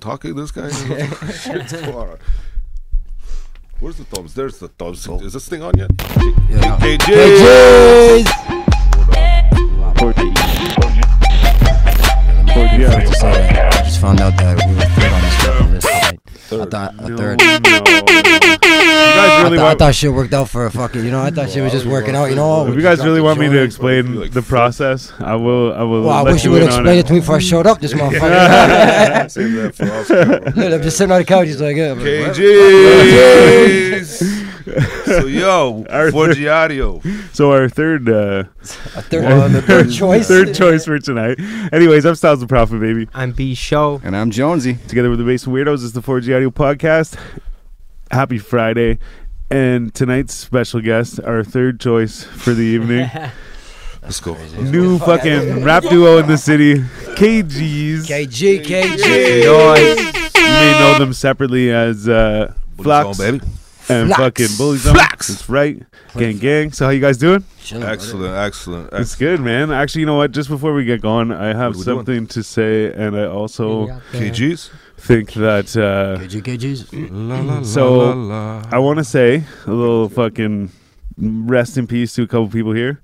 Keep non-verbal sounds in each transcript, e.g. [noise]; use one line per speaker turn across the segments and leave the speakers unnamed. talking to this guy?
[laughs]
What's going on? Where's the thumbs? There's the thumbs.
Oh.
Is this thing on yet?
Yeah.
KJ!
Yeah, I just, saw that. I just found out that we were third on this fucking list tonight. I thought a third. I,
You guys really
thought- I
want?
thought shit worked out for a fucking. You know, I thought shit was just working out. You know.
If you guys really want me to explain
Like,
the process, I will. I will
Well, I
let
wish you
you
would
in on
explain it
it.
to me before I showed up. This motherfucker.
[laughs]
Save that for off camera.
Dude, I'm just sitting on the couch. He's like, yeah, but
KJs! so, yo,
Our
Forgy Audio.
So our third,
a
uh,
third, [laughs] third choice.
third choice for tonight. Anyways, I'm Styles the Prophet, baby.
I'm B Show.
And I'm Jonesy.
Together with the Bass Weirdos, it's the 4G Audio Podcast. Happy Friday. And tonight's special guest, our third choice for the
[laughs]
evening,
Let's go.
new fucking rap duo in the city, KGs.
KG, KG.
Noise. You may know them separately as uh, Flocks
baby.
and
Flocks.
fucking Bully Zone.
Flocks.
That's right. Gang Gang. So how you guys doing?
Chilling, brother.
Excellent, excellent,
It's
excellent.
good, man. Actually, you know what? Just before we get going, I have
What are we doing?
something to say, and I also
KGs?
think that uh,
KG, KG's.
La, la, la,
So,
la, la.
I want to say a little fucking rest in peace to a couple people here.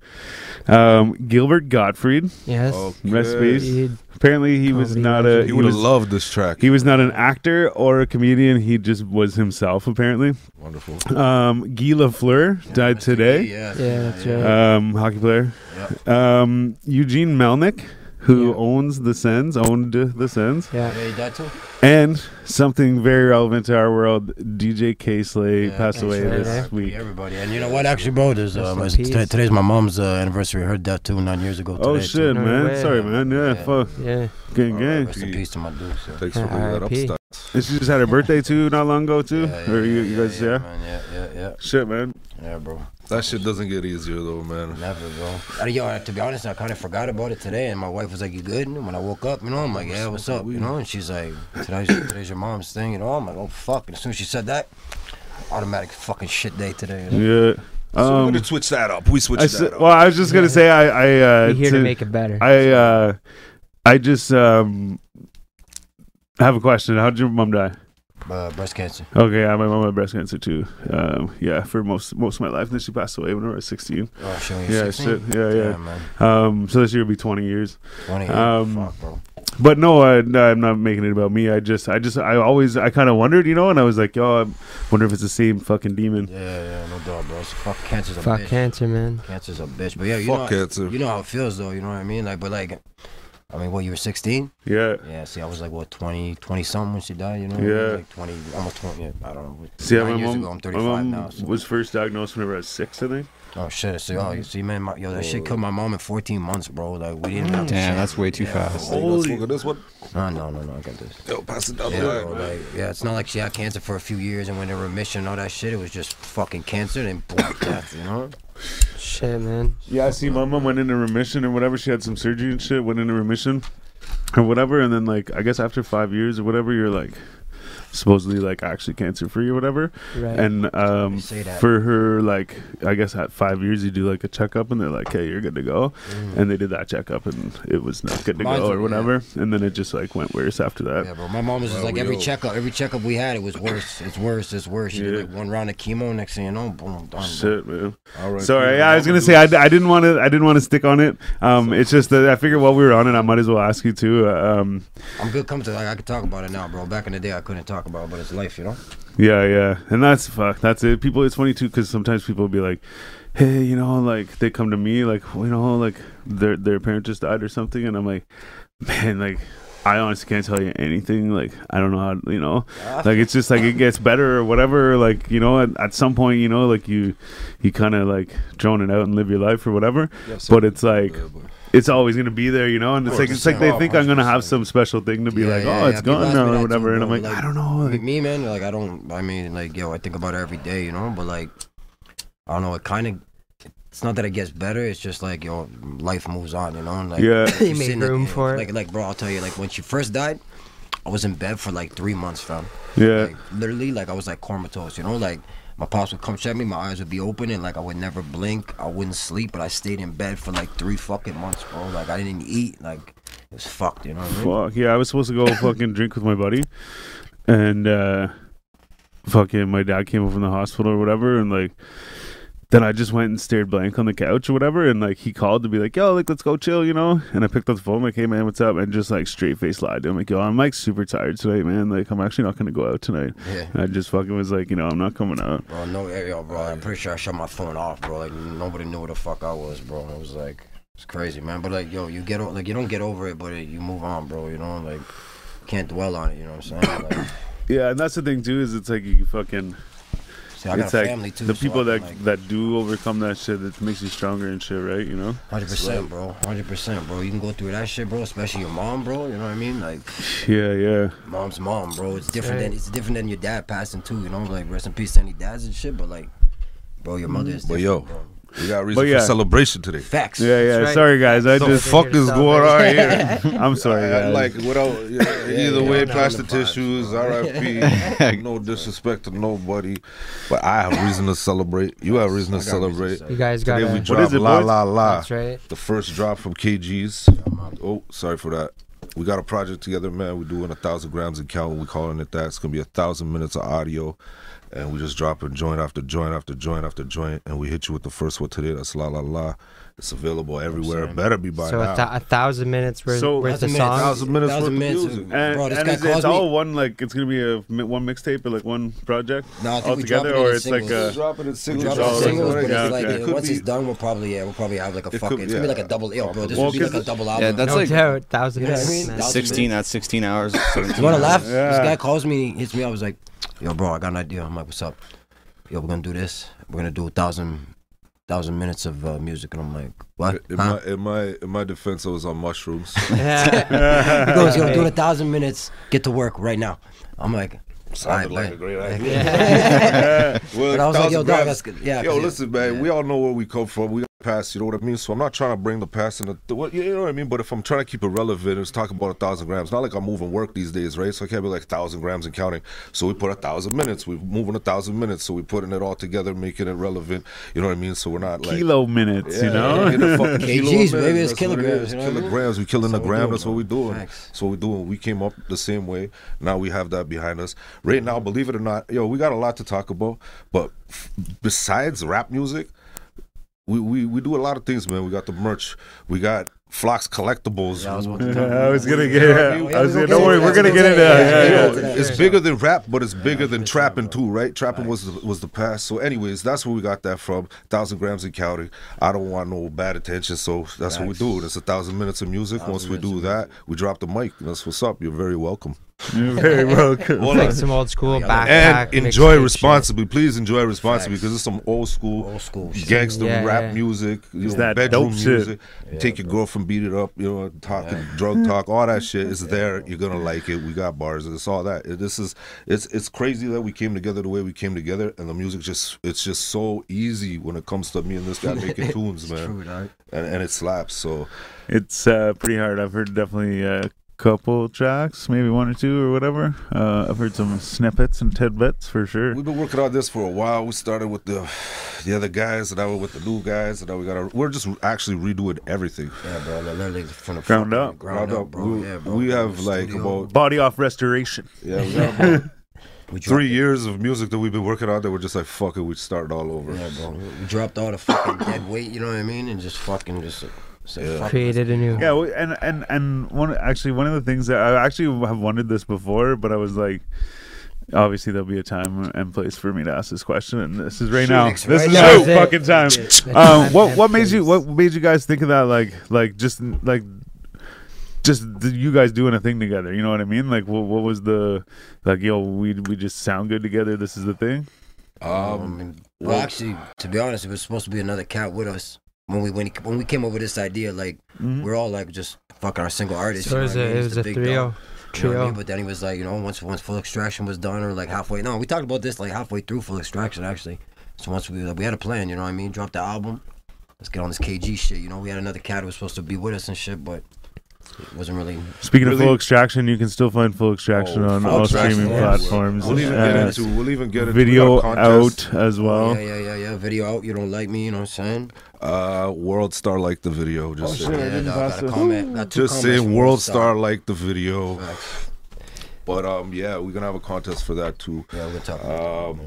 Um, Gilbert Gottfried.
Yes.
Okay.
Rest in peace.
Dude,
Apparently, he was
Comedy
not a.
legend.
He
You would have
was,
loved this track.
he was not an actor or a comedian. He just was himself, apparently.
Wonderful.
Um, Guy Lafleur died today.
Yeah.
Yeah, that's right.
Um, hockey player. Um, Eugene Melnick, who
Yeah.
owns the Sens, owned the Sens,
Yeah.
Yeah, he died too?
and something very relevant to our world. DJ K. Slay
Yeah,
passed away
Slay,
this
yeah.
week.
Everybody, and you know what? Actually, bro, there's
Rest
um,
in
it's-
peace.
today- today's my mom's uh, anniversary. Her death too, nine years ago. Today,
Oh
too.
shit,
No
man!
way.
Sorry, man. Yeah,
Yeah.
fuck,
Yeah.
gang, gang.
Rest in peace to my dude.
[laughs]
So.
Thanks for bringing that up,
R.I.P.
Stas.
And she just had her birthday too, not long ago too. or you, you guys, yeah.
man, yeah, yeah, yeah,
Shit, man.
yeah, bro.
That shit doesn't get easier, though, man.
Never, bro. I, yo, to be honest, I kind of forgot about it today, and my wife was like, "You good?" And when I woke up, you know, I'm like, "Yeah, what's up?" You know, and she's like, "Today's today's your mom's thing," you know. I'm like, "Oh fuck!" And as soon as she said that, automatic fucking shit day today. You know?
Yeah.
so we're
Um,
gonna switch that up. We switch
I
that
said,
up.
well, I was just gonna say, I, I, uh,
We're here
to-
to make it better.
I, uh, I just um, have a question. How did your mom die?
Uh, breast cancer.
Okay, yeah, my mom had breast cancer too. Um, yeah, for most most of my life. Then she passed away when I was 16.
Oh, shit, when
Yeah,
you're 16?
shit. Yeah, yeah.
man.
Um, so this year will be 20 years.
20,
Um,
fuck, bro.
But no, I, no, I'm not making it about me. I just, I just, I always, I kind of wondered, you know, and I was like, yo, I wonder if it's the same fucking demon.
Yeah, yeah, no doubt, bro. It's, fuck, cancer's a
Fuck
bitch.
cancer, man.
Cancer's a bitch. But yeah, you
Fuck
know,
cancer.
You know how it feels, though. You know what I mean? Like, but like, I mean, what you were 16?
Yeah.
Yeah, see, I was like, what, 20, 20 something when she died, you know?
Yeah.
Like 20, almost 20, yeah, I don't know.
See,
Nine
my
years
mom,
ago, I'm
my
35
mom
now. So.
was first diagnosed whenever I was six, I think.
oh, shit. See, oh, you see, man, my, yo, that shit killed my mom in 14 months, bro. Like, we didn't have a
Damn,
chance.
that's way too fast.
Hey, you wanna smoke at this one?
No, no, no, no, I got this.
Yo, pass it down
Yeah,
the line,
bro,
man.
like, yeah, it's not like she had cancer for a few years and went in remission and all that shit. It was just fucking cancer and boom, death, you know?
Shit, man.
Yeah, see, my mom went into remission or whatever. She had some surgery and shit, went into remission or whatever. And then, like, I guess after five years or whatever, you're like supposedly like actually cancer free or whatever.
Right.
And um,
They say that.
for her, like, I guess at five years, you do like a checkup and they're like, hey, you're good to go.
Mm.
And they did that checkup and it was not good to
Mine's-
go or whatever. And then it just like went worse after that.
Yeah, bro. My mom was just
Well,
like
we
every
all-
checkup, every checkup we had, it was worse. It's worse. It's worse. She
Yeah.
did like one round of chemo. Next thing you know, boom, done. Shit.
Shit, man.
All right.
Sorry,
cool.
yeah, I was
Mama
gonna
do
say
it.
I, I didn't want to I didn't want to stick on it. Um, it's just that I figured while we were on it, I might as well ask you too. uh, Um,
I'm good. Come to like I can talk about it now, bro. Back in the day, I couldn't talk about it, but it's life, you know.
Yeah, yeah, and that's fuck. That's it. People, it's funny too because sometimes people be like, "Hey, you know, like they come to me, like you know, like their their parent just died or something," and I'm like, "Man, like I honestly can't tell you anything. Like I don't know how you know. Like it's just like it gets better or whatever. Like you know, at, at some point, you know, like you you kind of like drone it out and live your life or whatever.
Yes,
but
sir.
it's like."
Yeah, but-
It's always gonna be there, you know, and it's like it's like they think I'm gonna have some special thing to be
oh, Yeah,
like,
yeah,
oh,
yeah.
it's
People
gone
ask me
now
that
or
too,
whatever, and I'm
bro,
like,
like-
I don't know, like,
me, man, like I don't. I mean, like yo, I think about it every day, you know. But like, I don't know. It kind of. It's not that it gets better. It's just like yo, life moves on, you know. And, like,
Yeah.
you
You make
sitting there-
room for it.
Like, like, bro, I'll tell you. Like when she first died, I was in bed for like three months, fam. [laughs]
yeah.
Like, literally, like I was like comatose, you know, like my pops would come check me, my eyes would be open, and like I would never blink, I wouldn't sleep, but I stayed in bed for like three fucking months, bro. Like I didn't eat, like It's fucked, you know. What I mean?
Fuck yeah! I was supposed to go fucking drink with my buddy, and uh, fucking my dad came up from the hospital or whatever, and like. Then I just went and stared blank on the couch or whatever, and like he called to be like, "Yo, like let's go chill," you know. And I picked up the phone, like, "Hey man, what's up?" And just like straight face lied to him, like, "Yo, I'm like super tired tonight, man. Like I'm actually not gonna go out tonight."
Yeah.
And I just fucking was like, you know, I'm not coming out.
Bro, no, yeah, yo, bro. I'm pretty sure I shut my phone off, bro. Like nobody knew where the fuck I was, bro. It was like it's crazy, man. But like, yo, you get o- like you don't get over it, but uh, you move on, bro. You know, like can't dwell on it. You know what I'm saying? Like,
Yeah, and that's the thing too is it's like you fucking
see, I got
it's
a
like
family too.
the
so
people
I can,
that
like,
that do overcome that shit that makes you stronger and shit, right?
[sighs]
You know?
Hundred percent, bro. Hundred percent, bro. You can go through that shit, bro. Especially your mom, bro. You know what I mean? Like
Yeah, yeah.
mom's mom, bro. It's different than
Right.
it's different than your dad passing too. You know, like rest in peace to any dads and shit. But like, bro, your mother is.
But
different,
yo.
bro.
We got a reason
But yeah.
for celebration today.
facts.
Yeah, yeah.
That's right.
Sorry guys, I
The
just
fuck is going on here? [laughs]
[laughs]
I'm sorry
I- I
guys.
uh, like without either
yeah,
way,
I'm down
plastic
with the vibes,
tissues, RFP.
[laughs]
no disrespect to nobody, but I have reason to celebrate. You have reason to
I got reason to
celebrate.
celebrate.
You guys got
Today we
to.
What is
dropped
it,
La
boys?
La La.
That's right.
The first drop from KG's. Oh, sorry for that. We got a project together, man. We're doing a thousand grams and counting. We're calling it that. It's gonna be a thousand minutes of audio, and we just dropping joint after joint after joint after joint, and we hit you with the first one today. That's La La La. It's available everywhere. It better be by
So
now.
a, th- a thousand minutes worth,
So-
worth
Thousand
of
minutes,
songs.
Thousand minutes
thousand
worth of
minutes,
music.
and,
Bro, this
and
guy
is, it's
calls me-
all one like it's gonna be a mi- one mixtape or like one project
No, I think
all
we
together,
dropping it
or
in
it's like
singles.
a
dropping it singles.
Drop the
Oh,
singles, but
okay,
it's
yeah,
like
okay.
uh,
Could
once
be-
it's done, we'll probably yeah, we'll probably have like a
It
fuck.
could-
it's gonna be
yeah.
like a double. Yo, bro, this
Well,
would be like a
'cause-
double
Yeah,
album.
that's
No
like
doubt, thousand
You know what I
minutes.
mean?
man.
Thousand-
16. That's
[laughs]
16 hours. 17
You wanna
hours.
laugh? This
Yeah.
guy calls me, he hits me. I was like, "Yo, bro, I got an idea." I'm like, "What's up?" Yo, we're gonna do this. We're gonna do a thousand, thousand minutes of uh, music, and I'm like, "What?"
In
Huh?
my, in my in my defense, I was on
[laughs]
mushrooms.
[laughs] Yeah.
He goes,
[laughs]
"Yo, do it a thousand minutes. Get to work right now." I'm like,
Sounded
"Alright,
like
bet."
a great idea. [laughs]
But [laughs]
Well,
I was like,
thousand
"Yo, dog,
grams.
that's good." Yeah.
Yo,
'cause it-
listen, man. We all know where we come from. We got past, you know what I mean. So I'm not trying to bring the past and the th- what you know what I mean. But if I'm trying to keep it relevant, it's talking about a thousand grams. Not like I'm moving work these days, right? So I can't be like a thousand grams and counting. So we put a thousand minutes. We're moving a thousand minutes. So we're putting it all together, making it relevant. You know what I mean? So we're not like
kilo minutes, you
Yeah,
know?
hit a fucking
KGs,
kilo a minute.
baby, it's
That's what it
kilograms,
is.
you know what I mean?
Kilograms. We killing
That's
the
what we
gram.
doing,
That's what
bro.
we doing.
Facts.
That's what we doing. We came up the same way. Now we have that behind us. Right now, believe it or not, yo, we got a lot to talk about. But f- besides rap music, we, we we do a lot of things, man. We got the merch. We got Flox collectibles.
Yeah, I was about
[laughs]
to
Yeah,
tell you.
I was gonna get.
Yeah,
I was
we
gonna,
gonna
don't
get
worry,
into
we're
that.
gonna get into
Yeah,
that.
Yo,
Yeah,
yeah, yeah.
it's bigger than rap, but it's bigger than trapping too, right? Trapping was the, was the past. So, anyways, that's where we got that from. Thousand grams and counting. I don't want no bad attention, so that's what we do. It's a thousand minutes of music. Once we do that, we drop the mic. That's what's up. You're very welcome.
You're very welcome.
Well,
Like
uh,
some old school backpack.
and
mixed
enjoy
with shit.
responsibly. Please enjoy responsibly because it's some old school,
Old school shit.
gangster
Yeah,
rap
yeah.
music, you know,
that
bedroom
dope shit.
music. Take your girlfriend, beat it up, you know, talking [laughs] drug talk, all that shit is there. You're gonna like it. We got bars. It's all that. It- This is it's it's crazy that we came together the way we came together, and the music just it's just so easy when it comes to me and this guy making tunes, man,
True, dog.
and, and it slaps. So
It's uh, pretty hard. I've heard definitely a couple tracks, maybe one or two or whatever. Uh, I've heard some snippets and tidbits for sure.
We've been working on this for a while. We started with the the other guys, and now we're with the new guys, and now we got to we're just actually redoing everything.
Yeah, bro. like, Literally from the
Ground
fucking
up.
Ground up, bro.
We,
Yeah, bro.
we have like
Studio.
about
Body off restoration.
yeah,
[laughs]
we got about
We dropped
three years of music that we've been working on that we're just like fuck it, we start all over.
Yeah, bro. We dropped all the fucking dead weight, you know what I mean? And just fucking just uh, said, fuck
Created a [laughs] new.
Yeah, we- and and and one actually one of the things that I actually have wondered this before, but I was like. Obviously, there'll be a time and place for me to ask this question, and this is right now. This
right
is
now.
no
That's it.
fucking time.
That's it.
Um,
Time
what
and
what made you
place.
what made you guys think of that? Like like just like just th- you guys doing a thing together. You know what I mean? Like what what was the like? Yo, we we just sound good together. This is the thing.
Um,
Um, well, actually, to be honest, it was supposed to be another cat with us when we when, he, when we came over with this idea. Like we're all like just fucking our single artists.
Mm-hmm. So it
you know what I
was a
mean?
it
It's
was
the
a
big dog, you
trio.
know what I mean?
Trio.
But then he was like, you know, once once full extraction was done, or like halfway. No, we talked about this like halfway through full extraction actually. So once we like, we had a plan, you know what I mean? Drop the album. Let's get on this KG shit. You know, we had another cat who was supposed to be with us and shit, but wasn't really.
Speaking
Really?
of full extraction, you can still find full extraction
Oh,
on
Full
all
Extraction,
streaming
yeah.
platforms.
We'll even get
Uh,
into. We'll even get into. we
video
got a contest.
out as well.
Oh.
Yeah, yeah, yeah, yeah. Video out. You don't like me. You know what I'm saying?
Uh, World Star liked the video. Just
shit.
saying.
I
yeah,
didn't
dog,
pass
got a
it.
comment. Got Oh, two
Just
comments
saying,
from
World Star liked the video. But um, yeah, we're gonna have a contest for that too.
Yeah, we're talking.
Um,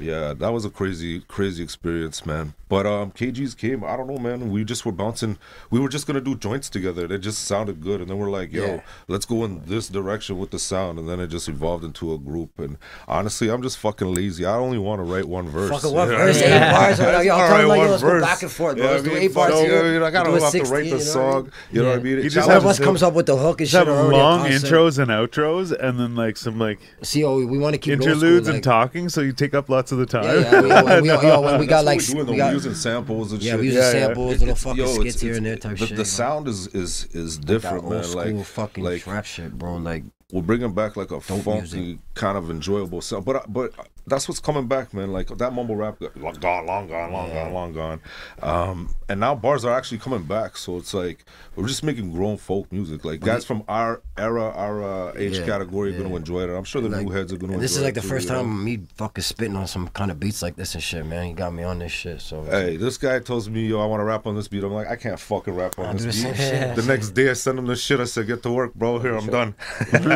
yeah, that was a crazy, crazy experience, man. But um, KG's came. I don't know, man. We just were bouncing. We were just gonna do joints together. and It just sounded good, and then we're like, yo,
Yeah.
let's go in this direction with the sound, and then it just evolved into a group. And honestly, I'm just fucking lazy. I only want to write one verse.
Fucking one
Yeah. [laughs]
verse, eight
Yeah.
bars. I'm like, yo, I'm
All
telling
right,
you,
one
like, yo, let's go
verse.
back and forth, bro.
Yeah, I
Let's do
mean,
eight bars
fuck,
here.
you know, I
Do
gotta
a
have to write the
16, you know what I mean?
song. You know what I
Yeah.
mean? It
You just
One
challenges
of us
to-
comes up with the hook and
Just have
shit. already a
long
concept.
intros and outros, and then like some like
See, oh, we want to keep it old school,
interludes and
like-
talking, so you take up lots of the time.
Yeah, yeah. we- we- we- yo, when we
That's
got like,
what we're doing, though.
we
We're
got,
using samples and
yeah,
shit.
we using
yeah.
samples,
It-
little
it's-
fucking
yo, it's-
skits here
it's-
and there
the,
type shit.
The
you know?
sound is is is
That
different,
old
man.
school
Like
fucking
like
trap shit, bro. Like,
we're bringing back like a funky
music.
kind of enjoyable sound. But I- but that's what's coming back, man. Like that mumble rap got long gone, long gone, long gone, long gone. Um, and now bars are actually coming back. So it's like we're just making grown folk music. Like guys from our era, our uh, age
Yeah,
category, are gonna enjoy it. I'm sure the
like,
new heads are gonna.
and this
enjoy
is
it
like the
too,
first
you know?
time me fucking spitting on some kind of beats like this and shit, man. You got me on this shit, so.
Hey, this guy tells me, yo, I want to rap on this beat. I'm like, I can't fucking rap on
I
this
do the
beat.
same shit.
The
[laughs]
next day, I send him the shit. I said, get to work, bro. Here, I'm done.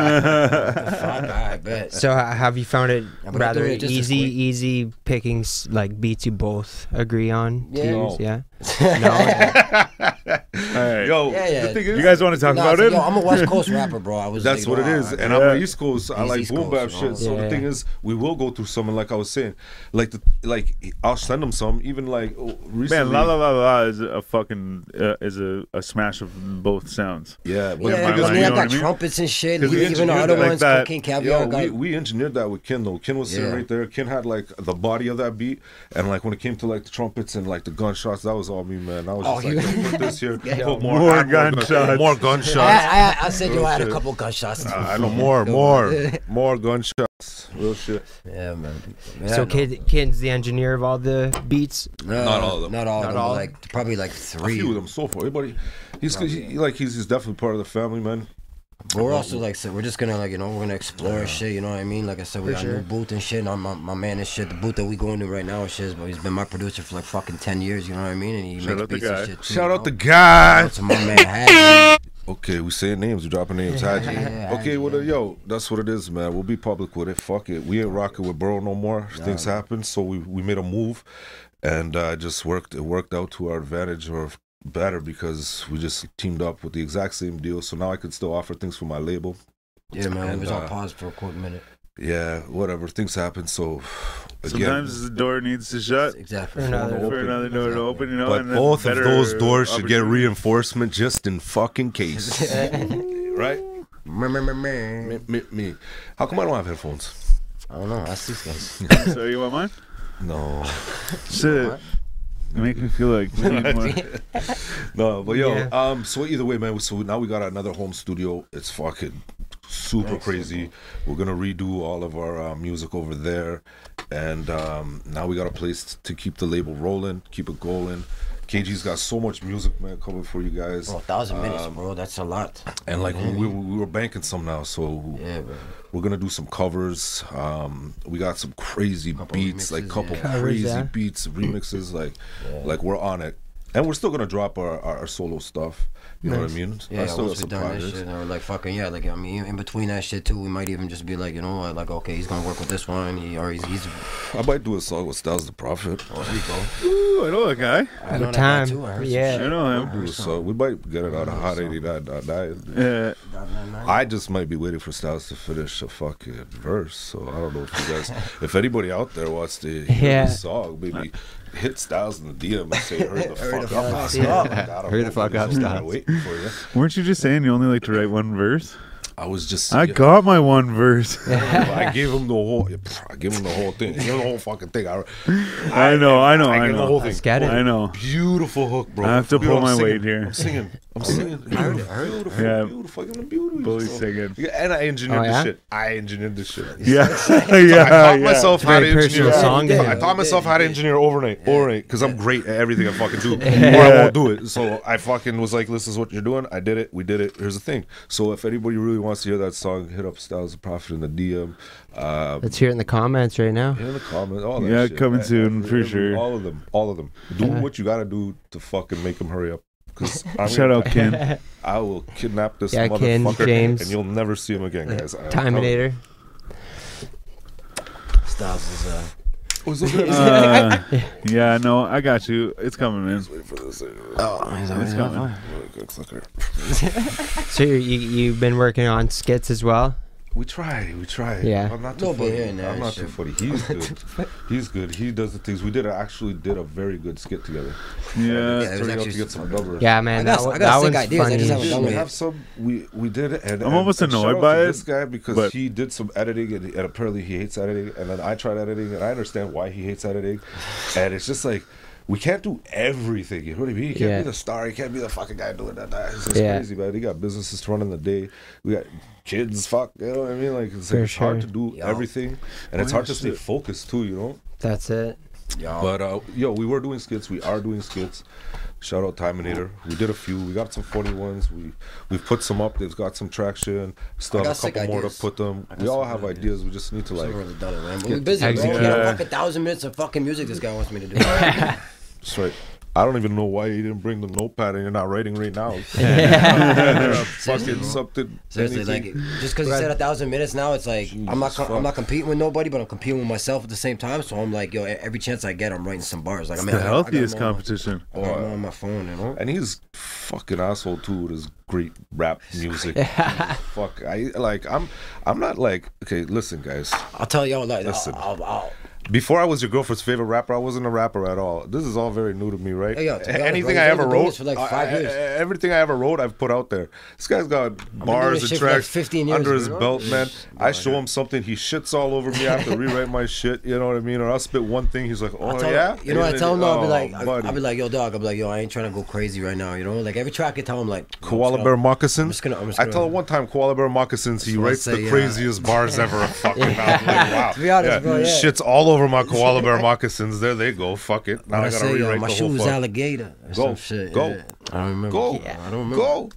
Fuck, I bet.
So ha- have you found it
Yeah, but I
rather
threw it just as
easy,
quick.
easy pickings like beats you both agree on?
Yeah.
to
No.
use? yeah. No,
[laughs] Alright.
Yo,
Yeah, yeah.
the thing is,
you guys want to talk
Nah,
about
it's like,
it?
yo, I'm a West Coast rapper, bro. I was.
that's
like,
what it
nah,
is.
I-
And I'm an East Coast. I
He's
like
East
boom bap
Coast, oh. you know?
shit. So the
Yeah.
thing is, we will go through some. And like I was saying, like the like I'll send him some. Even like oh, recently.
[laughs] Man, la la la la is a fucking uh, is a, a smash of both sounds.
Yeah, but
Yeah,
the thing
mind,
is,
because
you
we
know
have
what I
got
mean?
trumpets and shit. and
Because we
Even the
engineered
other
it like
ones,
that.
cocaine
Yo,
caviar.
we,
got-
we engineered that with Ken though. Ken was sitting
Yeah.
right there. Ken had like the body of that beat, and like when it came to like the trumpets and like the gunshots, that was all me, man. I was
Oh,
just like,
you-
yo, put this
[laughs]
here, put more,
More
add
gunshots.
more
I,
gunshots.
I, I said, yo, I had a couple gunshots.
I know more,
[laughs]
more, more gunshots. Real shit.
Yeah, man. Yeah,
so
no.
kid, kid's the engineer of all the beats.
No,
Not all of them.
Not all
Not
of them.
all?
but Like probably like
A
three.
few of them so far. Everybody, he's he, like he's, he's definitely part of the family, man.
But we're also like so we're just gonna like you know we're gonna explore shit. You know what I mean? Like I said, we got a new booth and shit. And I'm, my my man and shit. The booth that we going to right now and shit. is- But he's been my producer for like fucking ten years. You know what I mean? And he
out
makes
the
beats and
guy.
shit. Too,
Shout
you
out the
know?
guy.
to my man. Haz,
Okay, we saying names, we dropping names. Haji.
Yeah,
okay, well, uh, yo, that's what it is, man. We'll be public with it. Fuck it. We ain't rocking with Burrow no more. Things happen, so we, we made a move, and uh, just worked. It worked out to our advantage or better because we just teamed up with the exact same deal. So now I can still offer things for my label.
yeah, man.
And,
It was
uh,
on pause for a quick minute.
Yeah, whatever. Things happen. So again,
[laughs] Sometimes the door needs to shut
Exactly.
For another-
Uh, for another door to open. You know,
but
and then
both of
better
those doors should get
opportunity.
reinforcement just in fucking
[laughs]
case, right?
Meh, meh, meh, meh.
Me, me, me. How come I don't have headphones?
I don't know. That's these guys.
So you want mine?
No.
Shit. You make me feel
[laughs]
like we need more.
[laughs] No, but yo,
Yeah.
um, so either way, man. So now we got another home studio. It's fucking super crazy. We're gonna redo all of our uh, music over there, and um, now we got a place to keep the label rolling, keep it going. KG's got so much music, man, coming for you guys.
Bro, Oh, thousand minutes, bro. That's a lot.
And like we, we, we were banking some now, so
Yeah, bro.
we're gonna do some covers. Um, we got some crazy beats, like
remixes,
couple
yeah.
Covers,
crazy
yeah.
beats, remixes. Like, like we're on it, and we're still gonna drop our, our, our solo stuff. You know what I mean?
Yeah,
I
yeah,
still
once we done that shit, or like fucking yeah, like I mean, in between that shit too, we might even just be like, you know, like okay, he's gonna work with this one, he or he's, he's
I might do a song with Styles the Prophet.
or he Oh, go.
Ooh, I know a guy.
I know that guy,
time.
too, I heard some
Yeah.
I know him.
Do a song. We might get it out of Hot 89. dot nine.
Yeah.
I just might be waiting for Styles to finish a fucking verse. So I don't know if you guys, if anybody out there wants to hear
Yeah.
this song, maybe hit Styles in the DM and say, "Hurry
[laughs]
the fuck up,
Stop.
Styles."
Hurry the fuck up, Styles.
Waiting for you.
Weren't you just saying you only like to write one verse?
I was just.
I got my one verse.
[laughs] I gave him the whole. I gave him the whole thing. I gave him the whole fucking thing. I,
I know, I know, I
gave him the whole
know.
thing.
Let's get it.
[laughs]
I know.
Beautiful hook, bro.
I have to
Dude,
pull
I'm
my
singing-
weight here.
I'm singing. I'm singing. Beautiful, beautiful,
Yeah.
beautiful. I give him beauty.
Bully
bro.
singing.
Yeah, and I engineered
Oh, yeah?
the shit. I engineered the shit.
Yeah, [laughs]
I
yeah,
taught
yeah.
myself how to
Very
engineer.
personal song.
I
Yeah.
taught myself how to engineer overnight, overnight, because I'm great at everything I fucking
[laughs]
do, or I
Yeah.
won't do it. So I fucking was like, "This is what you're doing. I did it. We did it. Here's the thing." So if anybody really wants to hear that song, hit up Styles the Prophet in the DM. Uh,
Let's hear it in the comments right now.
hit in the comments, all that
Yeah,
shit.
coming
I- I-
soon, for
every-
sure.
All of them, all of them. Do what you gotta do to fucking make them hurry up.
[laughs]
Cause I'm
Shout out Ken.
I will kidnap this
Yeah, Ken,
motherfucker,
James.
and you'll never see him again, guys. I'm telling you.
Timinator.
Styles is uh,
What's up, guys?
Uh, yeah, no, I got you. It's coming, man.
Wait for this.
[laughs]
uh,
[laughs]
[laughs]
oh, he's always
It's
on
coming.
fire.
clicker.
So you, you you've been working on skits as well.
We try, we try.
Yeah.
I'm not too
Nobody
funny.
here now,
I'm not
shit.
too funny. He's good. He's good. He does the things. We did. actually did a very good skit together.
Yeah.
Yeah, it was
Turning out to
actually
get some numbers.
Yeah, man.
I
that
got-
one-
I got
that
sick
one's
ideas, I
funny.
just
as
haven't
Dude,
done
shit.
we
it.
have some. We we did it. And,
I'm
and-
almost
and shout
annoyed
out
by
to
it,
This guy because
but-
he did some editing and, and apparently he hates editing. And then I tried editing and I understand why he hates editing. And it's just like. We can't do everything. You know what I mean? You can't
Yeah.
be the star. You can't be the fucking guy doing that. that. It's just
Yeah.
crazy, man. You got businesses to run in the day. We got kids. Fuck. You know what I mean? Like it's,
For
it's hard to
sure.
do
Yeah.
everything, and it's
Oh, yeah,
hard to stay
shit.
focused too. You know.
That's it.
Y'all.
But uh, yo, we were doing skits. We are doing skits. Shout out Timinator. We did a few. We got some funny ones. We we've put some up. They've got some traction. Still
I
have a
got sick
couple more to
ideas.
put them.
got
We all
some
have
good
ideas. We just need to
I've
like
really done it, man. But we're busy, bro.
Execute.
We got
Yeah.
a fucking thousand minutes of fucking music this guy wants me to do.
that's right. I don't even know why you didn't bring the notepad and you're not writing right
[laughs]
now. [laughs] fucking something.
Seriously, like
anything.
just because you said a thousand minutes now, it's like I'm not
Jesus
com- I'm not competing with nobody, but I'm competing with myself at the same time. So I'm like, yo, e- every chance I get, I'm writing some bars. Like I
It's
mean,
the
I got- I got
healthiest
them on my-
competition.
I got them on my phone, you know.
and he's fucking asshole too with his great rap music.
[laughs]
Fuck, I like I'm I'm not like okay. Listen, guys,
I'll tell y'all like,
Listen.
I'll, I'll, I'll,
Before I was your girlfriend's favorite rapper, I wasn't a rapper at all. This is all very new to me, right?
Hey, yo, to be honest,
anything
bro,
I
you've
ever
been doing
wrote,
this for like five
I-
years.
I- everything I ever wrote, I've put out there. This guy's got bars
this
and
shit for like
tracks
15 years,
under his
bro.
belt, man. I show him something, he shits all over me. I have
[laughs]
to rewrite my shit. You know what I mean? Or I'll spit one thing, he's like,
I'll
"Oh
tell
yeah."
you know. what I
And
tell
then-
him, I'll be
oh,
like, I,
buddy.
will be like, yo, dog. I'll be like, yo, I ain't trying to go crazy right now, you know. Like every track I tell him, like yo,
Koala
chill.
Bear Moccasins.
I'm just gonna- I'm just
I
gonna-
tell him one time Koala Bear Moccasins, he
what I
writes
say,
the
yeah.
craziest bars
[laughs]
ever. Fucking out. Like, wow.
To be honest, bro, yeah.
Shit's all over my Koala
[laughs]
Bear Moccasins. There they go. Fuck it. Now
What
I,
I
gotta
say, yo,
rewrite
my
the
shoe
whole
was
fuck.
alligator. Or
Go,
some shit.
go,
yeah. I don't remember.
Go.
I don't remember.
Go.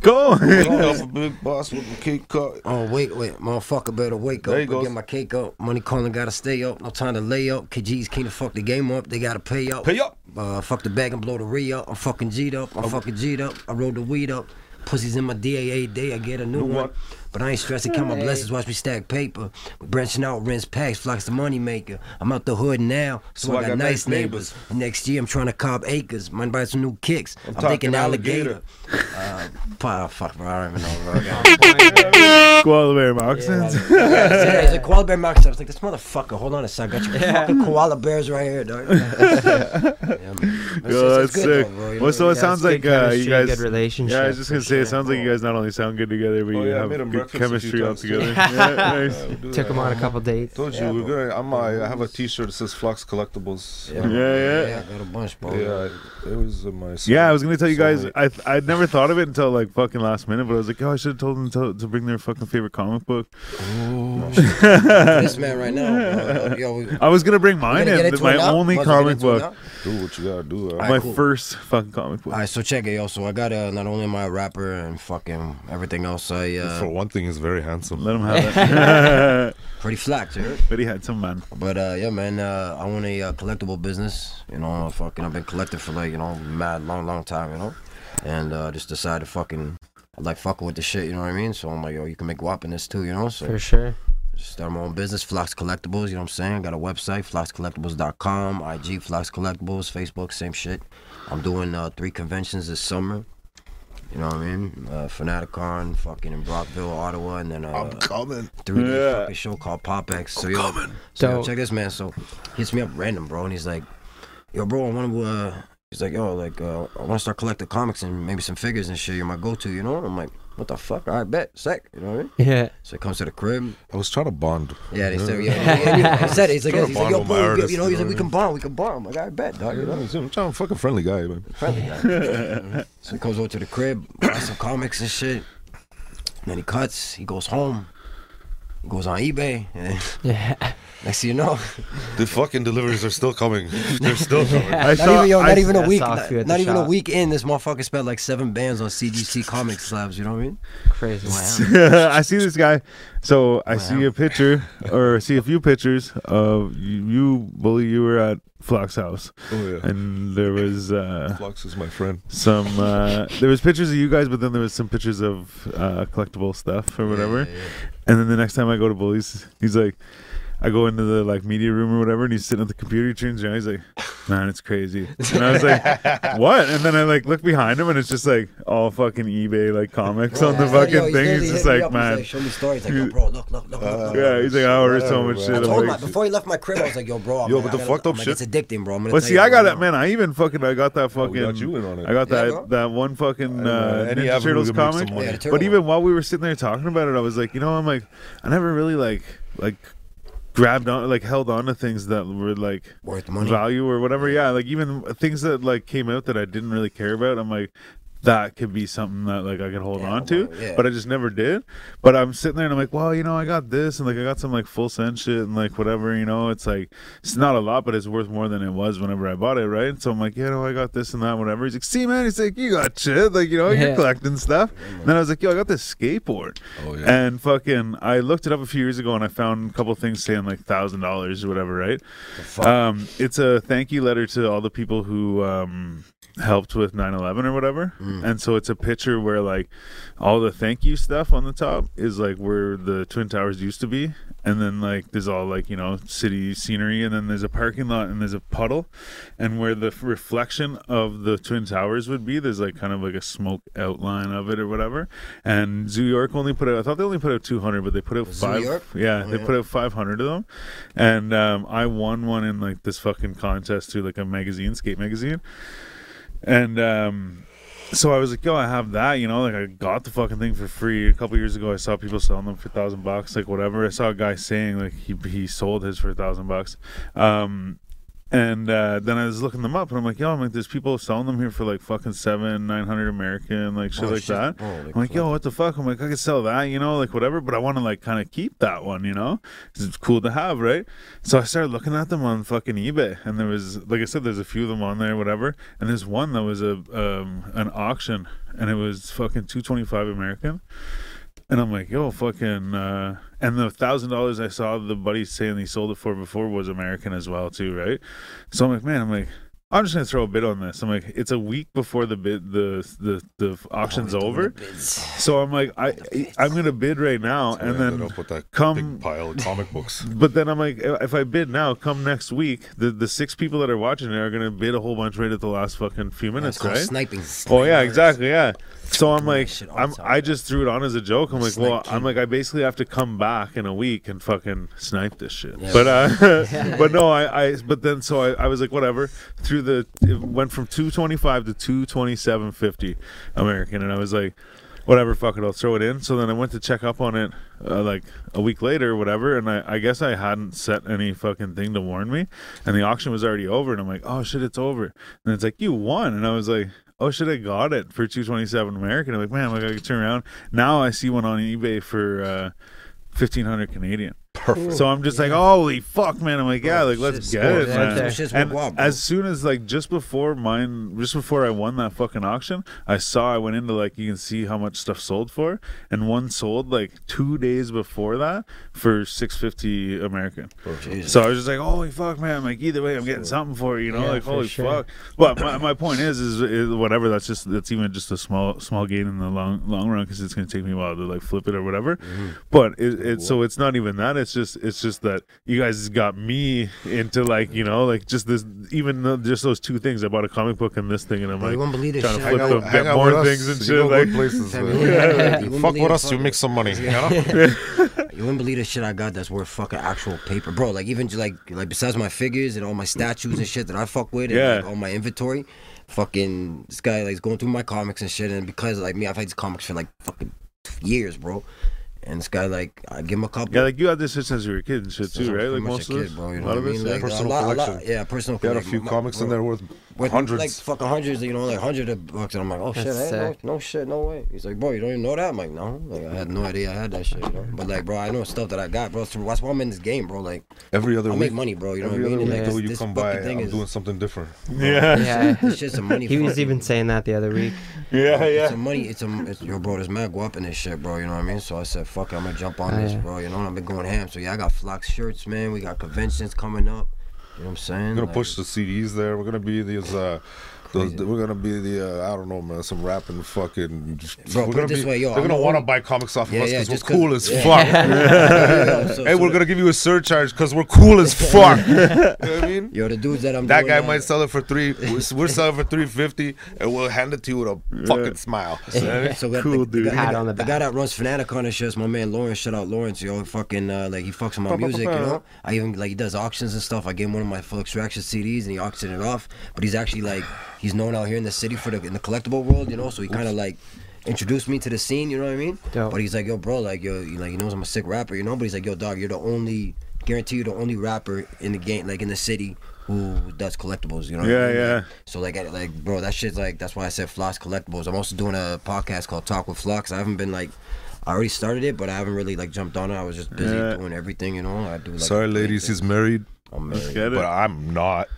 Go.
[laughs] Pick up a big boss with a cake cut.
Oh wait, wait, motherfucker, better wake
There
up.
he
and
goes.
Get my cake up. Money calling, gotta stay up. No time to lay up. KG's can't fuck the game up. They gotta pay up. Oh.
Pay up.
Uh, fuck the bag and blow the re up. I'm fucking G'd up. I'm fucking G'd up. I rolled the weed up. Pussies in my DAA day. I get a new, one.
one.
But I ain't stressing. Count my blessings. Watch me stack paper. We branching out, rinse packs. Flocks the money maker. I'm out the hood now, so, I, got, nice neighbors. Next year I'm trying to cob acres. Might buy some new kicks. I'm,
talking
thinking alligator.
alligator.
Uh, pa- fuck, bro. I don't even know, bro. I got-
Koala bear moccasins.
yeah, he's like koala bear moccasins. I was like, this motherfucker. Hold on a sec. I got your fucking koala bears right here, dog. yeah, man. It's-
Yo,
it's good,
that's sick.
though, bro. You know
Well, so
what
it
I mean?
sounds
good
like uh,
chemistry,
you guys.
good
[laughs]
relationship,
Yeah, I was just uh, gonna
for
say it
sure.
sounds like you guys not only sound good together, but
Oh,
you
yeah, I
have
made him
good
breakfast a few
chemistry all
times, too.
together. yeah, nice.
Took him on a couple dates.
Told you we're gonna. I'm. I have a T-shirt that says Flux Collectibles.
Yeah, yeah.
Yeah, Oh, I got a bunch, bro.
Yeah, it was in my.
Yeah, I was gonna tell you guys.
soulmate.
I I never thought of it until like fucking last minute, but I was like, oh, I should have told them to, to bring their fucking favorite comic book.
This man right now, bro. Yo, we,
I was gonna bring mine
gonna get
in,
into
my
it now?
only
Might as well get
comic
into it
book,
now?
do what you gotta do.
All
Right?
right,
my
cool. Ah.
first fucking comic book.
All right, so check it, yo. So I got uh, not only am I a rapper and fucking everything else, I
For
uh,
one thing, he's very handsome.
Let him have that.
pretty flack, dude.
but he had some man.
But uh, yeah, man, uh, I own a uh, collectible business. You know, fucking, I've been collecting for like you know, mad long, long time. You know, and uh, just decided fucking, I like fucking with the shit. You know what I mean? So I'm like, yo, you can make guap in this too. You know, so
For sure.
just start my own business, Flox Collectibles. You know what I'm saying? Got a website, floxcollectibles.com, IG Flox Collectibles, Facebook, same shit. I'm doing uh, three conventions this summer. You know what I mean? Uh, Fanaticon, fucking in Brockville, Ottawa, and then uh,
coming.
3D
Yeah.
fucking show called Pop X. So yo, so yo,
Dope.
check this man. So he hits me up random, bro, and he's like, "Yo, bro, I want to uh, He's like, yo, like uh, I want to start collecting comics and maybe some figures and shit. You're my go-to, you know. I'm like, what the fuck? All right, bet, sick. You know what I mean?
[laughs] Yeah.
So he comes to the crib.
I was trying to bond.
Yeah, they
Mm-hmm.
said, yeah. yeah. He, he said, it. he's like,
Trying to
he's
bond
like, yo,
with my
bro,
artist,
you know,
you
he's
know
like, we
what I
can bond, we can bond. I'm like, all right, bet, dog. You know.
[laughs] I'm trying to fucking friendly guy, man.
So he comes over to the crib, buys some comics and shit. And then he cuts. He goes home. He goes on eBay. And [laughs] then
Yeah.
next thing you know,
The fucking deliveries are still coming.
[laughs]
They're still coming.
[laughs]
I
not even, yo, not
I-
even a
I
week,
saw a
not,
few at the
not even a
shop.
week in, this motherfucker spent like seven bands on
[laughs]
CGC comic slabs. You know what I mean?
Crazy.
[laughs]
Wow.
[laughs] I see this guy. So I see a picture or see a few pictures of you, you bully. You were at Flock's house,
Oh yeah.
and there was uh,
Flux is my friend.
some. Uh, there was pictures of you guys, but then there was some pictures of uh, collectible stuff or whatever. And then the next time I go to bullies, he's like. I go into the like media room or whatever, and he's sitting at the computer. He turns around, he's like, "Man, it's crazy." And I was like, "What?" And then I like look behind him, and it's just like all fucking eBay like comics on the
Yeah, yo, he
fucking thing.
literally
He's just
hit me
like,
up,
"Man,
He's like, show me stories. Like, yo, bro, look, look, look, look. look.
Yeah, he's like, I ordered so much shit.
I
I'm
told him
like,
like, before he left my crib, I was like, yo, bro. I'm
Yo,
like,
but
I
the
gotta-
fucked up
I'm
shit-
Like, it's addicting, bro. I'm gonna
but
tell
see,
you
I
right
got
now.
it, man. I even fucking, I got that
we
fucking.
got you in on it.
I got
Yeah,
that that one fucking
know,
uh,
any
Ninja
avenue
Turtles
to make some
comic.
money.
Yeah, the turtle
but even while we were sitting there talking about it, I was like, you know, I'm like, I never really like like grabbed on, like held on to things that were like
Worth the money.
value or whatever. Yeah, like even things that like came out that I didn't really care about. I'm like. That could be something that like I could hold
Yeah,
on to,
well, yeah.
but I just never did. But I'm sitting there and I'm like, well, you know, I got this and like I got some like full send shit and like whatever, you know, it's like it's not a lot, but it's worth more than it was whenever I bought it, right? So I'm like, you know, I got this and that, whatever. He's like, see, man, he's like, you got shit, like you know, you're
Yeah.
collecting stuff. And then I was like, yo, I got this skateboard,
Oh, yeah.
and fucking, I looked it up a few years ago and I found a couple things saying like thousand dollars or whatever, right? Um, it's a thank you letter to all the people who um helped with 9-11 or whatever
Mm.
and so it's a picture where like all the thank you stuff on the top is like where the twin towers used to be and then like there's all like you know city scenery and then there's a parking lot and there's a puddle and where the f- reflection of the twin towers would be there's like kind of like a smoke outline of it or whatever and zoo york only put out i thought they only put out 200 but they put out
Zoo
five
York? Oh,
yeah they
yeah.
put out 500 of them and um, i won one in like this fucking contest through like a magazine skate magazine and um, so I was like, yo, I have that, you know, like I got the fucking thing for free a couple years ago. I saw people selling them for a thousand bucks, like whatever. I saw a guy saying like he he sold his for a thousand bucks. Um, and uh, then I was looking them up, and I'm like, yo, I'm like, there's people selling them here for like fucking seven, nine hundred American, like shit
Oh,
like
shit.
that.
Holy
I'm like, yo, what the fuck? I'm like, I could sell that, you know, like whatever, but I want to like kind of keep that one, you know, 'Cause it's cool to have, right? So I started looking at them on fucking eBay, and there was, like I said, there's a few of them on there, whatever, and there's one that was a um, an auction, and it was fucking two twenty five American. And I'm like, yo, fucking. Uh, and the thousand dollars I saw the buddy saying he sold it for before was American as well, too, right? So I'm like, man, I'm like, I'm just gonna throw a bid on this. I'm like, it's a week before the bid, the the the auction's over. So I'm like, I I'm gonna bid right now, and
I ended
then
up with that
come-
big pile of comic
[laughs]
books.
but then I'm like, if I bid now, come next week, the the six people that are watching it are gonna bid a whole bunch right at the last fucking few
It's
minutes,
called
right?
sniping.
Oh yeah, exactly. Yeah. So I'm
Doing that
like,
shit all the
I'm,
time.
I just threw it on as a joke. I'm like,
Snake
well,
king.
I'm like, I basically have to come back in a week and fucking snipe this shit.
[laughs]
But uh, [laughs] but no, I, I but then so I, I was like, whatever. Through the it went from 225 to 227.50 American, and I was like. Whatever, fuck it, I'll throw it in. So then I went to check up on it uh, like a week later or whatever, and I, I guess I hadn't set any fucking thing to warn me. And the auction was already over, and I'm like, oh shit, it's over. And it's like, you won. And I was like, oh shit, I got it for 227 American. I'm like, man, like I could turn around. Now I see one on eBay for uh, 1500 Canadian. Perfect. So I'm just like, holy fuck, man. I'm like, yeah, like let's
shit's
get
cool.
it,
Yeah,
man.
some
shit's
and
worthwhile, bro.
as soon as like just before mine, just before I won that fucking auction, I saw I went into like you can see how much stuff sold for, and one sold like two days before that for 650 American.
Jesus.
So I was just like, holy fuck, man! I'm like either way, I'm getting something for it, you know,
Yeah,
like
for
holy
sure.
fuck. But my, my point is, is, is whatever. That's just that's even just a small small gain in the long long run because it's gonna take me a while to like flip it or whatever.
Mm-hmm.
But it, it so it's not even that. It's just it's just that you guys got me into like you know like just this even though just those two things. I bought a comic book and this thing, and I'm
Bro, you
like
won't believe this
trying to
shit.
flip
I
them,
got-
get more things and
You
shit.
go good
Like [laughs]
uh,
places,
Yeah,
man.
you wouldn't
Fuck
believe
with us,
[laughs]
it.
you make some money. you know?
You wouldn't believe the shit I got that's worth fucking actual paper, bro. Like even just like like besides my figures and all my statues and shit that I fuck with, and
Yeah.
like, all my inventory. Fucking this guy like is going through my comics and shit, and because like me, I've had these comics for like fucking years, bro. And this guy like I give him a couple.
Yeah, like you had this shit since you were a kid and shit
Since I
too,
was
right? Like
pretty much
most
a
of
kid,
us,
bro, you
a
know
lot
what
of
I mean?
us.
Like,
Personal
a lot, a lot-
collection.
yeah, personal
He had a
collection.
few
My-
comics in
bro,
there worth
with,
hundreds.
Like fucking hundreds, you know, like hundreds of bucks. And I'm like, oh shit,
That's
hey, no,
sick.
no shit, no way. He's like, bro, you don't even know that? I'm like, no. Like, I had no idea I had that shit, you know? But like, bro, I know stuff that I got, bro. So that's why I'm in this game, bro. Like,
Every other
I
week,
make money, bro. You know what I
every
mean?
other
And,
week,
like,
though, you
this
come
fucking
by, I'm
thing is-
doing something different.
Yeah,
Yeah.
This shit's a money.
[laughs] He was
fucking-
even saying that the other week.
yeah,
It's
yeah.
a money. It's a it's, yo, bro. There's mad guap in this shit, bro. You know what I mean? So I said, fuck it, I'm gonna jump on
Oh,
this,
yeah.
bro. You know, and I've been going ham. So yeah, I got Flox shirts, man. We got conventions coming up. You know what I'm saying?
We're gonna
Like,
push the CDs there. We're gonna be these. Uh, those,
Crazy.
we're gonna be the uh, I don't know man some rapping fucking
Bro,
we're
put
gonna
it this
be,
way, yo,
they're
I'm
gonna
the
want to
only-
buy comics off
Yeah,
of us
yeah,
because
just
we're cool
'cause-
as fuck
yeah. [laughs] So-
[laughs]
so
hey we're
the-
gonna give you a surcharge because we're cool
[laughs]
as fuck [laughs] you know what I mean
Yo, the dudes that I'm
That
doing
guy
now-
might sell it for three. We're we're selling for three fifty, and we'll hand it to you with a fucking smile.
[laughs] So we got the,
Cool, dude.
The guy,
Pat on the
the guy that runs Fanatic on this shit is my man Lawrence. Shout out Lawrence, yo. Fucking uh, like he fucks with my music, you know. I even like he does auctions and stuff. I gave him one of my full extraction CDs and he auctioned it off. But he's actually like he's known out here in the city for the in the collectible world, you know. So he kind of like introduced me to the scene, you know what I mean?
Dope.
But he's like, yo, bro, like yo, he, like he knows I'm a sick rapper, you know. But he's like, yo, dog, you're the only guarantee you're the only rapper in the game, like in the city. Who does collectibles? You know, what I
Yeah,
mean? Like,
yeah.
so like, I- like, bro, that shit's like that's why I said Floss Collectibles. I'm also doing a podcast called Talk with Flux. I haven't been like, I already started it, but I haven't really like jumped on it. I was just busy
Yeah.
doing everything, you know. I do
[laughs]
like.
Sorry, ladies, he's married,
I'm married.
Get
but
it?
I'm
[laughs]
not.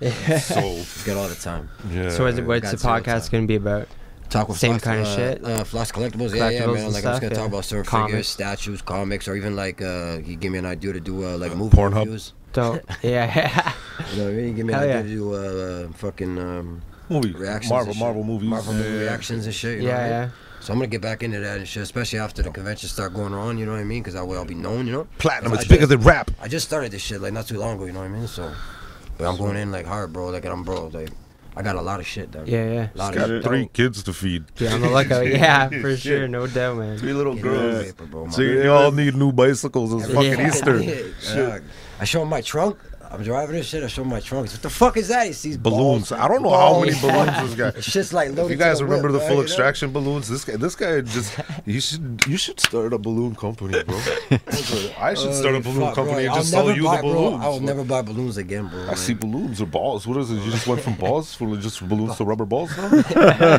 So
Get all the time.
yeah.
So what's, what's the
Godzilla
podcast
time.
gonna be about?
Talk with
Same
Floss,
kinda
uh,
shit?
Uh, Floss Collectibles. Yeah, yeah,
Collectibles
man.
and
Like I'm just
stuff,
gonna talk
yeah.
about certain figures,
Comics.
statues, comics, or even like uh, he gave me an idea to do uh, like movie
Pornhub.
reviews.
Dope. Yeah. [laughs]
You know what I mean? He gave me an
Hell
idea
yeah.
to do uh, fucking um,
movie
reactions
Marvel
and shit.
Marvel movies.
Marvel movie
Yeah.
reactions and shit.
yeah.
You know what I mean?
Yeah.
So I'm gonna get back into that and shit, especially after the conventions start going on. You know what I mean? Because that way I'll be known. You know.
Platinum.
I
It's
just-
bigger than rap.
I just started this shit like not too long ago. You know what I mean? So, but I'm going in like hard, bro. Like and I'm bro. Like I got a lot of shit. Dog.
Yeah. Yeah.
Lot
Got
of shit.
three kids to feed.
Be on the lookout. Yeah, for
Shit.
sure. No doubt, man.
Three little
Get it out of
girls.
paper, bro, my
So you-
man.
They all need new bicycles. It's fucking
[laughs]
Yeah.
Easter.
Dog. I show him my trunk. I'm driving this shit. I show him my trunk. What the fuck is that? He sees
Balloons.
balls.
I don't know how many
Balls.
balloons this guy.
It's just like
If
loaded.
you guys
to the
remember the
whip, right,
full
you know?
extraction balloons, this guy, this guy
[laughs]
just you should you should start a balloon company, [laughs] bro. I should start a
Holy
balloon
fuck,
company and
bro.
just
I'll
sell
never
you
buy,
the
bro,
balloons.
I will never buy balloons again, bro.
I see
like-
balloons or balls. What is it? You just went from balls from just balloons to rubber balls
[laughs]
now?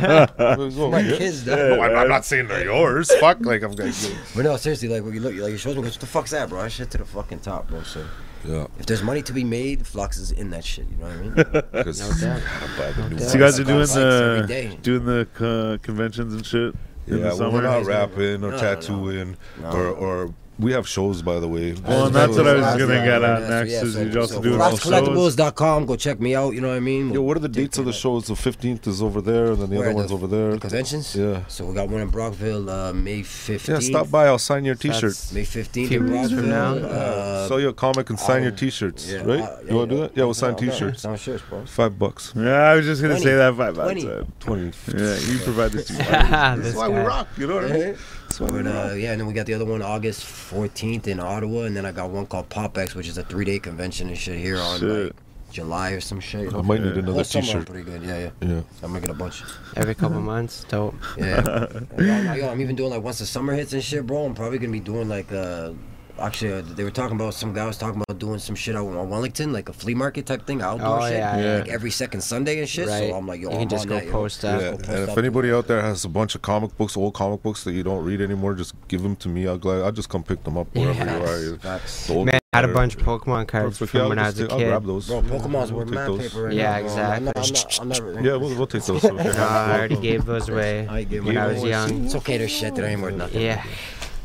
Oh,
my
yeah.
kids, dog.
No, I'm, I'm not saying they're yours. Fuck, like I'm like,
But no, seriously, like when you look, like it shows me, goes, what the fuck's that, bro? That shit to the fucking top, bro. So
yeah.
if there's money to be made, Flux is in that shit. You
[laughs]
know what I mean?
Because
doubt.
So you guys are
Like,
doing
bikes every
the
day.
doing the uh, conventions and shit
Yeah,
in the
well, we're
summer.
not rapping or
No, no, no.
tattooing or or we have shows by the way.
Well, and that's what I was
Flux,
gonna
yeah,
get at
yeah,
next is you also
so
do it all shows.
FluxCollectibles.com. Go check me out. You know what I mean?
Yo, what are the dates of the shows? The fifteenth is over there, and then the
Where
other
the
one's over there.
conventions?
Yeah.
So we got one in Brockville, uh, May 15th.
Yeah, stop by. I'll sign your T-shirt.
That's-
May 15th
Few
in
weeks
Brockville.
from now.
Uh,
Sell your comic and sign your
I'll-
T-shirts,
yeah,
right?
uh,
you want to do that? Yeah, we'll sign
No, no,
T-shirts.
sign shirts, bro.
Five bucks.
Yeah, I was just gonna
20.
say that five
Twenty.
outside.
Twenty.
Yeah, you provide this. to me.
[laughs] This
That's why we
guy.
rock. You know what I mean?
But uh, yeah, and then we got the other one August 14th in Ottawa, and then I got one called PopX, which is a three day convention and shit here on
Shit.
like July or some shit.
I might need
Well,
another
some are
T-shirt.
pretty good, yeah, yeah.
Yeah.
I'm gonna get a bunch.
Every couple months. Dope.
Yeah. yo, yo, I'm even doing like once the summer hits and shit, bro. I'm probably gonna be doing like uh, actually uh, they were talking about some guy was talking about doing some shit out on Wellington, like a flea market type thing, outdoor
Oh,
shit,
yeah, yeah.
like every second Sunday and shit.
Right.
So I'm like, yo,
you
I'm
can just
on
go
that, yo.
post
Yeah,
that.
post
and if
up.
anybody out there has a bunch of comic books, old comic books that you don't read anymore, just give them to me. I'll glad I'll just come pick them up wherever you are.
Facts.
The old
Man, I had a
ones
bunch
are
of Pokemon cards
perfect. Yeah,
from
I'll
when I
just
was a
take- I'll
kid.
grab those.
Bro, Pokemon's
We'll
worth
take
mad
those.
paper right
Yeah,
now. bro. I'm not- I'm not- I'm not-
Yeah, we'll, we'll take
[laughs]
those. so we can
No,
have
I
those.
[laughs] already gave those away.
I gave
when
it
I
away.
was young.
It's okay to shit that ain't worth nothing.
Yeah.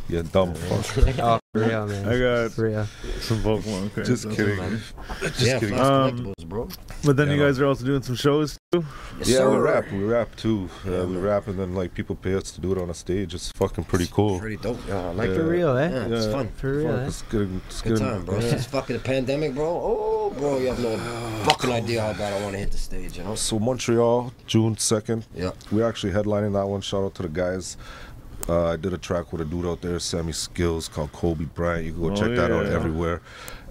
Yeah, dumb
[laughs]
fuck.
Oh, for real,
I
man.
got
For real.
some Pokemon cards.
Just kidding.
yeah,
kidding.
Floss
Um,
collectibles, bro.
But then
Yeah,
you
no.
guys are also doing some shows too.
Yes,
Yeah, we
sir.
rap. We rap too. Uh, we rap, and then like people pay us to do it on a stage. It's fucking pretty cool.
Pretty dope. Yeah, I like
Yeah.
it.
For real,
Yeah,
eh?
it's
Yeah.
fun.
For real,
Fuck,
eh?
it's good. It's
Good
good.
time, bro.
Yeah.
Since fucking the pandemic, bro. Oh, bro, you have no fucking idea how bad I want to hit the stage, you know?
So Montreal, June second.
Yeah.
We're actually headlining that one. Shout out to the guys.
Uh, I did a track with a dude out there, Sammy Skills, called Kobe Bryant. You can go
Oh,
check that out
yeah.
everywhere.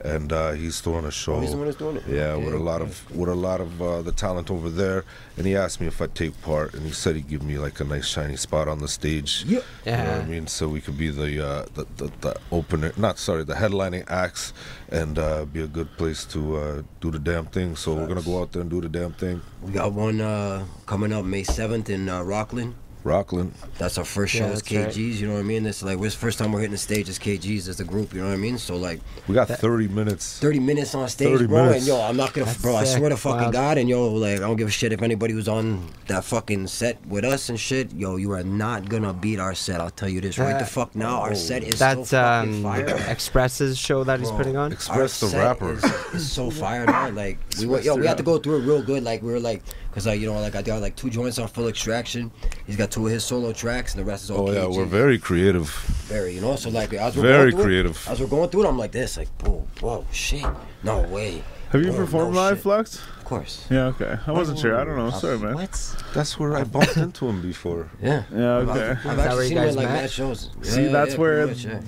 And uh, he's throwing a show.
Oh, he's the one that's doing it.
Yeah, with a lot of with a lot of uh, the talent over there, and he asked me if I'd take part, and he said he'd give me like a nice shiny spot on the stage. Yeah, you know what I
Yeah.
mean, so we could be the uh, the, the the opener, not sorry, the headlining acts, and uh, be a good place to uh, do the damn thing. So we're gonna go out there and do the damn thing,
We got one uh, coming up May 7th in uh, Rockland.
Rockland.
That's our first show
Yeah,
as
that's right.
KGs, you know what I mean? It's like, it's the first time we're hitting the stage as KGs, as a group, you know what I mean? So, like,
We got 30 minutes.
30 minutes on stage,
30
bro.
minutes.
And yo, I'm not gonna,
That's
bro, I
sick.
swear to fucking
Wow.
God. And yo, like, I don't give a shit if anybody was on that fucking set with us and shit. Yo, you are not gonna beat our set. I'll tell you this right the
That-
fuck now. Our set is
That's
so fucking
um,
fire.
Express's show that he's putting on.
Express
Our
the
set
rapper.
Is, is so fire, man. Like we went, yo,
the
we had to go through it real good. Like we were like, cause like you know, like I got like two joints on Full Extraction. He's got two of his solo tracks, and the rest is all.
Oh yeah,
KG.
we're very creative.
very, you know. So like as we're going
Very
through it-
creative.
as we're going through it, I'm like this, like whoa, whoa, shit, no way.
Have you
Whoa,
performed
Oh, no
live,
shit.
Flux?
Of course.
Yeah, okay. I wasn't sure. I don't know. Sorry, man.
What?
That's where I bumped into him before.
Yeah.
Yeah, okay.
I've, I've
that where
actually
you
seen him
guys
at, like
met?
mad shows.
See,
Yeah,
that's
yeah,
where-
pretty much,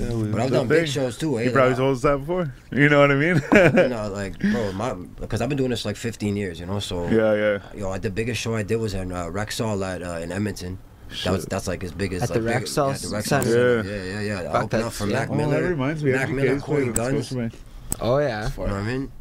yeah.
[laughs] Yeah, we-
But I've
the
done big
thing.
shows too. Eh?
You probably
like,
told us that before. You know what I mean? [laughs] yeah,
you know, like bro, my because I've been doing this like 15 years, you know. So
yeah.
Yo, like, the biggest show I did was in uh, Rexall at uh, in Edmonton. That was, that's like his biggest.
At
like,
the
big-
Rexall
yeah, the Rexall
Center.
Center. Yeah, yeah, yeah. I
Fuck,
opened up
that's-
for
yeah.
Mac
Oh,
Oh,
Miller.
that reminds me.
Mac Miller, Corey Guns. You know
Oh yeah.
what I mean?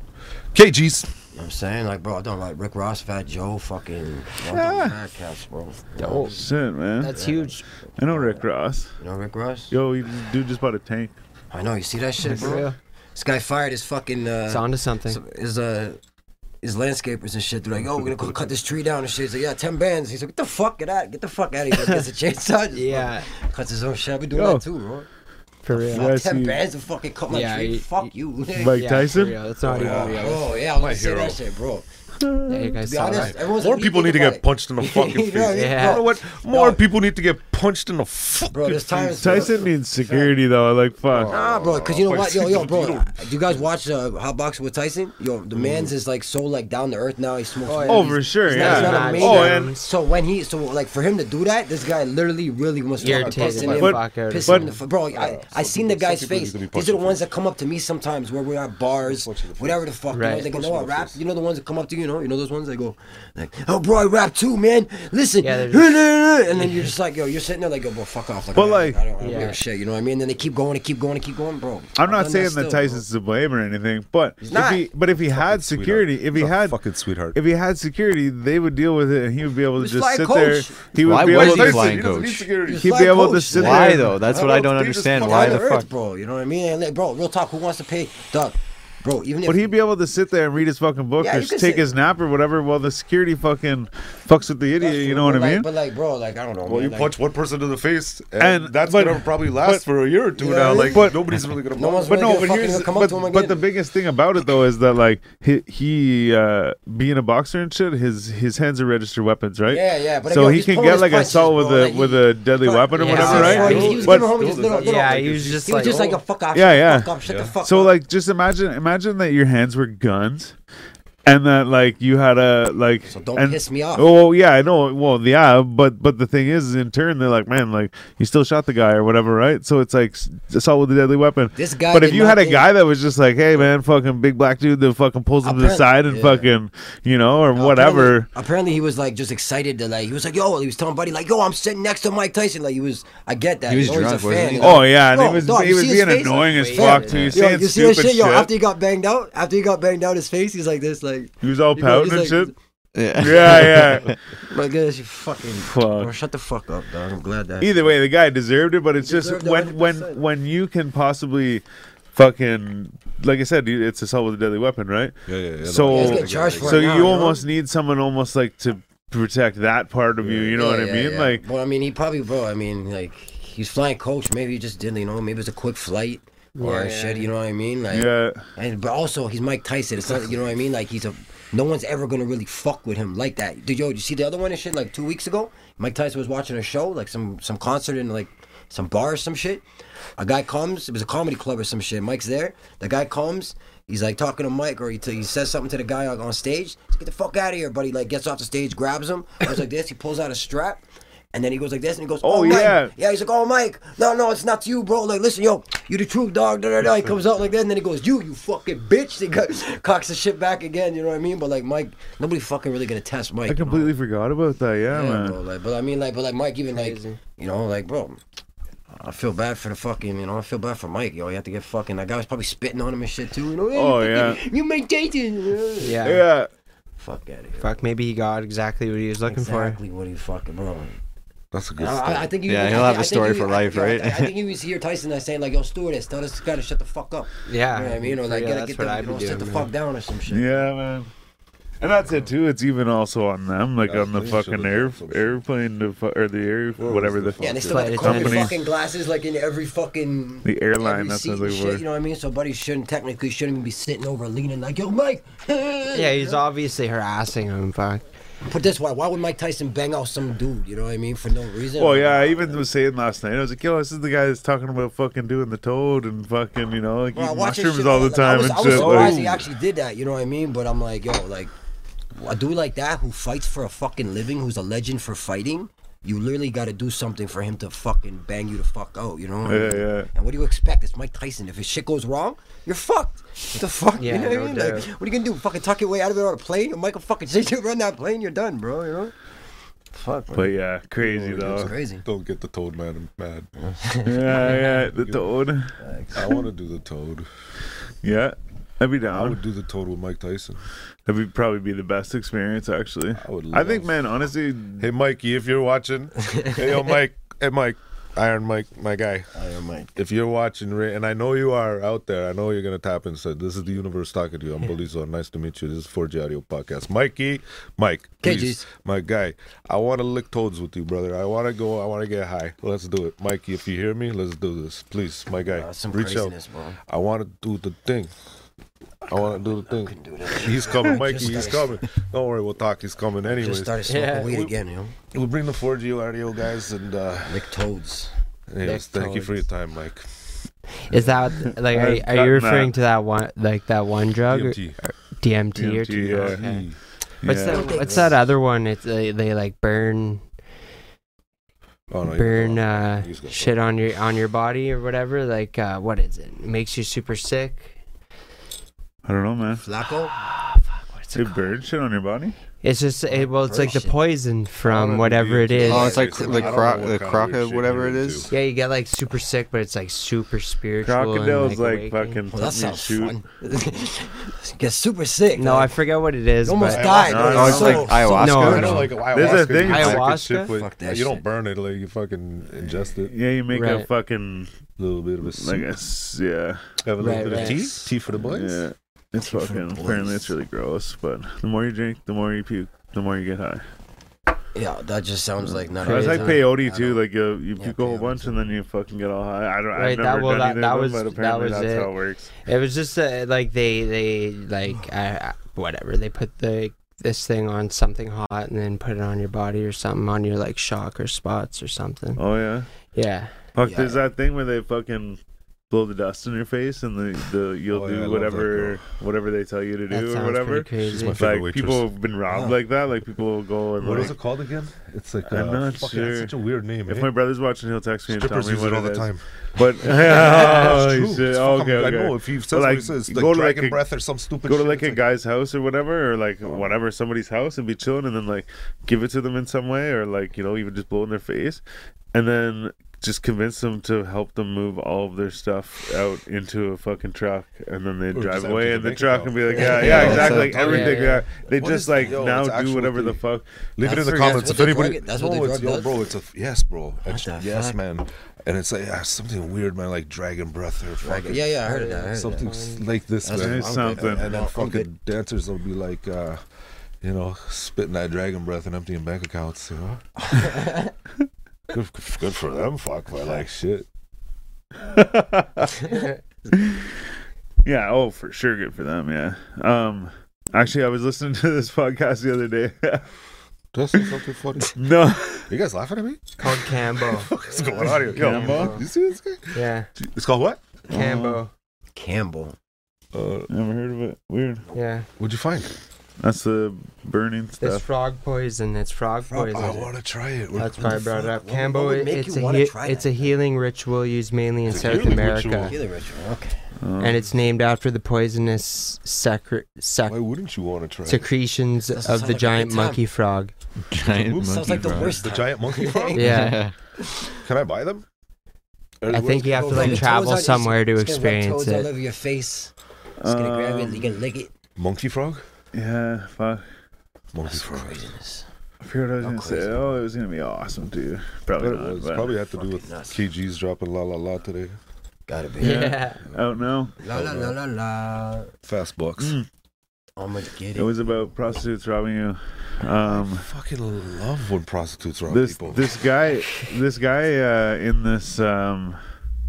KG's.
You know what I'm saying? Like, bro, I done like Rick Ross, Fat Joe, fucking. Yeah. I
Yeah.
done mad cats, bro.
Dope.
Shit, man.
Oh. That's huge.
I know Rick Ross.
You know Rick Ross?
Yo, you dude just bought a tank.
I know. You see that shit,
For
bro?
real.
This guy fired his fucking. Uh,
It's onto something.
some- his uh his landscapers and shit. They're like, "Yo, we're gonna go cut this tree down and shit." He's like, "Yeah, ten bands." He's like, "What the fuck? Get out! Get the fuck out of here!"
[laughs]
Gets a chainsaw. just
Yeah.
fucking Cuts his own shit. I be doing
Yo.
that too, bro.
For real.
Yeah, I
Fuck ten
see.
bands and fucking cut my
Yeah,
tree.
you-
fuck you.
[laughs]
Mike
Yeah, for
Tyson?
real. That's not even real.
Oh yeah, I'm gonna say that shit, bro.
Yeah, you guys
To be
saw
honest,
that.
everyone's
More
like,
people
you
need to
think
get
about [laughs]
punched in the fucking
You
face.
know what I mean?
You
Yeah.
know what? More
No.
people need to get punched in the
it.
fucking
Bro, there's times
Tyson needs security though. Like fuck.
Nah, bro, because you know what, yo, yo, bro,
You
do you guys watch uh, Hot Boxing with Tyson? Yo, the man's is like so like down to earth now. He smokes.
Oh, yeah.
Oh, for sure.
He's not- he's
yeah.
not a
Yeah.
Nah,
major.
Oh,
yeah.
and
so when he so like for him to do that, this guy literally really was fucking
Irritated
pissing
the
him,
fuck out of
pissing
him.
him the fu- bro. I, I seen the guy's face. These are the ones that come up to me sometimes where we're at bars, whatever the fuck. You know,
Right.
they go, "No, I rap." You know the ones that come up to you, you know, you know those ones that go, like, "Oh, bro, I rap too, man. Listen,"
Yeah, they're
[laughs] and then you're just like, "Yo, you're sitting there like, yo, bro, fuck off." Like,
But,
I,
like-
I don't, I don't give
Yeah.
a shit. You know what I mean? then they keep going, and keep going, and keep going, bro.
I'm not
I've done
saying
still,
that
bro.
Tyson's to blame or anything, but if
not.
he but if he had security, if he
He's a
had
fucking sweetheart.
if he had security, they would deal with it, and he would be able to
He's
just
flying
sit
coach.
there. He would
Why
be
was
able
he
to.
flying?
He's
He'd be
flying
able to
coach.
sit
Why
there.
though? That's what I don't understand.
Fuck
Why
out
the
of earth,
fuck?
bro? You know what I mean? And, like, bro, real talk. Who wants to pay, Doug? Bro, even
Would
if
he be able to sit there and read his fucking book
Yeah,
or
you can
take
sit-
his nap or whatever while the security fucking fucks with the idiot?
That's
You
true,
know what
but
I
like-
mean?
But like, bro, like I don't know.
Well,
man,
you
like,
punch one person in the face, and,
And-
that's
but-
gonna probably last
but-
for a year or two
Yeah,
now.
yeah.
Like
But-
nobody's really gonna.
No
bump
one's
him.
really gonna fucking come
but,
up to him again.
but the biggest thing about it though is that like he, he uh, being a boxer and shit, his his hands are registered weapons, right?
Yeah, yeah, but
so
yo,
he
he's
can
pulling
get
his
like
punches,
assault with
bro,
a
like, he-
with a deadly
but-
weapon or
Yeah,
whatever,
yeah,
right?
yeah.
He was
But-
giving homie just little, little,
Yeah,
he
he was just
was
like,
just like
oh.
a fuck off.
Yeah,
shut the
yeah.
Fuck up, shut the fuck
So
up.
like just imagine imagine that your hands were guns and that like you had a like
So don't
and-
piss me off.
Oh yeah, I know. Well, yeah, but but the thing is in turn they're like, man, like you still shot the guy or whatever, right? So it's like s- assault with a deadly weapon.
This guy
But if
did
you had a
nothing.
guy that was just like, hey man, fucking big black dude that fucking pulls him to the
Apparently-
side and
yeah.
fucking, you know, or whatever.
Apparently, apparently he was like just excited to like he was like yo he was telling buddy like yo I'm sitting next to Mike Tyson like he was I get that
He was
you know, he's
drunk,
a
wasn't
fan,
he?
you know?
Oh yeah, and
Yo,
he was
dog,
he
you
was
see his
being
face?
annoying as
Wait,
fuck
yeah.
too. He's
Yo,
saying
you see
stupid
his
shit.
shit yo after he got banged out after he got banged out his face he's like this like
he was all
you know,
pouting
he's
and
like-
shit.
Yeah.
Yeah, [laughs] yeah.
my goodness you fucking
Fuck.
bro, shut the fuck up dog I'm glad that
Either way, the guy deserved it, but it's just
deserved it
when when
100%.
when you can possibly fucking like I said, you- it's assault with a deadly weapon, right?
Yeah, yeah, yeah.
So-
He's getting charged for
so
it now,
you
know?
almost need someone almost like to protect that part of you. You know
Yeah,
what I
yeah,
mean?
yeah.
Like
well, I mean, he probably, bro. I mean, like, he's flying coach. Maybe he just didn't, you know. Maybe it's a quick flight or
Yeah,
shit.
yeah.
You know what I mean? Like,
yeah,
And but also, he's Mike Tyson. It's not, you know what I mean? Like, he's a. No one's ever gonna really fuck with him like that. Did yo? Did you see the other one and shit? Like two weeks ago, Mike Tyson was watching a show, like some some concert in like some bar or some shit. A guy comes. It was a comedy club or some shit. Mike's there. The guy comes. He's like talking to Mike, or he, t- he says something to the guy on on stage. He's like, Get the fuck out of here, buddy! Like gets off the stage, grabs him. I was like this. He pulls out a strap, And then he goes like this, and he goes,
Oh,
"Oh, Mike.
yeah.
yeah." He's like, "Oh, Mike, no, no, it's not you, bro. Like, listen, yo, you the truth, dog." Da, da, da. He
[laughs]
comes out like that, and then he goes, "You, you fucking bitch." He co- [laughs] cocks the shit back again. You know what I mean? But like, Mike, nobody fucking really gonna test Mike.
I
you know?
completely forgot about that. Yeah,
Yeah,
man.
bro. Like, but I mean, like, but like, Mike, even like, you know, like, bro, I feel bad for the fucking, you know, I feel bad for Mike, yo. He had to get fucking. That guy was probably spitting on him and shit too. You know? [laughs]
Oh,
you
yeah.
fucking- You make dating.
Yeah.
Yeah.
Fuck out of here.
Fuck, maybe he got exactly what he was looking
Exactly what he fucking bro.
That's a good story.
I, I think you,
Yeah,
I
he'll
thi-
have a
I think
story
you-
for
I-
life,
yo, I,
right?
thi- I, think
[laughs]
you used to hear Tyson that saying like, "Yo, stewardess, tell this guy to shut the fuck up."
for. Yeah.
You know what I mean? Or
For
like,
real,
gotta
that's
get
what
them,
I'd
you
be
know, sit
doing,
the
man.
fuck down or some shit.
Yeah, man. And that's it too. It's even also on them, like
Yeah,
on the
they
fucking
should've
air,
done some shit.
airplane to fu- or the air, whatever the
the
Yeah, and they still
Flight
got the carbon
attendants.
fucking glasses like in every fucking
The airline,
every
that's
seat
what
and
they
shit,
were.
You know what I mean? So buddy shouldn't technically shouldn't even be sitting over leaning like, yo, Mike.
Yeah, he's obviously harassing him. Fuck.
Put this way, why would Mike Tyson bang out some dude? You know what I mean? For no reason.
Well, yeah, I even was saying last night, I was like, yo, this is the guy that's talking about fucking doing the toad and fucking, you know, like
Bro, I
eating
watch his
mushrooms
shit,
all the
like, I
time
was,
and
I was
shit.
surprised
Like,
he actually did that. You know what I mean? But I'm like, yo, like a dude like that who fights for a fucking living, who's a legend for fighting. You literally got to do something for him to fucking bang you the fuck out. You know? What I
Yeah,
mean?
yeah.
And what do you expect? It's Mike Tyson. If his shit goes wrong, you're fucked. What the fuck?
Yeah,
you know what
no
I mean? Like,
doubt.
what are you gonna do? Fucking tuck your way out of it on a plane? Or Michael fucking say
[laughs]
you run that plane, you're done, bro. You know? Fuck.
but yeah, crazy
It's
though. [laughs]
crazy.
Don't get the toad man mad.
Yeah, yeah, the toad.
I want to do the toad.
Yeah, I'd be
I would
down.
do the toad with Mike Tyson.
That'd be probably be the best experience actually.
I would
I think,
love-
man, honestly,
Hey, Mikey, if you're watching, hey,
[laughs]
yo, Mike, hey, Mike, Iron Mike, my guy.
Iron Mike.
If you're watching, Ray, and I know you are out there, I know you're gonna tap and say, "This is the universe talking
[laughs]
to you." I'm Belizo. Nice to meet you. This is 4G Audio Podcast. Mikey, Mike,
Okay,
please,
G's.
my guy. I want to lick toads with you, brother. I want to go. I want to get high. Let's do it, Mikey. If you hear me, let's do this, please, my guy.
That's Uh, some
reach out.
craziness, bro.
I want to do the thing. I want to do the thing.
Couldn't do that.
He's
[laughs]
coming, Mikey. He's
started-
coming. Don't worry, we'll talk. He's coming
Just
anyways.
started smoking
Yeah.
weed again, you know?
We'll bring the 4G audio guys, and uh,
Lick toads.
anyways,
Lick
thank you for your
toads.
time, Mike.
[laughs]
Is that like
I've
are, you- are you
gotten that.
referring to that one like that one drug or-
DMT.
DMT, or
DMT, yeah.
okay. What's
Yeah.
that? What's that other one? It's uh, they like burn
Oh, no, you're
burn
wrong.
uh,
He's got
shit on your on your body or whatever. Like uh, what is it? Makes you super sick.
I don't know, man.
Flacco?
Ah, fuck, what's it
It
called?
bird shit on your body?
It's just it, well, it's like the
Bullshit.
poison
don't
from
know,
whatever
dude.
it is.
Oh, it's like
Yeah,
like
I don't
croc,
know
the
what kind of
croc,
weird shit
whatever
you're
it is.
Yeah, you get like super sick, but it's like super spiritual. and,
Crocodile's like,
awakening.
fucking
Well, that
let me
sounds
shoot.
fun. [laughs] Get super sick.
No, I
like,
forget what it is.
you almost
but
died.
No,
like,
no, it's
so-
Oh, like
Oh, so-
ayahuasca. [laughs]
No,
I
no.
know, like
Oh, There's a
ayahuasca.
thing-
you pack
Ayahuasca?
it, shit, but
Fuck that
you don't
shit.
burn it, like you fucking ingest it.
Yeah, you make a
Right.
fucking
A little bit of a sip.
like a s- yeah.
Have a little
Right,
bit of
right.
tea. Tea for the boys.
Yeah, it's
Tea for
fucking.
the
Apparently,
boys.
it's really gross. But the more you drink, the more you puke, the more you get high.
Yeah, that just sounds like not.
That's
is,
like
huh?
peyote too.
don't-
Like you, you
Yeah,
puke a whole
peyote
bunch and then you fucking get all high. I don't.
Right,
I've
that-
never
well,
done
that-
either
that
of
was-
them, but
that
apparently
was
that's
it.
how it works.
It was just uh, like they they like uh, whatever they put the this thing on something hot and then put it on your body or something on your like shock or spots or something.
Oh yeah.
Yeah.
Fuck.
Yeah.
There's that thing where they fucking blow the dust in your face and the, the you'll
Oh, yeah, I
do
love that
whatever whatever they tell you to
That
do or
sounds
whatever.
pretty crazy.
my favorite
Like
waitress.
people have been robbed
Huh.
like that. Like people will go and
What
like,
is it called again? It's like
I'm
uh,
not
fucking, it's
sure.
such a weird name.
If
eh?
my brother's watching, he'll text me and tell
Strippers
me
use
what
it all
it
the
is.
time.
But [laughs]
[laughs] That's
oh,
true.
shit.
It's fucking-
okay, okay.
I know if he says
But,
what he
like,
says, like
go to, like,
dragon
a-
breath or some stupid.
go to
shit,
like
it's Oh.
a guy's house or whatever, or like whatever somebody's house, and be chilling, and then like give it to them in some way, or like you know even just blow in their face, and then just convince them to help them move all of their stuff out into a fucking truck, and then they
Or
drive
just
away
empty
in
the
the
bank
truck
account.
and be like, yeah,
Yeah,
yeah, exactly, like
exactly.
everything.
Yeah, yeah.
Yeah, they
What is
just
the-
like
yo,
now
it's
do
actual
whatever the
thing.
fuck.
Leave it in
That's
the
what-
comments
that's
if
what the
anybody.
drug- that's what
no,
the
it's,
drug
yo,
does.
bro, it's a yes, bro. It's-
the
yes,
fuck?
man. And it's like ah, something weird, man, like dragon breath or fucking
Yeah, yeah, I heard of that. I heard of
something
that.
s- like this,
That's
man.
There's something.
And, and then
I'm
fucking
good.
dancers will be like, uh, you know, spitting that dragon breath and emptying bank accounts. You know, good, good for them. Fuck, but like shit.
Yeah, oh for sure, good for them. Yeah. Um, actually, I was listening [laughs] to this podcast the other day. [laughs]
Did I say something funny?
no,
You guys laughing at me?
It's called
[laughs]
Cambo.
What's going on here? Yo,
Cambo?
you see this guy?
yeah.
It's called what?
Oh.
Cambo.
Campbell.
Uh,
never heard of it. Weird.
Yeah.
what'd you find?
That's the burning
It's
stuff.
frog poison. It's frog
I
poison.
want to try it. We're-
That's why I brought it up.
What- what
Cambo,
would make
it's
you
a
wanna
hea-
try
it's
that?
a healing ritual used mainly in
It's a
South
healing
America,
ritual.
Healing ritual. Okay.
and it's named after the poisonous sacre- sac-
Why wouldn't you want to try it?
secretions
Doesn't
of
sound
the
like a
giant
good time. [laughs]
monkey frog.
Giant monkey
Sounds like the
frog.
worst
The
time.
giant [laughs] monkey frog?
Yeah,
Can I buy them?
I think you have to like
Toads
travel
on- it's-
somewhere to
it's gonna rub
experience
toads all
it.
over your face. It's gonna grab it. You can lick it.
monkey frog.
Uh, um, Yeah, fuck.
Monkey
That's
frog.
craziness.
I figured I was gonna say,
crazy.
oh, it was gonna be awesome, dude. Probably
But it
not.
was
but
probably had to do with
Fucking nuts.
KG's dropping la la la today.
Gotta be.
Yeah.
Yeah.
I don't know. Mm.
La la la la la.
Fast bucks.
I'ma get
It
it. [laughs]
was about prostitutes robbing you. Um,
Fucking love when prostitutes rob
this
people.
this guy this guy uh, in this um,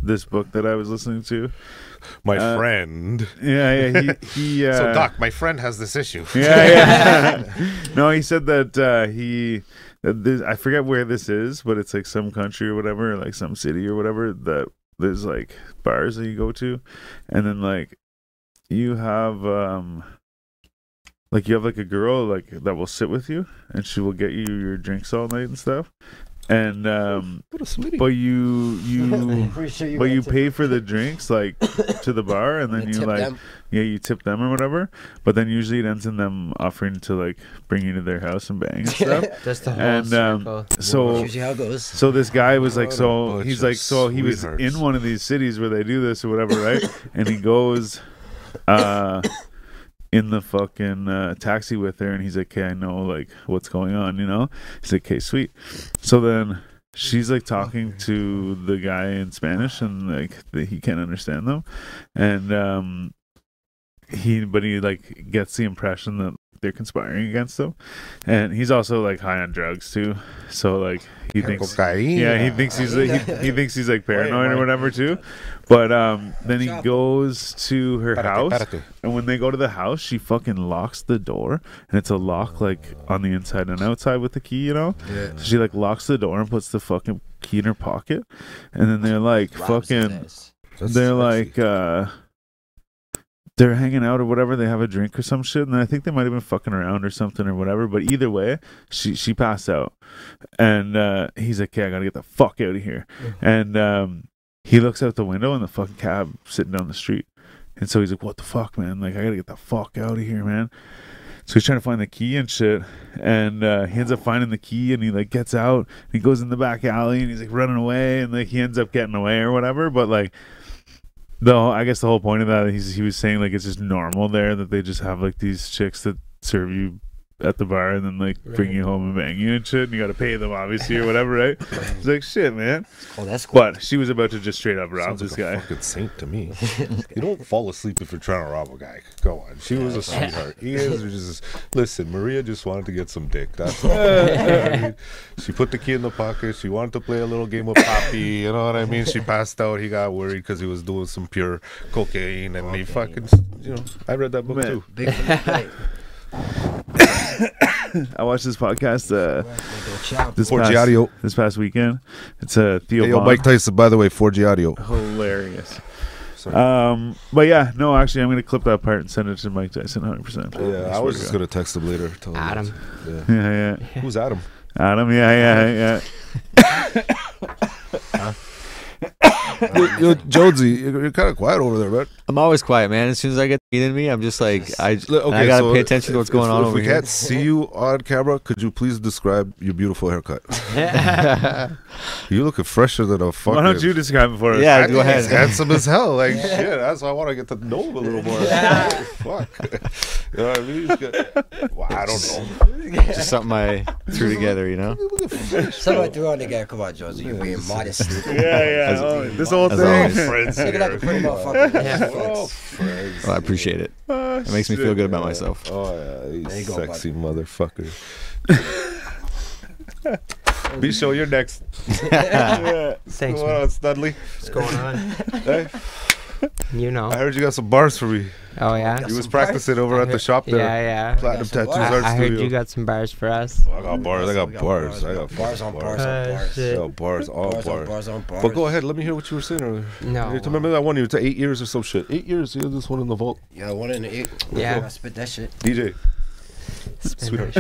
this book that I was listening to.
my
uh,
friend.
Yeah, yeah. He, he uh,
so Doc, my friend has this issue.
Yeah,
[laughs]
[laughs] yeah. no, he said that uh, he. That this, I forget where this is, but it's like some country or whatever, like some city or whatever. That there's like bars that you go to, and then like you have um like you have like a girl like that will sit with you, and she will get you your drinks all night and stuff. And um
What a sweetie.
but you
[laughs]
you
Pretty sure
but
gotta
you
tip- [laughs]
pay for the [laughs] drinks like to the bar, and then
gonna
you
tip
like
them.
yeah, you tip them or whatever, but then usually it ends in them offering to like bring you to their house
[laughs]
and bang and stuff.
Just the whole
and um,
circle.
That's
so
usually how it goes.
so this guy was like,
What a
so
bunch
he's
of
like, so he was
sweethearts.
in one of these cities where they do this or
[laughs]
whatever, right? and he goes, uh, in the fucking uh, taxi with her, and he's like, okay, I know like what's going on, you know? He's like, okay, sweet. So then she's like talking to the guy in Spanish, and like the, he can't understand them, and um, he but he like gets the impression that they're conspiring against him, and he's also like high on drugs too, so like he thinks
Cocaine.
yeah, he thinks he's he, he thinks he's like paranoid or
Wait,
whatever too. But um, then he
Chop.
goes to her
Espérate,
house,
espérate.
and when they go to the house, she fucking locks the door, and it's a lock like on the inside and outside with the key, you know. So she like locks the door and puts the fucking key in her pocket, and then they're like
Rob's
fucking
ass.
That's
they're
sexy.
like uh they're hanging out or whatever they have a drink or some shit and i think they might have been fucking around or something or whatever but either way she she passed out and uh he's like okay i gotta get the fuck out of here and um he looks out the window and the fucking cab sitting down the street and so he's like what the fuck man like i gotta get the fuck out of here man so he's trying to find the key and shit and uh, he ends up finding the key and he like gets out and he goes in the back alley and he's like running away and like he ends up getting away or whatever but like the whole- I guess the whole point of that he's he was saying like it's just normal there that they just have like these chicks that serve you at the bar and then like bring you home and bang you and shit and you gotta pay them obviously
[laughs]
or whatever right it's like shit man
Oh, that's cool.
but she was about to just straight up rob
Sounds
this
like a
guy
fucking saint to [laughs] me. you don't fall asleep if you're trying to rob a guy. Go on. She was a sweetheart. You [laughs] guys are just listen. Maria just wanted to get some dick. That's all. You know what I [laughs] mean? She put the key in the pocket. She wanted to play a little game of poppy. You know what I mean? She passed out. He got worried because he was doing some pure cocaine, and he fucking. You know, I read that book
Man.
too.
Big plate.
I watched this podcast uh this
Forgiato.
past, this past weekend it's a uh, Theo
Hey, yo,
Von-
Mike Tyson. By the way, Forgy Audio.
Oh, hilarious
Sorry.
um but yeah no actually I'm gonna clip that part and send it to Mike Tyson 100 percent
yeah, I was just gonna text him later. Tell him
Adam.
Yeah.
[laughs] yeah yeah
Who's Adam?
Adam yeah yeah yeah
Yo, [laughs] yo, Jonesy, you're, you're kind of quiet over there, man.
[laughs] I'm always quiet, man. As soon as I get the heat in me, I'm just like I.
Look,
and I gotta
so
pay attention to
if-
what's going
if,
on
If
over
we
here.
can't see you on camera, could you please describe your beautiful haircut? [laughs] you looking fresher than a fucking.
why don't you describe it for us
Yeah,
I
go
think he's
ahead.
handsome as hell.
[laughs]
Like shit. That's why I want to get to know him a little more. Fuck. [laughs] You know what I mean? He's got- Well, I don't know.
[laughs] Just something I threw together, you know.
Somebody threw on the guy. Come on, Josie. You're being modest. [laughs]
yeah yeah oh, this whole
as
thing
always.
Friends
Look at that
here.
pretty motherfucker.
Oh,
Netflix.
friends.
Well, I appreciate it.
Oh,
It makes me
shit.
feel good about myself.
Oh yeah,
There
you
you go,
sexy motherfucker. Be show you're
[laughs]
next. yeah.
Thanks,
Come
man.
on, Studley.
What's going
[laughs]
on?
Hey,
You know.
I heard you got some bars for me.
Oh yeah.
You was practicing over at the shop there.
Yeah, yeah.
Platinum
I got
Tattoos
some
I,
Art
I heard
Studio.
you got some bars for us.
I got bars. I got bars. I got
bars on bars on
Uh,
bars.
I
shit.
got bars. All
Bars on
bars.
bars on bars.
But go ahead. Let me hear what you were saying earlier.
No.
uh,
You remember that one? You to eight years or some shit. Eight years. You had this one in the vault.
Yeah, one in the eight.
Yeah.
I spit that shit.
DJ.
[laughs]
Sweet.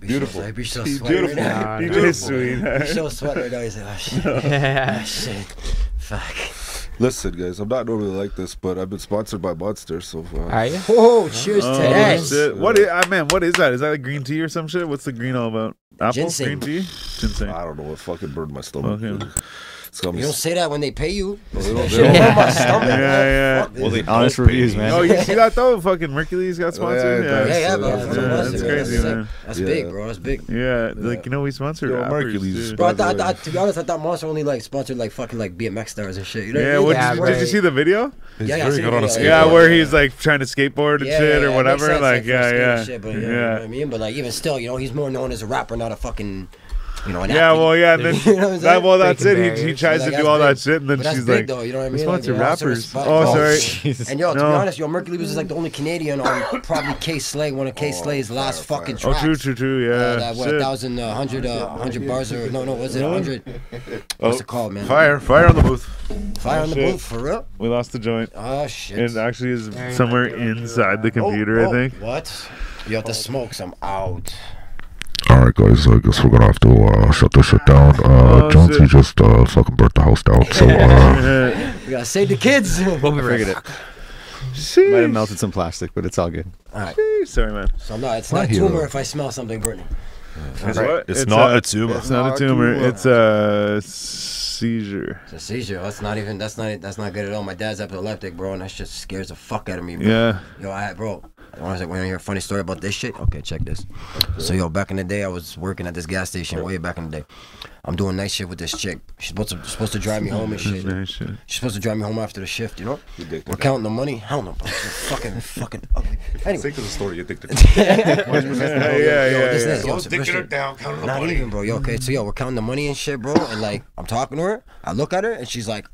Beautiful.
You're so
He's
sweaty
beautiful.
Right now.
Nah,
You're
nah,
[laughs]
beautiful.
You're
sweetheart.
so sweaty right now. He's like, oh shit, oh, shit, fuck.
Listen, guys, I'm not normally like this, but I've been sponsored by Monster, so uh,
Are you?
Whoa, cheers
Oh,
to that.
shit. What is, I man, what is that? Is that like green tea or some shit? What's the green all about? Apple?
Ginseng. Oh,
Green tea? Ginseng.
I don't know what fucking burned my stomach.
Okay.
It's got me
You don't
s-
say that when they pay you.
they don't-
[laughs]
they
Shit,
don't-
on my stomach.
Yeah, yeah.
Fuck,
Well,
dude.
they
Honest
both
reviews,
pay.
man.
Oh, you see that though? Fucking Mercules got sponsored.
yeah,
Yeah,
yeah, yeah,
that's-
bro. That's,
yeah,
that's,
that's
crazy,
crazy,
that's,
man.
sick. that's
Yeah.
big, bro. That's big.
Yeah, like you know we sponsored
Yo,
rappers,
Mercules.
dude.
Bro, I thought, I thought, to be honest, I thought Monster only like sponsored like fucking like BMX stars and shit. You know
Yeah,
what
what,
I
Yeah,
did,
mean?
you, did you see the video?
He's
Yeah, yeah,
very
see,
good on a
yeah,
skateboard.
Yeah,
yeah,
where
yeah.
he's like trying to skateboard and shit or
it
whatever.
makes sense,
like,
for skater
yeah, yeah,
shit, but,
yeah,
you know what I mean, but like even still, you know, he's more known as a rapper, not a fucking, you know, an
Yeah,
athlete.
well, yeah, and then
[laughs] You know what I'm
that,
saying?
well, that's
Breaking
it. He, he
barriers.
tries
But,
to
like,
do all that
that's
shit, and then
But that's
she's
big
like,
though, you know what I mean?
"We
Like,
sponsor
you know, also
rappers."
respect-
Oh,
Oh, [laughs]
sorry.
[laughs] Jesus.
And yo, to be
No.
honest, yo, Mercules was like the only Canadian on [coughs] probably K Slay, one of K Slay's last
fire,
fucking
Oh,
tracks.
true, true, true. Yeah,
Uh, that, what,
shit.
a thousand, uh, hundred, uh, hundred bars or no, no, was it a hundred? What's it called, man?
Fire, fire on the booth.
Fire on the
shit.
booth for real?
we lost the joint.
Oh shit!
It actually is
There you
somewhere
go.
inside the
Oh,
computer,
oh,
I [laughs] think.
What? You have to smoke some out.
All right, guys. I guess we're gonna have to uh, shut this shit down. Uh,
Oh,
John C
shit.
just uh, fucking burnt the house down. So
[laughs]
uh,
We gotta save the [laughs] kids.
We'll be right
Figured it. Might have
Sheesh.
melted some plastic, but it's all good.
Sorry, man.
So no, it's not
you.
tumor if I smell something burning.
It's, what?
It's, not
a,
a tumor.
It's not a tumor. It's a seizure.
It's a seizure. That's not even. That's not. That's not good at all. My dad's epileptic, bro, and that shit scares the fuck out of me, bro.
Yeah.
Yo, I bro. I want to hear a funny story about this shit. Okay, check this. So yo, back in the day, I was working at this gas station. Way back in the day, I'm doing night shift with this chick. She's supposed to supposed to drive me home and shit.
Nice shit.
She's supposed to drive me home after the shift, you know. We're counting the money. I don't know, bro. It's
[laughs]
fucking fucking ugly. Anyway,
Think of the story.
[laughs]
You think the
Yeah, yeah,
yo,
yeah.
this
yeah.
is- yo, so listen.
down, counting
Not even, bro. Yo, okay, so yo, we're counting the money and shit, bro. And like, I'm talking to her. I look at her, and she's like,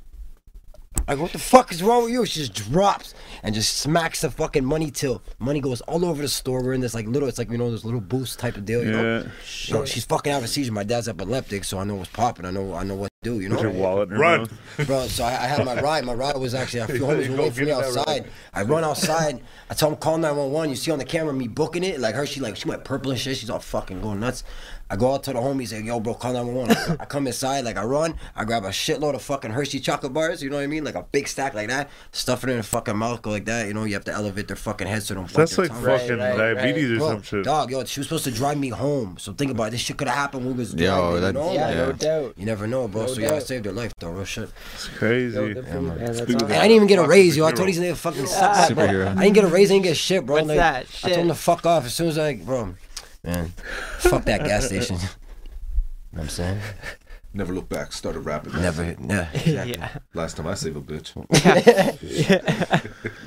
like, what the fuck is wrong with you? She just drops and just smacks the fucking money till money goes all over the store. We're in this like little, it's like you know this little boost type of deal, you know.
Yeah.
You know, she's fucking out of seizure. My dad's epileptic, so I know what's popping. I know, I know what to do, you know.
Your wallet. in her
Run.
mouth.
Bro, so I, I had my ride. My ride was actually,
[laughs]
I feel homies were
go
waiting for
get
me
that
outside. I run outside. I tell him, call 911. You see on the camera me booking it. Like her, she like, she went purple and shit. She's all fucking going nuts. I go out to the homies, like, yo, bro, call 911. I come inside, like, I run. I grab a shitload of fucking Hershey chocolate bars. You know what I mean? Like a big stack like that. Stuff it in the fucking mouth, go like that. You know, you have to elevate their fucking head so they don't bump
That's
their
like
tongue.
fucking
right, right.
diabetes or
Bro,
some shit.
Dog, yo, she was supposed to drive me home. So think about it. This shit could have happened when we was
Yo,
driving.
that-
you,
Oh
know?
Yeah, no
Yeah.
doubt.
you never know, bro.
No
so yeah, I
doubt.
saved her life, though. Real shit.
It's crazy.
Yo, good for you, man. That's
Speaking of
awesome.
I didn't even get a raise, yo. I told these niggas fucking suck, bro. [laughs]
Superhero.
I didn't get a raise, I didn't get shit, bro.
What's
like,
that?
I
Shit. [laughs]
told them to fuck off as soon as I, bro. Man, fuck that gas
[laughs]
station. You know what I'm saying?
Never look back. Started rapping.
Never, yeah.
Yeah.
Last time I save
[laughs]
a bitch.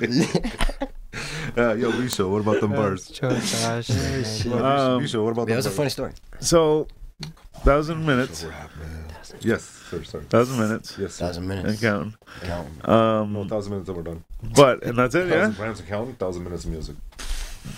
[laughs] uh, yo, Misha, what
[laughs]
about
Oh,
them bars? [laughs]
Um,
Misha, what about
Yeah, it
them
was a
bars?
funny story.
So, thousand minutes.
Yes, sorry, sorry.
Thousand minutes.
Yes, sir.
Thousand minutes.
And counting.
Counting.
No,
Um,
thousand minutes and we're done.
but and that's it. Yeah,
Thousand grams and counting, thousand minutes of music.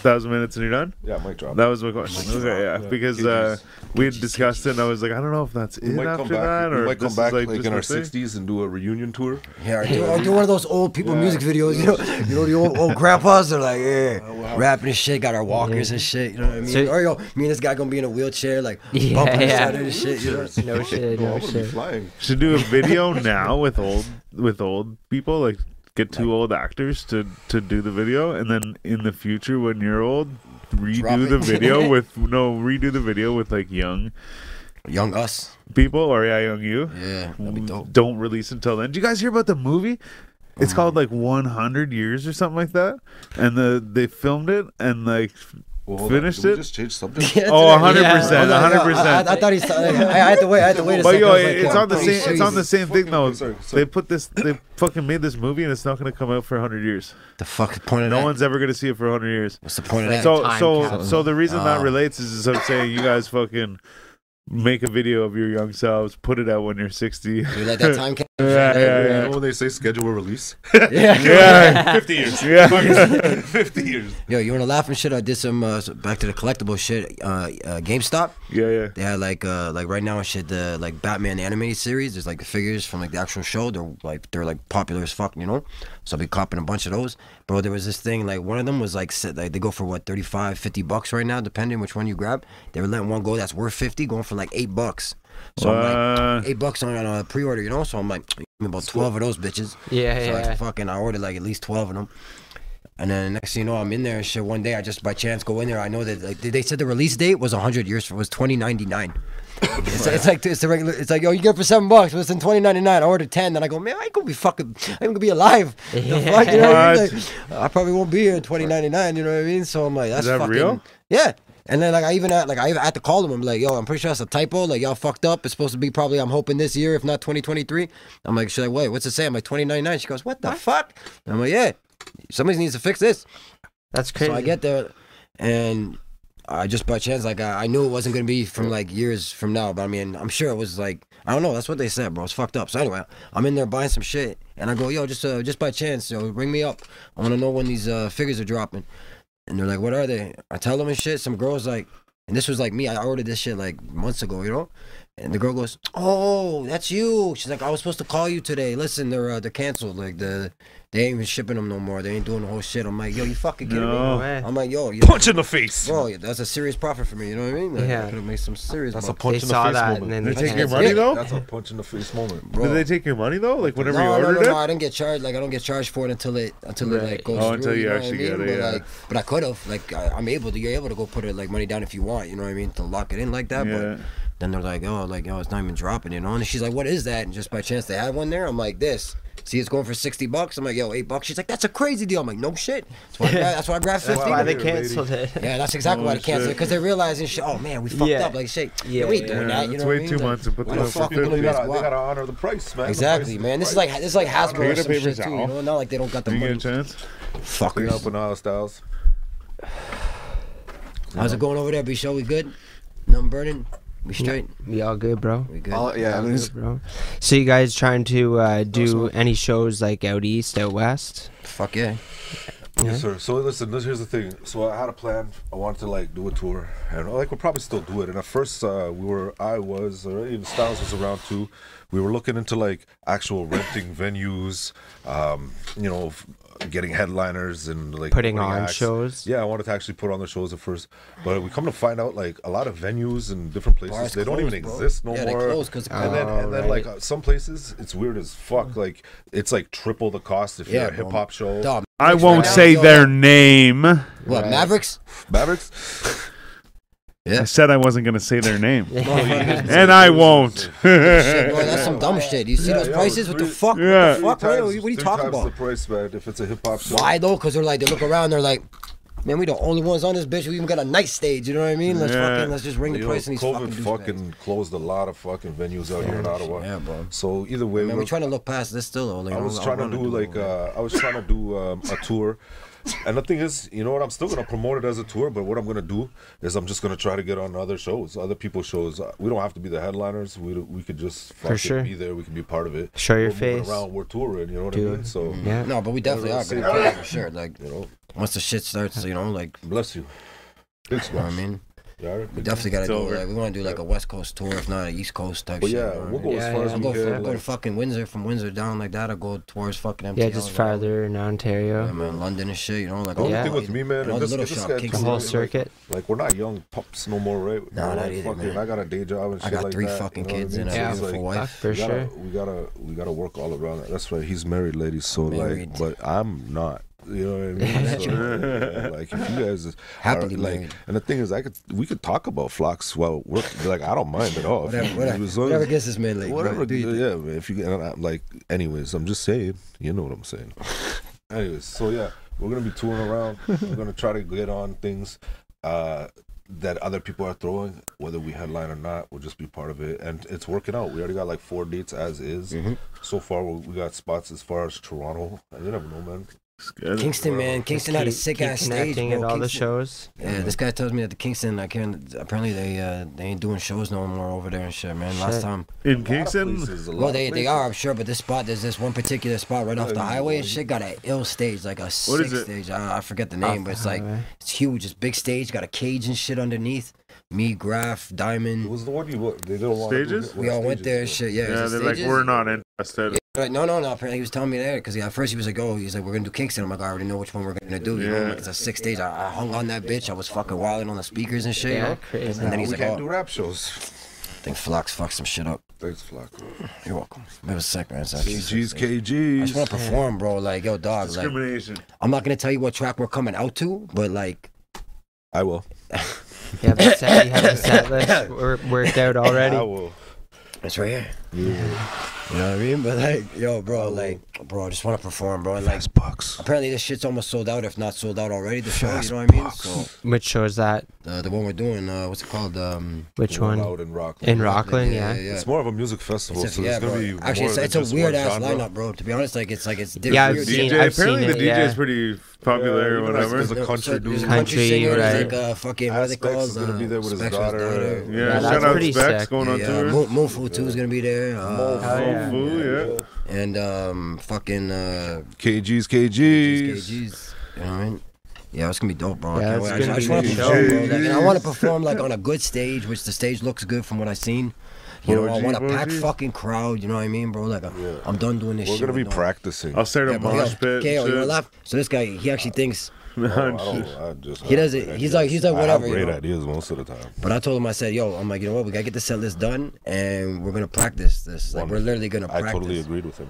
thousand minutes and you're done.
Yeah, mic drop.
That was my question. Okay, yeah, because uh, we had discussed it, and I was like, I don't know if that's
we
it
might come
after
back.
that,
we
or
might
this
come
is
back
like
like,
just
in our
the thing.
'60s and do a reunion tour.
Yeah, or do, or do one of those old people music videos, you know, you know the old,
[laughs]
old grandpas. They're like, yeah, rapping and shit, got our walkers and shit. You know what I mean?
So-
or yo, me and this guy gonna be in a wheelchair, like
Yeah,
bumping the
yeah.
side of the shit. You
[laughs]
know?
No shit,
Oh,
no
I'm gonna be
shit.
flying.
Should do a
[laughs]
video now with old with old people, like get two old actors to to do the video, and then in the future when you're old,
Drop
redo
it.
the
[laughs]
video with no redo the video with like young
Young us.
people or yeah, young you.
Yeah, that'd be dope.
Don't release until then. Did you guys hear about the movie? It's called
Um,
like 100 years or something like that, and the they filmed it and like
Well, hold on.
finished
Did we
it.
just change
[laughs]
subject.
Yeah,
Oh, 100
Yeah.
percent, 100 percent.
I, I, I thought he saw. Like, I, I had to wait. I had to wait a
But
second.
yo,
I was like,
it's
yo,
on the
I'm
same. It's on the
serious.
same thing though.
Sorry,
They
sorry.
put this. They fucking made this movie, and it's not going to come out for 100 years.
The fuck point of
No
that?
one's ever going to see it for 100 years.
What's the point of that?
So,
time
so,
capsule.
so the reason that
Ah.
relates is, is I'm saying you guys fucking make a video of your young selves, put it out when you're
[laughs]
60.
you like
[laughs]
that time cap?
Yeah, yeah,
You know
yeah.
when they say schedule a release?
Yeah,
50
[laughs]
years.
yeah.
[laughs] 50 years.
Yo, you wanna laugh and shit? I did some uh, s- back to the collectible shit. Uh, uh, GameStop.
Yeah, yeah.
They had like uh, like right now and shit the like Batman animated series. There's like the figures from like the actual show. They're like they're like popular as fuck, you know. So I'll be copping a bunch of those. Bro, there was this thing, like one of them was like, sit, like they go for what, 35, 50 bucks right now, depending which one you grab. They were letting one go that's worth 50, going for like eight bucks. So I'm
What?
like, eight bucks on a pre order, you know? So I'm like, give me about 12 of those bitches.
Yeah,
So like,
yeah.
fucking, I ordered like at least 12 of them. And then next thing you know, I'm in there and shit. One day, I just by chance go in there. I know that like, they said the release date was 100 years from was 2099. it's, it's like it's the regular. It's like yo, you get it for seven bucks, but it's in 2099. I ordered 10, then I go, man, I could be fucking, I'm gonna be alive.
[laughs]
The fuck, you know what I, mean? Like, I probably won't be here in 2099. You know what I mean? So I'm like, that's
that
fucking,
real?
Yeah. And then like I even had, like I even had to call them. I'm like, yo, I'm pretty sure that's a typo. Like y'all fucked up. It's supposed to be probably I'm hoping this year, if not 2023. I'm like, she's like, wait, what's it say? I'm like 2099. She goes, what the fuck? I'm like, yeah, somebody needs to fix this.
That's crazy.
So I get there, and I just by chance, like I, I knew it wasn't gonna be from like years from now, but I mean, I'm sure it was like I don't know. That's what they said, bro. It's fucked up. So anyway, I'm in there buying some shit, and I go, yo, just uh, just by chance, yo, ring me up. I want to know when these uh, figures are dropping. And they're like, what are they? I tell them and shit. Some girls like, and this was like me. I ordered this shit like months ago, you know. And the girl goes, "Oh, that's you." She's like, "I was supposed to call you today. Listen, they're uh, they're canceled. Like the they ain't even shipping them no more. They ain't doing the whole shit." I'm like, "Yo, you fucking kidding me?"
No.
way.
I'm like, yo, you
Punch in the face.
bro, yeah, that's a serious profit for me. You know what I mean? Like,
Yeah.
I could have made some serious.
That's a
money.
They
punch in the
saw
face
that
moment.
and then
They
they
take your
canceled
money
it.
though?
That's a punch in the face moment.
bro.
Did they take your money though? Like whenever
no,
you
no,
ordered
no, no, I
it?
didn't get charged. Like I don't get charged for it until it until it like
Right.
goes
Oh,
through.
until you
know
actually
what I mean?
get it,
But,
yeah.
like, but I could have. Like I, I'm able to. You're able to go put it like money down if you want. You know what I mean? To lock it in like that.
Yeah.
But then they're like, oh, like oh, it's not even dropping. You know? And she's like, what is that? And just by chance they had one there. I'm like, this. See, it's going for sixty bucks. I'm like, yo, eight bucks. She's like, that's a crazy deal. I'm like, no shit. That's
[laughs]
why I grabbed, that's why I grabbed fifty.
That's why they
Here, lady.
canceled it.
Yeah, that's exactly why
Oh,
they canceled it
shit.
because they're realizing, shit, oh man, we fucked
Yeah.
up. Like, shit, yeah,
Yeah,
we ain't
yeah,
doing
yeah.
that. You
It's
know
way
what I mean?
too
Like,
much to put
why
them
the
up
fuck
for
we
People,
doing
you
this?
gotta, they
Why?
gotta honor the price, man. The price
Exactly,
is
man. This is
right.
like this is like Hasbro or
Toilet
some shit
paper's
too. You
out.
know, not like they don't got the
Did you get
money.
a chance?
Clean up
Fuckers.
in aisle styles.
How's it going over there, B? Show we good? Nothing burning? We straight?
We all good, bro.
We good?
All, yeah, I mean, it's-
Bro. So you guys trying to uh, do any shows like out east, out west?
Fuck yeah.
Yes, sir. So listen, this, here's the thing. So I had a plan. I wanted to like do a tour, and like we'll probably still do it. And at first, uh, we were, I was, or even Styles was around too. We were looking into like actual renting [coughs] venues, um, you know, f- getting headliners and like
Putting
opening
on shows.
Yeah, I wanted to actually put on the shows at first, but we come to find out like a lot of venues and different places
Bars
they don't even
closed, bro.
exist no
Yeah, they
more.
closed 'cause of
and then
COVID.
and then
Oh,
like uh, some places it's weird as fuck. Like it's like triple the cost if
Mm. Yeah,
you're a
bro.
hip hop show.
Dog,
I
Mavericks
won't
right now,
say
yo,
their name.
What
[laughs]
Mavericks?
Mavericks.
I said I wasn't gonna say their name,
and
and I won't.
Shit, bro, that's some dumb shit. You see
Yeah,
those
yo,
prices? What the
three-
fuck? What
Yeah.
the fuck?
Three
What are you- what are you
three
talking
times
about?
The price, man. If it's a hip hop show,
Why though? Because they're like they look around, they're like, man, we the only ones on this bitch. We even got a night stage. You know what I mean? Let's
Yeah.
fucking let's just ring the
Yo,
price in these
COVID
fucking.
fucking
douchebags.
closed a lot of fucking venues out here in Ottawa.
yeah, bro.
So either way,
Man,
we're-
we're trying to look past this still. though, Like,
I was trying to
wanna
do like uh, I was trying to do um, a tour. And the thing is, you know what? I'm still gonna promote it as a tour, but what I'm gonna do is I'm just gonna try to get on other shows, other people's shows. Uh, We don't have to be the headliners. We we could just fucking
sure.
be there. We can be part of it.
Show your
We're moving
face.
Around, we're touring. You know what I
Do
mean?
it.
So
Yeah.
No, but we definitely
Yeah,
are
we'll
gonna
see.
play for sure. Like you know, once the shit starts, you know, like
bless you. Big
you know what
smash.
I mean,
You alright?
we definitely gotta
It's
do
over.
like we want to do like a West Coast tour, if not an East Coast type
But
shit.
yeah,
you know
we'll
what I
go
mean?
as
Yeah,
far as
yeah.
I'll
we
go,
can.
for, I'll go
like-
to fucking Windsor from Windsor down like that. I go towards fucking MTL.
Yeah, just
uh,
you know,
farther in Ontario.
Yeah, man, London and shit. You know, like
The only
Yeah.
thing with me, man,
all
and
the
this,
little
this
shop
guy
kicks
the
too,
whole
like-
circuit.
Like we're not young pups no more, right?
Nah,
We're
not
like,
either,
fucking-
man.
I got a day job and
I
shit
got
like
three
that,
fucking
you know what
kids
I mean?
and
So
a
Yeah,
it's
beautiful
like,
Fuck,
wife.
for
we gotta,
sure.
we gotta we gotta work all around it. That's right. He's married, ladies. So
Married.
like, but I'm not. You know
[laughs]
what I mean? So, yeah, like if you guys
Happily
are, uh, like,
married.
and the thing is, I could we could talk about flocks while we're like I don't mind at all. If
Whatever,
you-
whatever,
as long as-
whatever gets this man late. bro,
whatever.
do your thing.
yeah, if you and I'm like, anyways, I'm just saying. You know what
[laughs]
I'm saying. anyways, so yeah, we're gonna be touring around. we're gonna try to get on things uh, that other people are throwing, whether we headline or not. We'll just be part of it, and it's working out. We already got like four dates as is.
Mm-hmm.
So far, we we got spots as far as Toronto. You never know, man.
Kingston, man, Kingston had a
Keep-
sick
keep
ass stage,
connecting
bro.
at all the
Kingston-
shows.
Yeah, this guy tells me that the Kingston, like, here in- apparently they uh, they ain't doing shows no more over there and shit, man. Last
Shit.
time,
In
A lot of
Kingston,
places, a lot
well,
of
they they
places.
are, I'm sure, but this spot, there's this one particular spot right off the
yeah,
highway.
yeah.
Shit got an ill stage, like a sick
is it?
stage. I, I forget the name,
Off
but
the
it's like
highway.
it's huge. It's big stage, got a cage and shit underneath. Me, Graf,
It
Diamond,
was the one you they don't want
Stages?
we all went there and shit. Yeah,
yeah,
it's a
they're like
stages.
we're not interested.
Like, no, no, no. Apparently, he was telling me there because at first he was like, "Oh, he's like, we're gonna do Kingston." I'm like, "I already know which one we're gonna do." You know, like it's a six days. I, I hung on that bitch. I was fucking wilding on the speakers and shit. you
Yeah,
know?
crazy.
And then
we
he's like,
can't do
"Oh,
rap shows.
I think Flox fucked some shit up."
Thanks, Flacco.
You're welcome. It was sick, man. So I just-
KG's,
I just want
KG's.
to perform, bro. Like, yo, dog. Like,
Discrimination.
I'm not gonna tell you what track we're coming out to, but like,
I will.
You have the set, you have the set list wor- worked out already.
I will.
It's right here. You know what I mean? But like, yo,
Oh.
bro, like, bro, I just want to perform, bro. And like,
Bucks.
apparently this shit's almost sold out, if not sold out already. The show, you know what I mean? So,
Which show is that?
uh, the one we're doing, uh, what's it called? Um,
Which one?
Loud and rock.
In Rockland, yeah.
yeah.
It's more of a music festival,
It's a-
so
yeah,
it's gonna
bro.
be
Actually,
more
it's,
than
it's a
just
weird
one
ass
genre.
lineup, bro. To be honest, like it's like it's
Yeah, I've
weird.
seen-
DJ,
I've
apparently
seen
the
it,
DJ is
yeah.
pretty popular
Yeah,
or
even like
whatever.
there's a country
there's
dude.
a country
Country,
singer, there's
right.
like uh, fucking what are they
Aspects
called?
is gonna be there with his
Spectre's
daughter.
yeah,
Yeah, that's
shout out
pretty
Specs
sick.
going on
Yeah,
tour.
Mo- Mofu Two is gonna be there, uh,
Oh,
yeah.
fool, yeah.
and um, fucking uh,
KG's, KG's.
KGs. You know what I mean? Yeah, it's gonna be dope, bro. I
Yeah,
can't
it's
wait. I
gonna
just- I
be
just want to
huge.
perform, bro. Like, and I want to perform like on a good stage, which the stage looks good from what I've seen. You know, I
OG,
want a packed
OG.
fucking crowd. You know what I mean, bro? Like, I- I'm done doing this
We're
shit.
gonna be
with no-
practicing.
I'll start a
Yeah, bro,
mosh
yo, K.O.,
pit.
you
and
wanna
shit.
laugh? So this guy, he actually thinks.
I don't, I just
He doesn't-
have
he's like- he's like,
I have
whatever, you
Great
know?
ideas most of the time.
But I told him, I said, "Yo, I'm like, you know what? We gotta get the set list done, and we're gonna practice this. Like, we're literally gonna
I
practice."
totally agreed with him.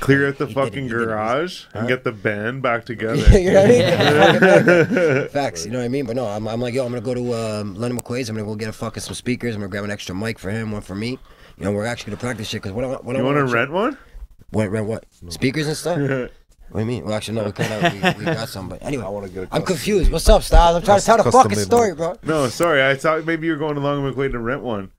Clear out the
He did it,
fucking
he did it.
garage and get the band back together.
[laughs] you know what I mean? [laughs] Facts, you know what I mean? But no, I'm, I'm like, yo, I'm gonna go to um, Lennon McQuaid's. I'm gonna go get a fucking some speakers. I'm gonna grab an extra mic for him, one for me. You know, we're actually gonna practice shit because what I want, what
You
I
want to
want
rent one?
What, rent what? Speakers and [laughs] stuff. what do you mean? Well, actually, no, we kind of we, we got some, but anyway, I
wanna get a
I'm
custom
confused. What's up, Styles? I'm trying to tell the
Custom
fucking
made
story,
mic.
bro.
No, sorry. I thought maybe you were going along with McQuaid to rent one.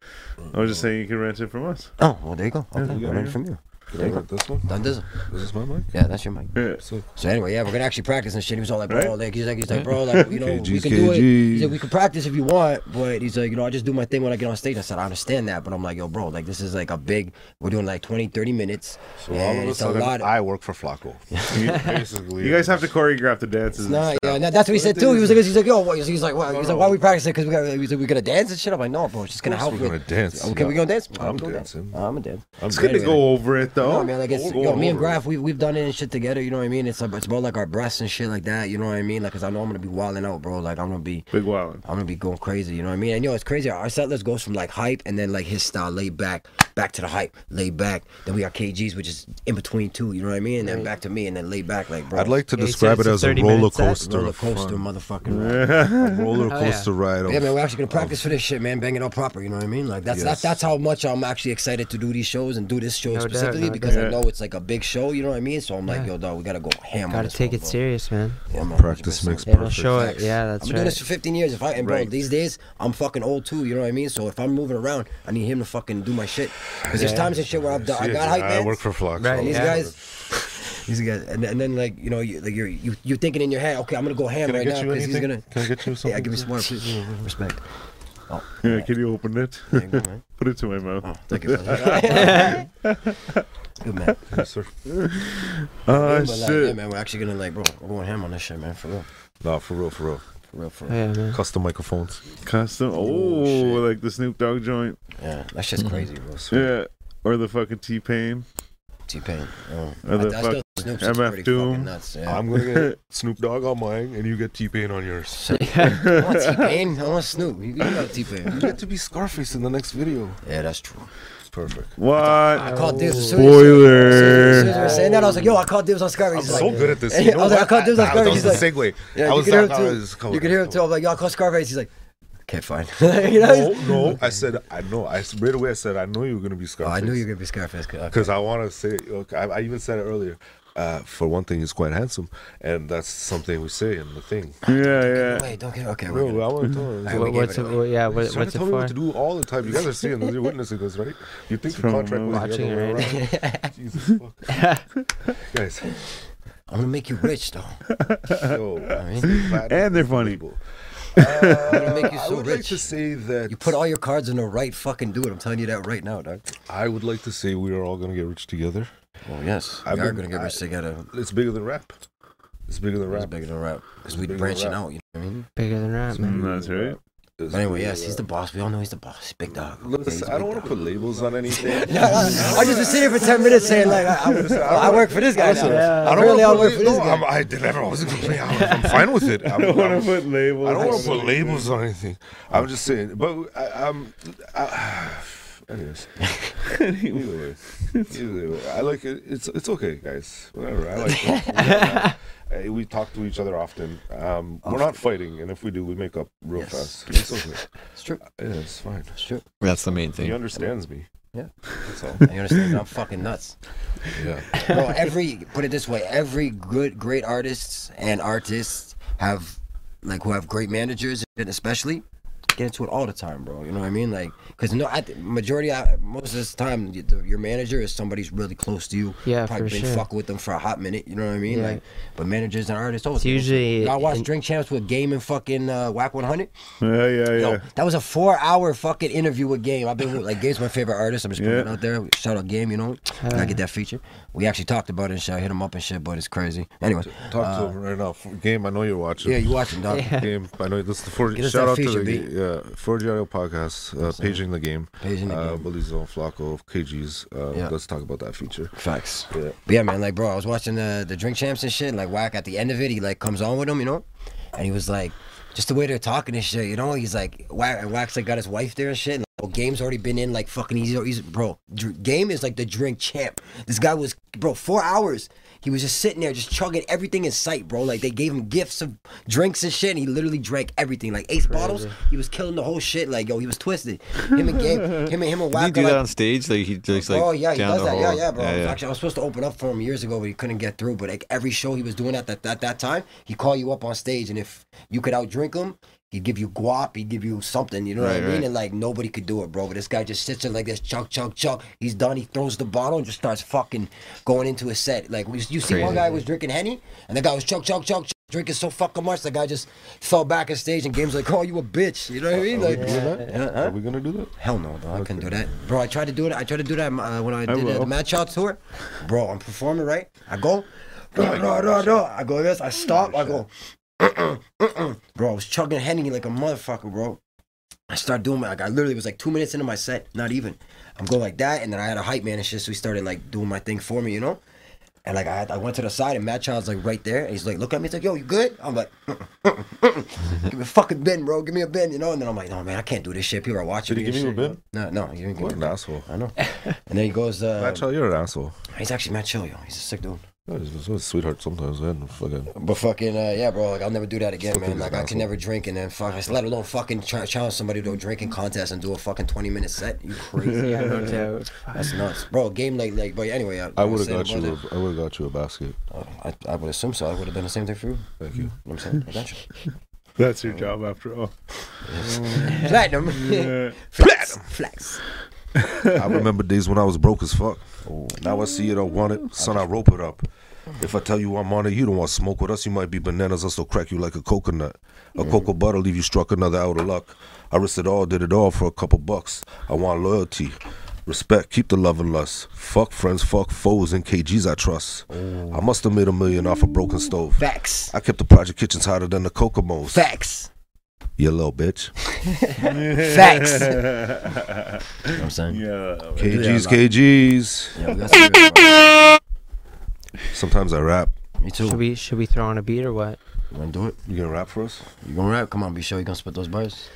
I was just saying you can rent it from us.
Oh, well, there you go. Okay,
you
we're
got
ready
it.
from you.
Did I get this one?
Done this.
Is this my mic?
Yeah, that's your mic.
Yeah.
So anyway, yeah, we're gonna actually practice and shit. He was all like, bro,
Right?
like he's like, he's like, bro, like you know, we
KGs,
can do it. He
KGs.
said we can practice if you want, but he's like, you know, I just do my thing when I get on stage. I said, I understand that, but I'm like, yo, bro, like this is like a big. We're doing like 20, 30 minutes,
So all of
and
a
it's a
sudden,
lot. Of,
I work
[laughs]
for Flacco. Basically,
You guys have to choreograph the dances.
Nah, yeah, nah, that's what he said too. He was like, he's like, yo, what? he's like, why? He's like, why are we practicing? Because we got, he's like, we gonna dance and shit. I'm like, no, bro, it's just gonna
Oh. Of course
help.
we're
with-
gonna dance.
Okay, we gonna dance.
I'm
gonna dance.
dancing.
I'm gonna dance.
It's good to go over it though.
No, Oh, man, like it's
Oh, Go
yo, me and
over it.
Graf, we we've done it and shit together. You know what I mean? It's like, it's about like our breasts and shit like that. You know what I mean? Like, cause I know I'm gonna be wilding out, bro. Like, I'm gonna be.
Big Wildin.
I'm gonna be going crazy, you know what I mean? And yo, it's crazy. Our set list goes from like hype and then like his style laid back, back to the hype, laid back. Then we got KGs, which is in between two, you know what I mean? And then back to me and then laid back, like bro.
I'd like to
Yeah, he
describe
said
it
it's
as
a
a
30 minute
roller
set.
coaster.
roller
of fun.
coaster, motherfucking. ride.
A roller
Hell yeah.
coaster ride.
Mm-hmm. Yeah,
of-
man, we're actually gonna practice for this shit, man. Bang it out proper, you know what I mean? Like that's that's
Yes.
that's how much I'm actually excited to do these shows and do this show
No doubt,
specifically
no
because I
doubt.
know it's like a big show, you know what I mean? So I'm like, yo, dog, we gotta go ham. on
Gotta
this
take
one,
it
bro.
serious, man.
Yeah, man,
Practice
100%.
makes
Yeah, don't
perfect.
show it.
Facts.
Yeah,
I've
that's
been doing this
right.
for 15 years. If I and bro,
Right.
these days I'm fucking old too. You know what I mean? So if I'm moving around, I need him to fucking do my shit. Cause there's times and shit where I've done, I
Yeah,
got hype
I
bands.
work for Flacco.
Right,
and these
yeah.
guys, [laughs] these guys, and, and then like you know, you, like you're you, you're thinking in your head, okay, I'm gonna go ham
Can I
right
get
now
you
because he's
anything?
gonna.
Can I get
[laughs]
you
Yeah,
something,
give me
please?
some more please. respect. Oh,
Yeah, can you open it?
there you go, Oh. man.
[laughs] Put it to my mouth. Ah,
Thank you. [laughs] brother. Good man.
Yes, sir.
Oh,
But like, yeah,
shit.
man, we're actually gonna like, bro, we're going ham on this shit, man, for real,
Nah, for real, for real.
for real, for
Oh,
real.
yeah,
[laughs]
man.
Custom microphones.
Custom. Oh,
Oh, shit.
like the Snoop Dogg joint.
Yeah, that shit's crazy, bro.
Yeah. Or the fucking
[laughs]
T Pain.
T Pain. Oh.
Or the fucking
Snoop's
MF
pretty
Doom.
fucking nuts. Yeah.
I'm gonna
[laughs]
get Snoop Dogg on mine, and you get T Pain
[laughs]
on yours.
I want T Pain. I want Snoop. You, you got T Pain. [laughs]
get to be Scarface in the next video.
Yeah, that's true.
Perfect.
What?
I called dibs. As soon as- As soon as
Spoiler.
we were saying that, I was like, yo, I called dibs on Scarface.
I'm
He's
so
like,
good at this.
Yeah,
You
[laughs] I
know
was like, I
what?
caught this on
Nah, That
Scarface.
was the segue.
Yeah,
I
you
was
can hear him
not- I was
too.
covered.
You can hear him too. I'm like, yo, I called Scarface. He's like, okay, fine. [laughs] you know?
No,
he's-
no. I said I know. I s- right away. I said I know you were gonna be
Oh,
Scarface.
I knew you were gonna be Scarface. 'cause- okay.
Because I want to say, look, I, I even said it earlier. Uh, for one thing, he's quite handsome, and that's something we say in the thing.
Yeah, yeah.
Wait, don't get okay.
Bro,
We're
I
good.
want to tell him.
Alright, we
What,
gave
what's
it
it?
away.
Well, yeah,
He's
what,
trying to
what's it
tell me
for?
what to do all the time. You guys are seeing this. You're witnessing
[laughs]
this, right? You think the
from
contract
[laughs]
was
watching
the other
it,
way [laughs] around. Jesus fuck.
[laughs]
guys,
I'm gonna make you rich,
[laughs]
though.
yo,
And they're funny.
people.
I'm gonna make you
I
so
would like
rich.
to say that
You put all your cards in the right fucking dude. I'm telling you that right now, dog.
I would like to say we are all gonna get rich together.
Well, yes, we
I've
are
been-
gonna get rich
I-
together.
It's bigger than rap. It's bigger than
It's
Mm,
rap.
bigger than rap because we
Bigger than
branching
rap.
out. You know what I mean?
Bigger than rap, man.
That's right.
But anyway, yes, he's the boss. We all know he's the boss. He's big dog. Yeah, he's
Listen,
a
I
big
don't want
dog.
to put labels
[laughs]
on anything.
Yeah, [laughs] I, I just been sitting here for ten minutes saying like
[laughs]
I, I, I work for this guy. Now. I don't really
wanna
I
put
work for
la-
this
no,
guy.
I'm, I never.
[laughs]
I wasn't complaining. I'm, I'm fine with it.
[laughs]
I'm,
I don't
I'm-
want to put labels.
I don't want
on
to put labels on anything. I'm just saying. But I, I'm. I, [sighs] anyways. Either way. Either way. I like it. It's it's okay, guys. Whatever. I
[laughs]
like. it. Uh, we talk to each other often. Um, we're not fighting, and if we do, we make up real
Yes.
fast. It's okay.
It's true.
Yeah, it's fine.
It's true.
That's the main
He
thing.
understands me.
Yeah.
That's all.
You understand? I'm fucking nuts.
Yeah.
Bro, every put it this way, every good great artists and artists have like who have great managers, and especially get into it all the time, bro. You know what I mean? Like, cause no, I th- majority I, most of the time y- the- your manager is somebody's really close to you.
Yeah,
probably
for
been
sure.
fucking with them for a hot minute. You know what I mean?
Yeah.
Like, but managers and artists always
It's usually
I watched Drink Champs with Game and fucking uh, Whack 100.
Yeah, yeah, yeah.
Yo, that was a four hour fucking interview with Game. I've been with, like, Game's my favorite artist. I'm just putting
Yeah.
it out there. Shout out Game, you know. I get that feature. We actually talked about it and shit. I hit him up and shit, but it's crazy. Anyway.
Talk
uh,
to him right now. F- Game, I know you're watching.
Yeah, you watching, dog.
[laughs] Game, I know this is the four,
Get us
shout
that
out
feature,
to the
B.
yeah, Four Diario podcast, uh, paging the game,
Paging the
uh,
Game.
Bully Zone, Flacco, KG's. Uh,
Yeah.
Let's talk about that feature.
Facts.
Yeah.
But yeah, man, like, bro, I was watching the, the Drink Champs and shit, and, like, Whack at the end of it, he, like, comes on with him, you know? And he was like, just the way they're talking and shit, you know? He's like, Whack, and Whack's, like, got his wife there and shit. And, like, well, Game's already been in, like, fucking easy. easy bro, Dr- Game is, like, the drink champ. This guy was, bro, four hours. He was just sitting there, just chugging everything in sight, bro. Like, they gave him gifts of drinks and shit, and he literally drank everything. Like, eight bottles. He was killing the whole shit. Like, yo, he was twisted. Him and Game, him and him and
[laughs] Did he
Whack.
do
are,
that
like,
on stage? Like he just like
oh yeah, he
down
does
the
that. yeah,
hall?
yeah, bro. Actually, I was supposed to open up for him years ago, but he couldn't get through. But like every show he was doing at that that, that time, he called you up on stage, and if you could outdrink him, he'd give you guap, he'd give you something. You know what
Right,
I mean?
right.
And like nobody could do it, bro. But this guy just sits there like this, chunk, chunk, chunk. He's done. He throws the bottle and just starts fucking going into his set. Like we, you see, one
Crazy.
guy was drinking henny, and the guy was chunk, chunk, chunk. chunk, Drinking so fucking much, the guy just fell back on stage, and Game's like, "Oh, you a bitch," you know what I mean? Like, uh, Yeah, huh?
Are we gonna do that?
Hell no, though. I couldn't do that, bro. I tried to do it. I tried to do that uh, when I did uh, the
will.
Mad Child tour, bro. I'm performing, right? I go, no, no, no, no. I go this. I stop. I go, [clears throat] bro. I was chugging henny like a motherfucker, bro. I start doing my like I literally was like two minutes into my set, not even. I'm going like that, and then I had a hype man and shit, so he started like doing my thing for me, you know. And like I, had, I went to the side, and Matt Child's like right there, and he's like, look at me, he's like, yo, you good? I'm like, "Mm,
[laughs]
give me a fucking bin, bro, give me a bin, you know. And then I'm like, no man, I can't do this shit. People are watching.
Did he
me and
give you a
shit, know? No, no, he didn't give
What
me.
an asshole.
I know. And then he goes, uh,
Matt Chow, you're an asshole.
he's actually Matt Chill, yo, he's a sick dude.
That is- That's a sweetheart sometimes, man. Fucking.
But fucking uh, yeah, bro. Like I'll never do that again, man.
he's
Like I
an
can
asshole.
never drink and then fuck. Let alone fucking try, challenge somebody to a drinking contest and do a fucking twenty minute set. You crazy?
[laughs] Yeah, no doubt.
That's nuts, bro. Game like like. But anyway, I,
I would have got
saying
you.
about
A, I would have got you a basket.
that, I, I would assume so. I would have done the same thing for you.
Thank you.
You know what I'm saying? I got you.
That's your job after all.
Platinum.
Yeah.
Platinum. Flex.
I remember days when I was broke as fuck. Now I see it, I want it. Son, I rope it up. If I tell you I'm on it, you don't want smoke with us. You might be bananas. Us will crack you like a coconut. A cocoa butter leave you struck another out of luck. I risked it all, did it all for a couple bucks. I want loyalty. Respect, keep the love and lust. Fuck friends, fuck foes, and KGs I trust. I must have made a million off a broken stove.
Facts.
I kept the project kitchens hotter than the Kokomos.
Facts.
You little bitch.
Facts. you know what I'm saying?
Yeah.
KGs, KGs.
Yeah,
[laughs]
we got some real-
Sometimes I rap.
Me too.
Should we should we throw on a beat or what?
You gonna do it?
You gonna rap for us?
You gonna rap? Come on, be sure you gonna spit those bars.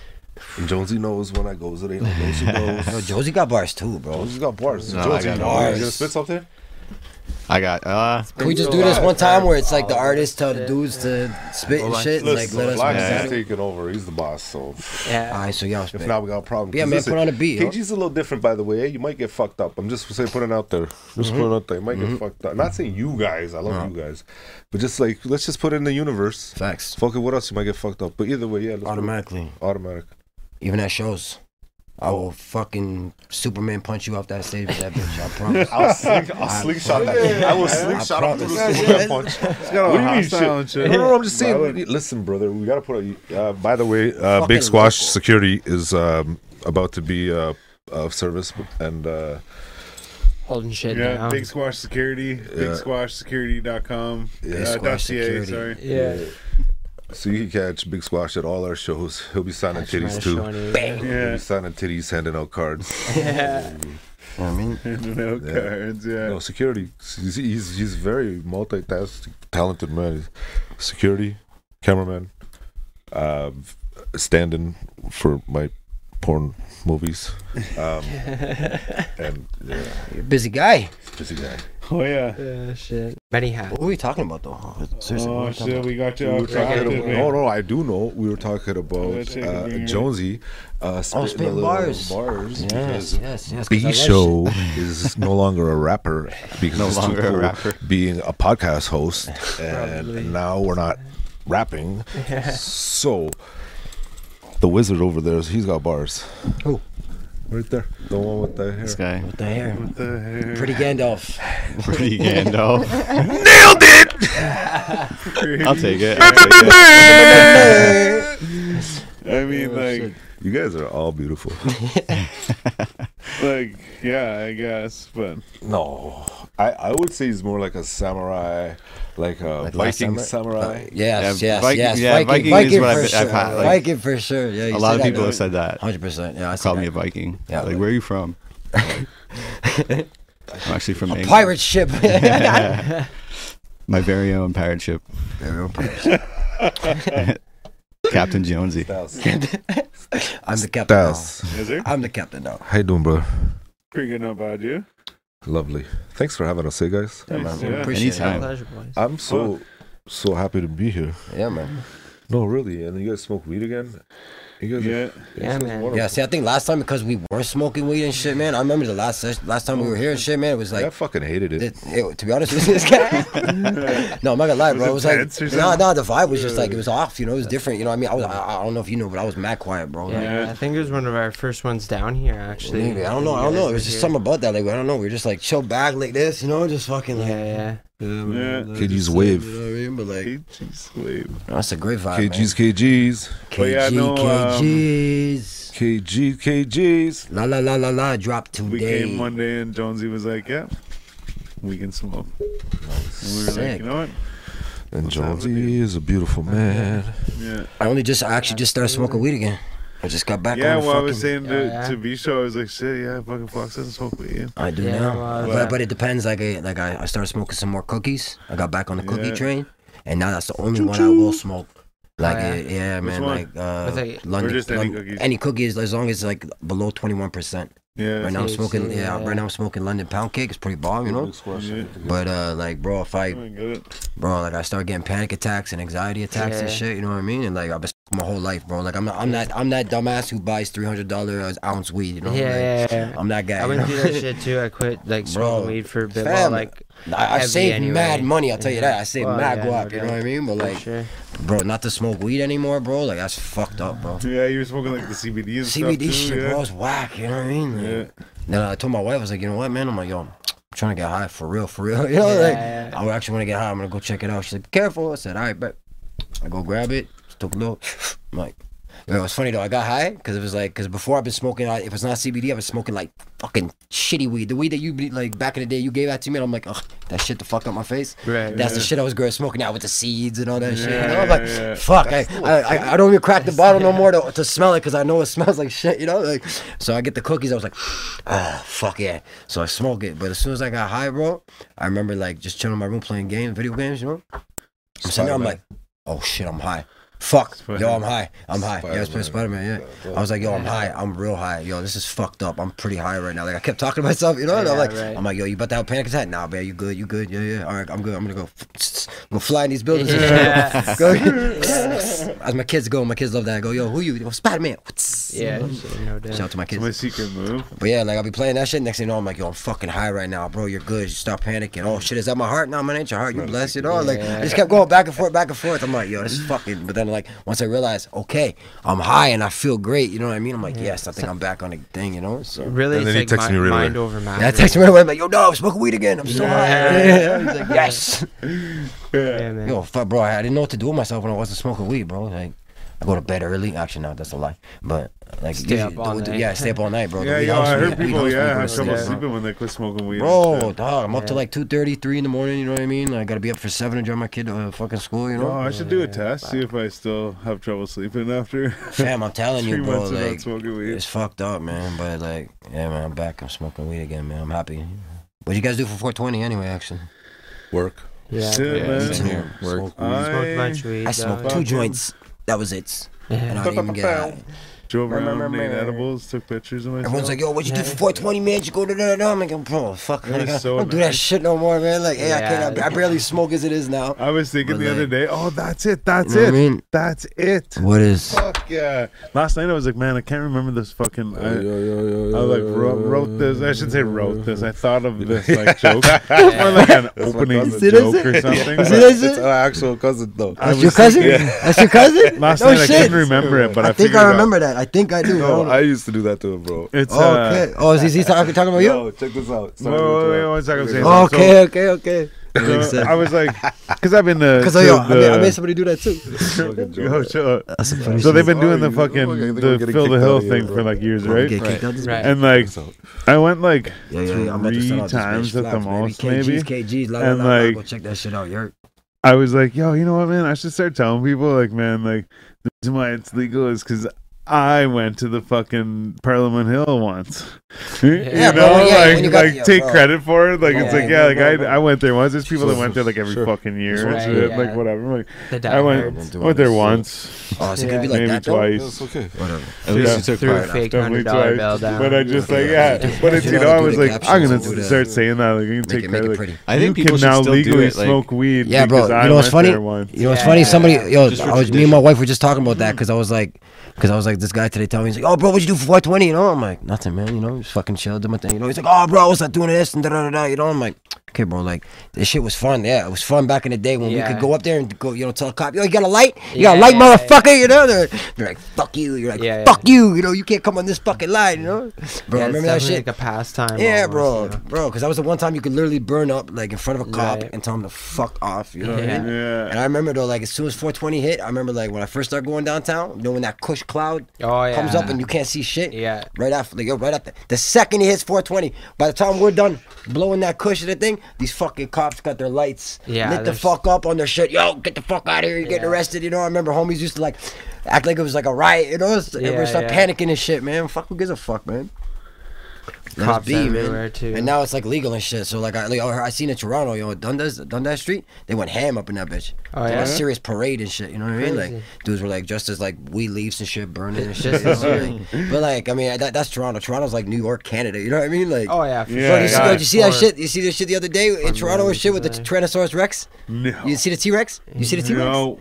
And Jonesy knows when I goes. It ain't
[laughs]
no knows who
Yo,
goes.
Josie got bars too, bro.
Jonesy's got bars.
No, I
Jonesy,
got
you
bars.
gonna spit something?
I got uh
Can we just do this one time where it's like the artists tell the dudes to spit and shit, and like
Listen,
let
Flax
us.
is taking over. He's the boss. So if
Yeah.
Alright, so y'all spit.
not, we got a problem.
Yeah,
'Cause
man,
listen,
put on a beat, yo.
KG's a little different, by the way. eh? You might get fucked up. I'm just saying, put it out there.
Mm-hmm.
Just put it out there. You might get fucked up. Not saying you guys. I love you guys, but just like let's just put it in the universe.
Facts.
Fucking what else? You might get fucked up. But either way, yeah. Let's
Automatically,
Automatic.
even at shows, I will fucking Superman punch you off that stage with that bitch. I promise.
I'll, sling, I'll [laughs] slingshot that. I will slingshot him through the
promise. [laughs]
Superman punch.
What do you mean,
hostile
shit?
No, no, no, I'm just saying. Listen, brother, we gotta put a. Uh, by the way, uh,
Fucking
Big Squash
local.
Security is um, about to be uh, of service, and uh,
Holding shit
Yeah,
down.
Big Squash Security, bigsquashsecurity.com,
Yeah.
uh,
Squash
dot .ca,
Security.
sorry.
yeah.
So you can catch Big Squash at all our shows. He'll be signing
That's not
titties
a
too.
show anymore.
He'll
Yeah.
be
[laughs]
signing titties, handing out cards.
Yeah.
You know what I mean?
[laughs] No cards. Yeah.
No security. He's he's, he's very multitasking, talented man. Security, cameraman, uh, standing for my porn movies,
[laughs]
um, and [laughs] yeah,
You're a busy guy.
busy guy.
Oh yeah.
Yeah, shit. Many hats.
What were we talking about though? Seriously, what were
Oh
we talking
shit,
about?
we got you
We
all
were talking
crowded,
about, no,
man.
no, I do know. We were talking about
Let's take a
uh,
breather.
Jonesy. Uh, spitting the
spitting
little
bars.
bars
Yes,
because
yes, yes. 'cause I
B
like
Show is no longer a rapper because
No
it's too
longer a
cool
rapper.
being a podcast host, and now we're not rapping. So the wizard over there, he's got bars.
Who?
Right there, the one with the hair.
this guy.
shit. The hair.
The hair.
Pretty Gandalf.
Pretty Gandalf.
Pretty-
I'll take it.
I
Oh,
mean, like,
You guys are all beautiful.
like, yeah, I guess, but
no, I, I would say he's more like a samurai, like a
Like last
Viking
samurai? Uh,
samurai.
Yes,
Yeah,
yes,
Viking-
yes.
yeah, Viking is what
for
I've-
sure.
I've had, like-
Viking for sure. Yeah, you
A lot of
said
people
that.
have said that.
Hundred percent. Yeah, I said
Call me a
that.
Viking.
Yeah,
like,
but-
where are you from? I'm actually from England.
pirate
[laughs]
ship.
My very own pirate ship, [laughs] Captain Jonesy.
[laughs] I'm the captain. now.
Stas,
is there?
I'm the captain now.
how you doing, bro?
Pretty good about you.
Lovely. Thanks for having us, hey guys.
Yeah, man.
Yeah.
Appreciate it.
Anytime.
Pleasure, boys.
Oh,
I'm so so happy to be here.
Yeah, man.
No, really. And you guys smoke weed again? You guys
Yeah.
Yeah, man.
wonderful.
Yeah, see, I think last time because we were smoking weed and shit, man. I remember the last session, last time we were here and shit, man. It was like
I fucking hated it.
It, it- to be honest with this
[laughs]
guy, [laughs] no, I'm not gonna lie, bro. It was,
Was it tense or
like, nah,
something?
nah. The vibe was just like it was off, you know. It was different, you know. What I mean, I was, I, I don't know if you know, but I was mad quiet, bro. Like,
Yeah, I think it was one of our first ones down here, actually.
I don't know, I don't know. It was just something about that. Like, I don't know. We were just like chill back like this, you know, just fucking
Yeah,
like.
yeah.
Yeah.
KG's wave.
You know what I mean? But like,
KG's wave.
that's a great vibe.
KG's KG's.
But
KG,
yeah, no, um,
KG's.
KG KG's.
La la la la la. Drop
We
today.
came one day and Jonesy was like, "Yeah, we can smoke." And we were like,
Sick.
"You know what? happening?
And Jonesy is a beautiful man.
Yeah,
I only just, I actually just started smoking weed again. I just got back
yeah."
on the
Well, I
fucking.
was saying to,
Yeah, yeah.
to B show, I was like, "Shit, yeah, fucking Fox doesn't smoke weed." Yeah.
I do
Yeah,
now.
well,
but,
yeah.
but it depends. Like I like I, I started smoking some more cookies. I got back on the cookie
Yeah.
train, and now that's the only one I will smoke. Like
Oh, yeah?
it- yeah, man.
one?
Like uh,
It's like-
London,
Or just any
Lon-
cookies?
Any cookies as long as like below twenty one percent.
Yeah.
Right now I'm smoking.
THC,
Yeah,
yeah.
right now I'm smoking London pound cake. It's pretty bomb, you know.
Yeah.
But uh, like bro, if
I
I
get it.
bro, like I start getting panic attacks and anxiety attacks and
Yeah.
shit. You know what I mean? And like I've been smoking my whole life, bro. Like I'm not, I'm not, I'm that dumbass who buys three hundred dollars ounce weed. You know?
Yeah, yeah,
Like,
yeah.
I'm that guy.
I
you
went
know?
through that shit too. I quit
[laughs]
like smoking
Bro,
weed for a
fam,
bit. Well, like
I, I
heavy
saved
anyway.
mad money. I'll tell you
Yeah.
that. I saved
Well,
mad
yeah,
guap.
no
you know
doubt.
what I mean? But
for
like,
sure.
bro, not to smoke weed anymore, bro. Like that's fucked up, bro.
Yeah, you were smoking like the CBD and stuff
CBD
too,
shit,
yeah.
bro, is whack. You know what I mean? Like,
Yeah.
Then I told my wife, I was like, you know what, man? I'm like, yo, I'm trying to get high for real, for real. [laughs] You know,
Yeah,
like
yeah.
I actually want to get high. I'm gonna go check it out. She's like, be careful. I said, all right, but I go grab it. Took a little. I'm like. Yo, it was funny though. I got high because it was like because before I've been smoking. I, if it's not CBD, I've been smoking like fucking shitty weed. The weed that you be- like back in the day, you gave that to me, and I'm like, ugh, that shit to fuck up my face.
Right.
That's the shit I was growing smoking out with the seeds and all that shit. You
Yeah,
know, I'm
yeah,
like,
yeah.
fuck, I, I, I, I don't even crack the bottle no more to, to smell it because I know it smells like shit. You know, like so I get the cookies. I was like, ah, fuck yeah. So I smoke it, but as soon as I got high, bro, I remember like just chilling in my room playing games, video games. You know, I'm sitting there, I'm like, oh shit, I'm high. Fuck, yo, I'm high. I'm high. Yeah, I was playing Spider Man. Yeah, I was like, yo, I'm high. I'm real high. Yo, this is fucked up. I'm pretty high right now. Like I kept talking to myself, you know. and I'm
Yeah,
like,
right.
I'm like, yo, you about to have a panic attack? Nah, man, you good? You good? Yeah, yeah. All right, I'm good. I'm gonna go, go fly in these buildings.
Yeah.
[laughs] Go- As my kids go, my kids love that. I go, yo, who you? Spider [laughs] Man.
Yeah, shit, no
Shout out
doubt.
to my
It's
kids.
my secret move.
But yeah, like I'll be playing that shit. Next thing you know, I'm like, yo, I'm fucking high right now, bro. You're good. You start panicking. Oh shit, is that my heart? Nah, man, ain't your heart. You blessed, you know. Like I just kept going back and forth, back and forth. I'm like, yo, this is fucking. But then like once I realized, okay, I'm high and I feel great. You know what I mean? I'm like, yes, I think I'm back on the thing. You know. So
Really,
And then he
it's like
texted
mi-
me right away.
mind over matter.
and I text him right away. I'm like, yo, no, I'm smoking weed again. I'm so high.
Yeah.
[laughs] He's like, yes.
Yeah, man.
Yo, fuck, bro. I didn't know what to do with myself when I wasn't smoking weed, bro. Like, I go to bed early. Actually, no, that's a lie. But like,
Stay
usually-
up all
the-
night.
Yeah, stay up all night, bro. The
[laughs] Yeah,
weed
yo,
helps
I
me-
heard
weed
people,
helps me
yeah,
go
have
to
trouble
sleep, bro.
sleeping when they quit smoking weed. and
Bro,
shit.
dog, I'm up to
Yeah.
like 2:30, 3 in the morning. You know what I mean? I gotta be up for seven to drive my kid to uh, fucking school. You know,
Yo, [laughs] I should do a test, see if I still have trouble sleeping after. [laughs]
fam, I'm telling
Three
you, bro.
months without
Like,
smoking weed.
it's fucked up, man. But like, yeah, man, I'm back. I'm smoking weed again, man. I'm happy. What you guys do for 420 anyway? Actually,
Work.
Yeah.
Shit,
Yeah,
man.
me too.
Yeah.
Work.
Smoke-
I smoked much
I
weed.
I smoked
dog.
two
fucking-
joints. That was it. And I
Yeah.
didn't even get
[laughs]
high.
drove
Remember,
around, ate
remember.
edibles, took pictures of myself.
Everyone's like, yo, what you do for 420, man? You go to da da da. I'm like, "Oh, bro, fuck,
That
man. I
is
gotta-
so
I don't do that
nice.
shit no more, man. Like, hey, I can't.
Yeah.
I, I barely smoke as it is now.
I was thinking
But
the other
like-
day, oh, that's it, that's
You know
it,
what I mean?
that's it.
What is?
Fuck yeah! Last night I was like, man, I can't remember this fucking. I,
Oh,
Yeah, yeah, yeah, yeah,
I like
yeah,
wrote,
yeah,
wrote
yeah,
this.
yeah,
I should say wrote this. I thought of this
yeah.
[laughs]
like joke, [laughs] or like an
Oh
opening
cousin. [laughs]
joke or something.
Is
but
it- is
It's
it?
our actual cousin though.
I
That's
was
your cousin? That's your cousin?
[laughs] Last
no
night I
shit.
couldn't remember it, but I,
I think
figured it
I
out.
remember that. I think I do.
No,
Hold on.
I used to do that to him, bro.
It's uh,
okay. Oh, is he, is he talking, talking about you?
Yo, check this out.
Wait, wait, wait, one second. I'm saying something. So-
Okay, okay, okay.
so I was like, because I've
[laughs]
been uh,
Because
to
yo, I, made, I
the-
made somebody do that too.
[laughs] Yo, shut up.
That's a funny
So they've been
Oh,
doing the
you-
fucking
okay, I think we're
the
getting
Phil the
kicked
Hill
outta here,
thing
bro.
for like years,
Right?
right?
Get kicked out this
Right.
And like, I went like
Yeah, yeah, yeah. I'm about to
three
sell out this bitch.
times at the
Flaps, baby. KGs,
most, maybe.
KGs, la, la,
And,
la, la.
like-
Go check that shit out. You're
I was like, yo, you know what, man? I should start telling people, like, man, like, the reason why it's legal is because I went to the fucking Parliament Hill once. [laughs] you
Yeah,
know,
bro, yeah, yeah, when
like,
you got-
like
yeah,
take
bro.
credit for it. Like, it's
Yeah,
like,
yeah,
yeah, like,
bro,
I,
bro.
I went there once. There's people that went there, like, every
Sure.
fucking year.
Right,
and shit,
yeah.
Like, whatever. Like,
The
I went,
diehards.
went there once,
Oh, is it
Yeah.
gonna be like
maybe
that? though?
twice.
It's okay.
Whatever.
At least
Yeah.
you took
Threw a
part.
fake
Definitely
hundred dollar
twice.
bill down.
But I just, like,
Yeah.
yeah. But it's,
You
you know,
gotta
I
do
was
the
like, I'm going
capsules, do
to
the-
start saying that. Like, you can
Make
take
it, make it
credit. Like,
pretty.
I
you
think people
can
should
now
still do
legally
it. Like,
smoke weed.
Yeah, bro.
because I
You know what's
went
funny?
there once.
You know what's
Yeah.
funny? Somebody, yo,
Just for
I was, me and my wife were just talking about that because I was like, because I was like, this guy today told me, he's like, oh, bro, what'd you do for 420? You know, I'm like, nothing, man. You know, just fucking chill, do my thing. You know, he's like, oh, bro, I was like doing this and da da da. da," You know, I'm like, okay, bro, like this shit was fun. Yeah, it was fun back in the day when we
Yeah.
could go up there and go, you know, tell a cop, yo, you got a light? You got a
Yeah,
light,
yeah,
motherfucker? You know, they're, they're like, fuck you. You're like,
Yeah,
fuck you. You know, you can't come on this fucking line. You know, bro,
yeah, it's
remember that
definitely
shit?
Like a pastime.
Yeah,
almost,
bro,
you know?
bro, because that was the one time you could literally burn up like in front of a cop
Right.
and tell him to fuck off. You know what I
Yeah.
mean?
Yeah.
And I remember though, like as soon as 420 hit, I remember like when I first started going downtown, you know when that cush cloud
Oh yeah.
comes up and you can't see shit.
Yeah.
Right after, like yo, right after the second it hits 420, by the time we're done blowing that cush of the thing, these fucking cops got their lights
Yeah,
lit the
there's-
fuck up on their shit. Yo, get the fuck out of here! You're getting
Yeah.
arrested. You know, I remember homies used to like act like it was like a riot. You know, it's-
Yeah,
everyone started
yeah.
panicking and shit, man. Fuck, who gives a fuck, man? That's
cops
B, man.
everywhere too.
And now it's like legal and shit. So like I, like, I seen in Toronto, yo, Dundas, Dundas Street, they went ham up in that bitch.
Oh,
They had
yeah?
a serious parade and shit. You know what I mean? Like
Crazy.
dudes were like dressed as like weed leaves and shit, burning and
[laughs]
shit.
Just
you know
as
what I mean? But like I mean, that, that's Toronto. Toronto's like New York, Canada. You know what I mean? Like.
oh yeah. For
Yeah,
Bro,
sure.
you, see,
yeah.
yo, did you see that
Or-
shit? You see this shit the other day in Toronto and shit with the
today.
Tyrannosaurus Rex?
No.
You see the T Rex? You see the T Rex?
No.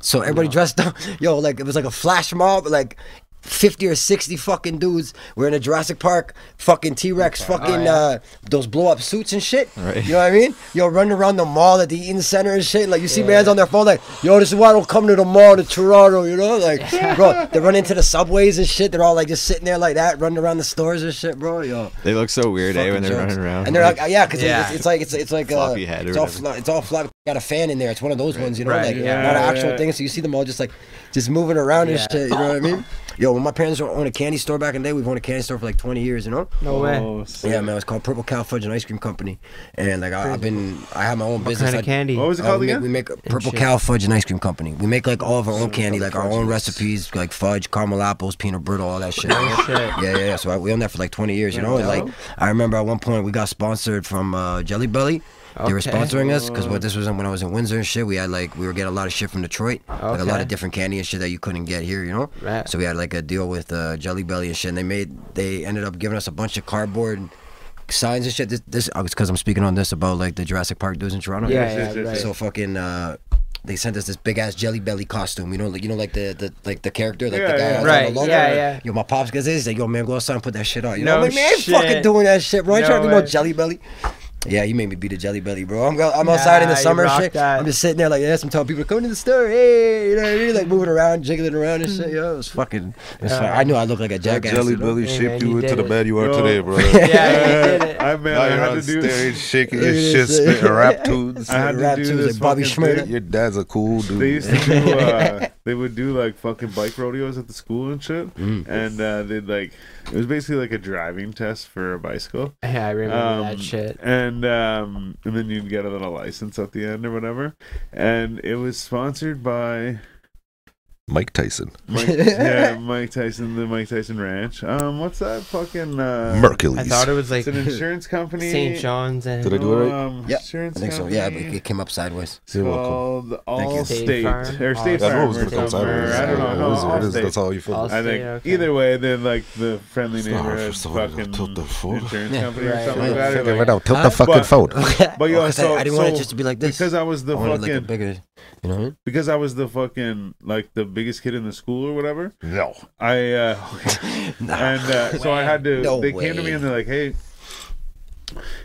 So everybody dressed up. [laughs] Yo, like it was like a flash mob, like 50 or 60 fucking dudes were in a Jurassic Park, fucking T Rex, fucking
yeah.
uh, those blow up suits and shit.
Right.
You know what I mean? Yo, running around the mall at the Eaton Center and shit. Like you see mans on their phone, like, yo, this is why I don't come to the mall to Toronto, you know? Like, bro, they run into the subways and shit. They're all like just sitting there like that, running around the stores and shit, bro. Yo.
They look so weird, eh,
Fucking
when they're
jokes.
running around.
And they're like, yeah, because
Yeah.
it's, it's like it's, it's like uh,
Floppy head or
it's all
whatever.
flo- it's all floppy. Got a fan in there. It's one of those ones, you know,
Right,
like
yeah.
not an actual
Yeah.
thing. So you see them all just like just moving around and
Yeah.
shit. You know what I mean? Yo, when my parents owned a candy store back in the day, we've owned a candy store for like 20 years. You know?
No way.
Oh, sick.
Yeah, man. It's called Purple Cow Fudge and Ice Cream Company, and like I, I've been, I have my own
What
business.
kind
I-
of candy?
What was it
uh,
called
we, make,
again?
we make Purple
shit.
Cow Fudge and Ice Cream Company. We make like all of our own candy, like our own recipes, like fudge, caramel apples, peanut brittle, all that shit.
Oh, shit.
Yeah, yeah, yeah. So I, we owned that for like 20 years, you know? And like, I remember at one point we got sponsored from uh, Jelly Belly. They were
Okay.
sponsoring us because what this was when I was in Windsor and shit. We had like we were getting a lot of shit from Detroit, like a lot
Okay.
of different candy and shit that you couldn't get here, you know.
Right.
So we had like a deal with uh, Jelly Belly and shit. And they made they ended up giving us a bunch of cardboard signs and shit. This, this because I'm speaking on this about like the Jurassic Park dudes in Toronto.
Yeah,
Yes,
yeah,
yes, yes,
right.
yes.
So fucking uh they sent us this big ass jelly belly costume. You know, like you know, like the, the like the character, like
Yeah,
the guy
yeah.
on
Right,
the logo.
yeah, yeah.
Yo, my pops gets it. He's like, yo, man, go outside and put that shit on. You know,
No
I'm like, man, I ain't
shit.
fucking doing that shit, bro. I ain't
No
trying to do no
way.
jelly belly. Yeah, he made me beat a jelly belly, bro. I'm go, I'm outside in
Nah,
the
you
summer and
rock
shit.
that.
I'm just sitting there like this. I'm telling people come to the store, hey, you know what I mean? Like moving around, jiggling around and shit. Yo, it was fucking. It was
Yeah.
fun. I knew I looked like a
That
jackass.
jelly
you know?
belly
Hey, man,
shaped
you
you into
did
the
it.
man you are
Yo.
today, brother.
Yeah, you did it.
I man,
Now
I
you're
had
on
to do.
stage shaking
Look
your
at
shit,
this.
spitting rap tunes.
I had
Rap
to do
tunes
this
like Bobby
fucking
Schmidt.
thing.
Your dad's a
[laughs]
cool
They
dude.
used to do. Uh, they would do like fucking bike rodeos at the school and shit,
Mm.
and uh, they'd like it was basically like a driving test for a bicycle.
[laughs] Yeah, I remember
Um,
that shit.
And um, and then you'd get a little license at the end or whatever. And it was sponsored by
Mike Tyson,
Mike, yeah, Mike Tyson, the Mike Tyson Ranch. Um, what's that fucking uh,
I
Mercules.
thought it was
It's
like
an
[laughs]
insurance company.
St. John's and
Did I do it right?
Um,
Yeah,
insurance
I think so.
company.
Yeah, but it came up sideways.
It's called All
you. State
State
Farm?
or State
I
All
knew it
Farm.
was
or
gonna come
something,
Farmers Farmers.
sideways.
I don't know.
Yeah,
No,
it is,
All
it is,
State.
that's how you feel.
All-
I think
Allstate, okay.
either way, they're like the friendly
It's not
neighborhood
for someone to
fucking
tilt the phone.
insurance
Yeah.
company or
Right.
something
Right.
like that.
Figure it
out. Tilt
Huh?
the fucking
But-
phone.
[laughs] But yo,
Oh, 'cause I-
so-
I, didn't want
so
it just to be like this.
Because I was the
I wanted like a
fucking
bigger, you know. what I
[laughs]
mean?
because I was the fucking like the biggest kid in the school or whatever.
No.
[laughs]
I uh and uh, so I had to.
No
they came to me
way.
and they're like, "Hey,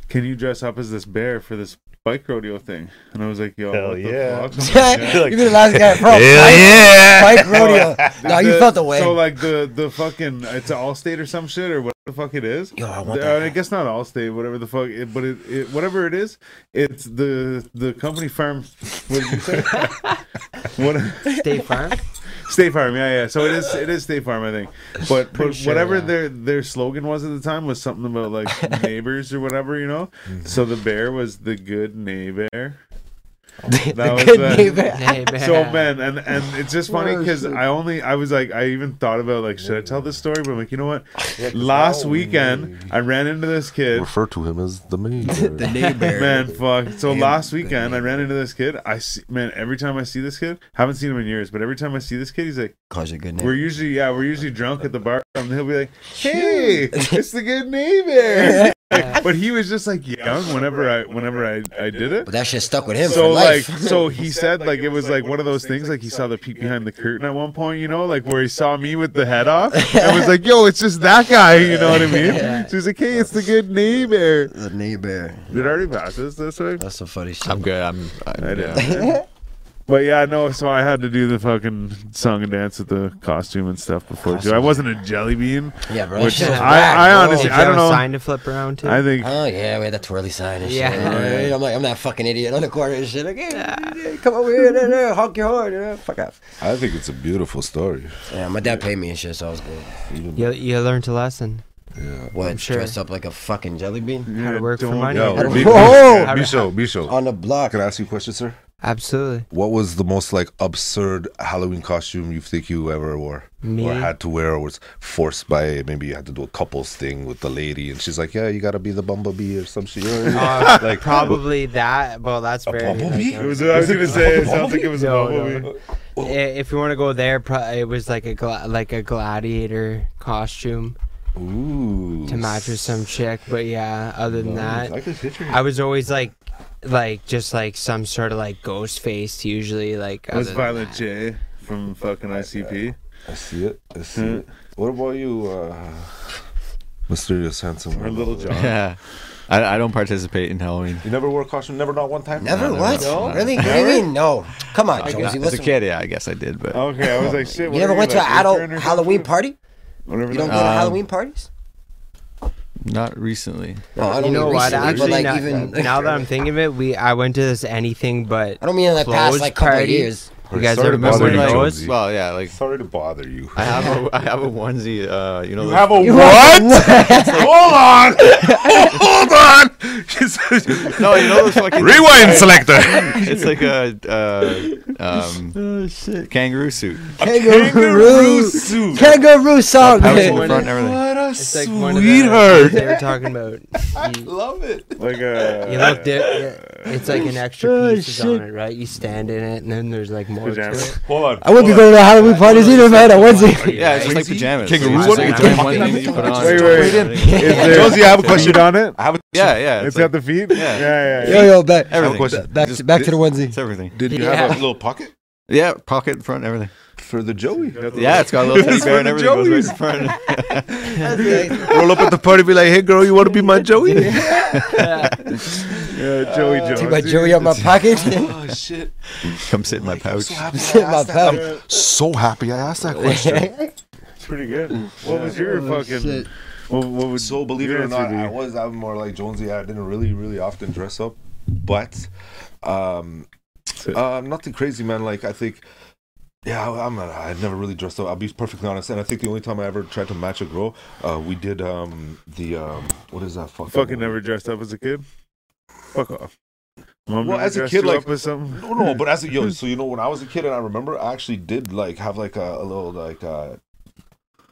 can you dress up as this bear for this bike rodeo thing?" And I was like, "Yo,
Hell
what the
yeah. [laughs]
fuck?
you be the last guy, bro.
yeah.
Bike
[laughs]
rodeo. No, you
The-
felt the way. [laughs]
So like the the fucking it's Allstate or some shit or whatever the fuck it is.
Yo, I want
The- uh,
that.
I guess not Allstate, whatever the fuck. It, but it, it whatever it is, it's the the company farm. What did you say? [laughs] what?
State Farm.
[laughs] State Farm, yeah, yeah. So it is, it is State Farm, I think. But but
sure,
whatever
yeah.
their their slogan was at the time was something
[laughs]
about like neighbors or whatever, you know. So the bear was the good neighbor.
The
That was
good
the-
neighbor.
[laughs]
Hey, man.
So man, and and it's just funny because I only I was like I even thought about like should I tell this story? But I'm like you know what? Last weekend I ran into this kid.
Refer to him as [laughs] the maid.
The neighbor.
Man, fuck. So
Damn,
last
good
weekend I
neighbor.
ran into this kid. I see, man every time I see this kid, haven't seen him in years, but every time I see this kid, he's like.
Cause you're a good
We're
neighbor.
usually yeah, we're usually drunk at the bar, and he'll be like, "Hey, it's the good neighbor." but he was just like young whenever I whenever I, I did it.
But that shit stuck with him
So
for
like
life. [laughs]
so he said like it was like one of those things like he saw the peek behind the curtain at one point you know like where he saw me with the head off and was like yo it's just that guy you know what
[laughs]
I mean so he's like hey it's the good neighbor
the neighbor.
did I already pass this this way
That's some funny shit.
I'm good. I'm. I,
I
yeah.
did
[laughs]
but yeah no so I had to do the fucking song and dance with the costume and stuff before too I wasn't a jelly bean
Yeah, bro. that
Which
shit was
I-
whack,
I
bro.
honestly-
Did you
I
have
don't
a
know.
sign to flip around to?
I think
Oh yeah, we had that twirly sign and
Yeah.
shit. you know what I mean? I'm like, I'm that fucking idiot on the corner and shit. Like, hey, come over here, there, there, honk your horn, you know? fuck off.
I think it's a beautiful story.
Yeah, my dad paid me and shit, so I was good.
you you learned a lesson.
What?
I'm sure.
Dressed up like a fucking jelly bean
How to
Yeah,
work for
don't-
money.
Yo,
How to-
[laughs] B-
Whoa!
B- Bisho, Bisho.
on the block.
Oh! Uh, Can I ask you a question, sir?
[laughs]
Absolutely.
What was the most like absurd Halloween costume you think you ever wore,
Me?
or had to wear, or was forced by? Maybe you had to do a couples thing with the lady, and she's like, "Yeah, you gotta be the bumblebee or some shit." You know what I mean?
Uh,
[laughs]
[laughs] Like-
probably that. Well, that's very.
bumblebee?
like,
It was, I was gonna say it sounds like it was a
No,
bumblebee.
no. i- if you want to go there, pro- it was like a gla- like a gladiator costume
Ooh.
to match with some chick. But yeah, other than that,
I can picture it.
I was always like, like just like some sort of like ghost faced. Usually, like
It was
other than
Violent
that.
J from fucking ICP.
I see it. I see it. What about you, uh, mysterious handsome?
Or Little John.
[laughs] Yeah. I, I don't participate in Halloween.
You never wore a costume, never not one time.
Never?
No, no,
what?
no, no.
Really? What do you mean? No. Come on,
As
Jonesy.
as a
Listen,
kid, yeah, I guess I did, but
Okay, I was like, shit.
you never went to an adult Halloween party? You don't go to
Um,
Halloween parties?
not recently.
No, I don't
You know
mean
what?
recently, but
Actually,
like
now,
[laughs] even
now that I'm thinking of it, we I went to this anything but.
I don't mean in the past
closed
like couple of
party.
years.
You guys
Sorry to
ever
bother
been
you,
to
Jonesy.
those?
Jonesy.
Well, yeah, like
Sorry to bother you.
I have a I have a onesie. Uh, you know,
You
the-
have a [laughs] what? Hold
[laughs]
on. Hold on.
no, you
[laughs]
know those fucking
Rewind selector.
It's like a uh,
[laughs] Oh,
um, kangaroo suit.
Kangaroo
suit.
Kangaroo song. [laughs]
Pouch in the
when
front and everything.
What a
It's like one of the
[laughs]
ones they were
[laughs]
talking about. You,
Love it.
Like,
you
uh,
look di- It's like an extra piece is on it, right? You stand in it, and then there's like more to
pajamas.
it.
Hold on.
I wouldn't be going to Halloween parties either, man. I wasn't.
Yeah, it's just like
Crazy.
pajamas.
Kangaroo
It's
one?
like
It's
doing
a
one
fucking-
thing that you put on.
Wait, wait.
[laughs]
Yeah,
Is there
Jonesy, I have a question.
feet on it?
I have a
yeah.
It's
It's
got
like
the feet?
Yeah.
Yeah, yeah.
Yo, yo, back,
I have a
everything.
question.
back, to,
Just-
back to the
It's
onesie.
everything.
Did you
Yeah.
have a little pocket
Yeah, pocket front, everything.
for the Joey?
Yeah, it's got a little
[laughs]
teddy bear and
for the
everything goes right in front. [laughs]
Roll up at the party, be like, "Hey, girl, you want to be my Joey?" [laughs]
Yeah, Joey
Uh,
Jones.
Take my jewelry out my [laughs] pocket.
oh shit!
Come sit in my
I'm
pouch.
so [laughs] happy. I
my
asked that.
pouch.
I'm so happy I asked that question. [laughs]
It's pretty good. What was your
Oh,
fucking. What, what would
So believe it
your
or
answer
not,
be?
I was I'm more like Jonesy. I didn't really, really often dress up, but um, uh, nothing crazy, man. Like I think Yeah, I- I'm not. I never really dressed up. I'll be perfectly honest, and I think the only time I ever tried to match a girl, uh, we did um the um what is that fucking
Fucking
movie?
never dressed up as a kid. Fuck off. Mom
Well,
never
as a
dressed
kid,
you
like-
up with something.
No, no, but as a
[laughs]
yo, so you know, when I was a kid, and I remember, I actually did like have like a, a little like uh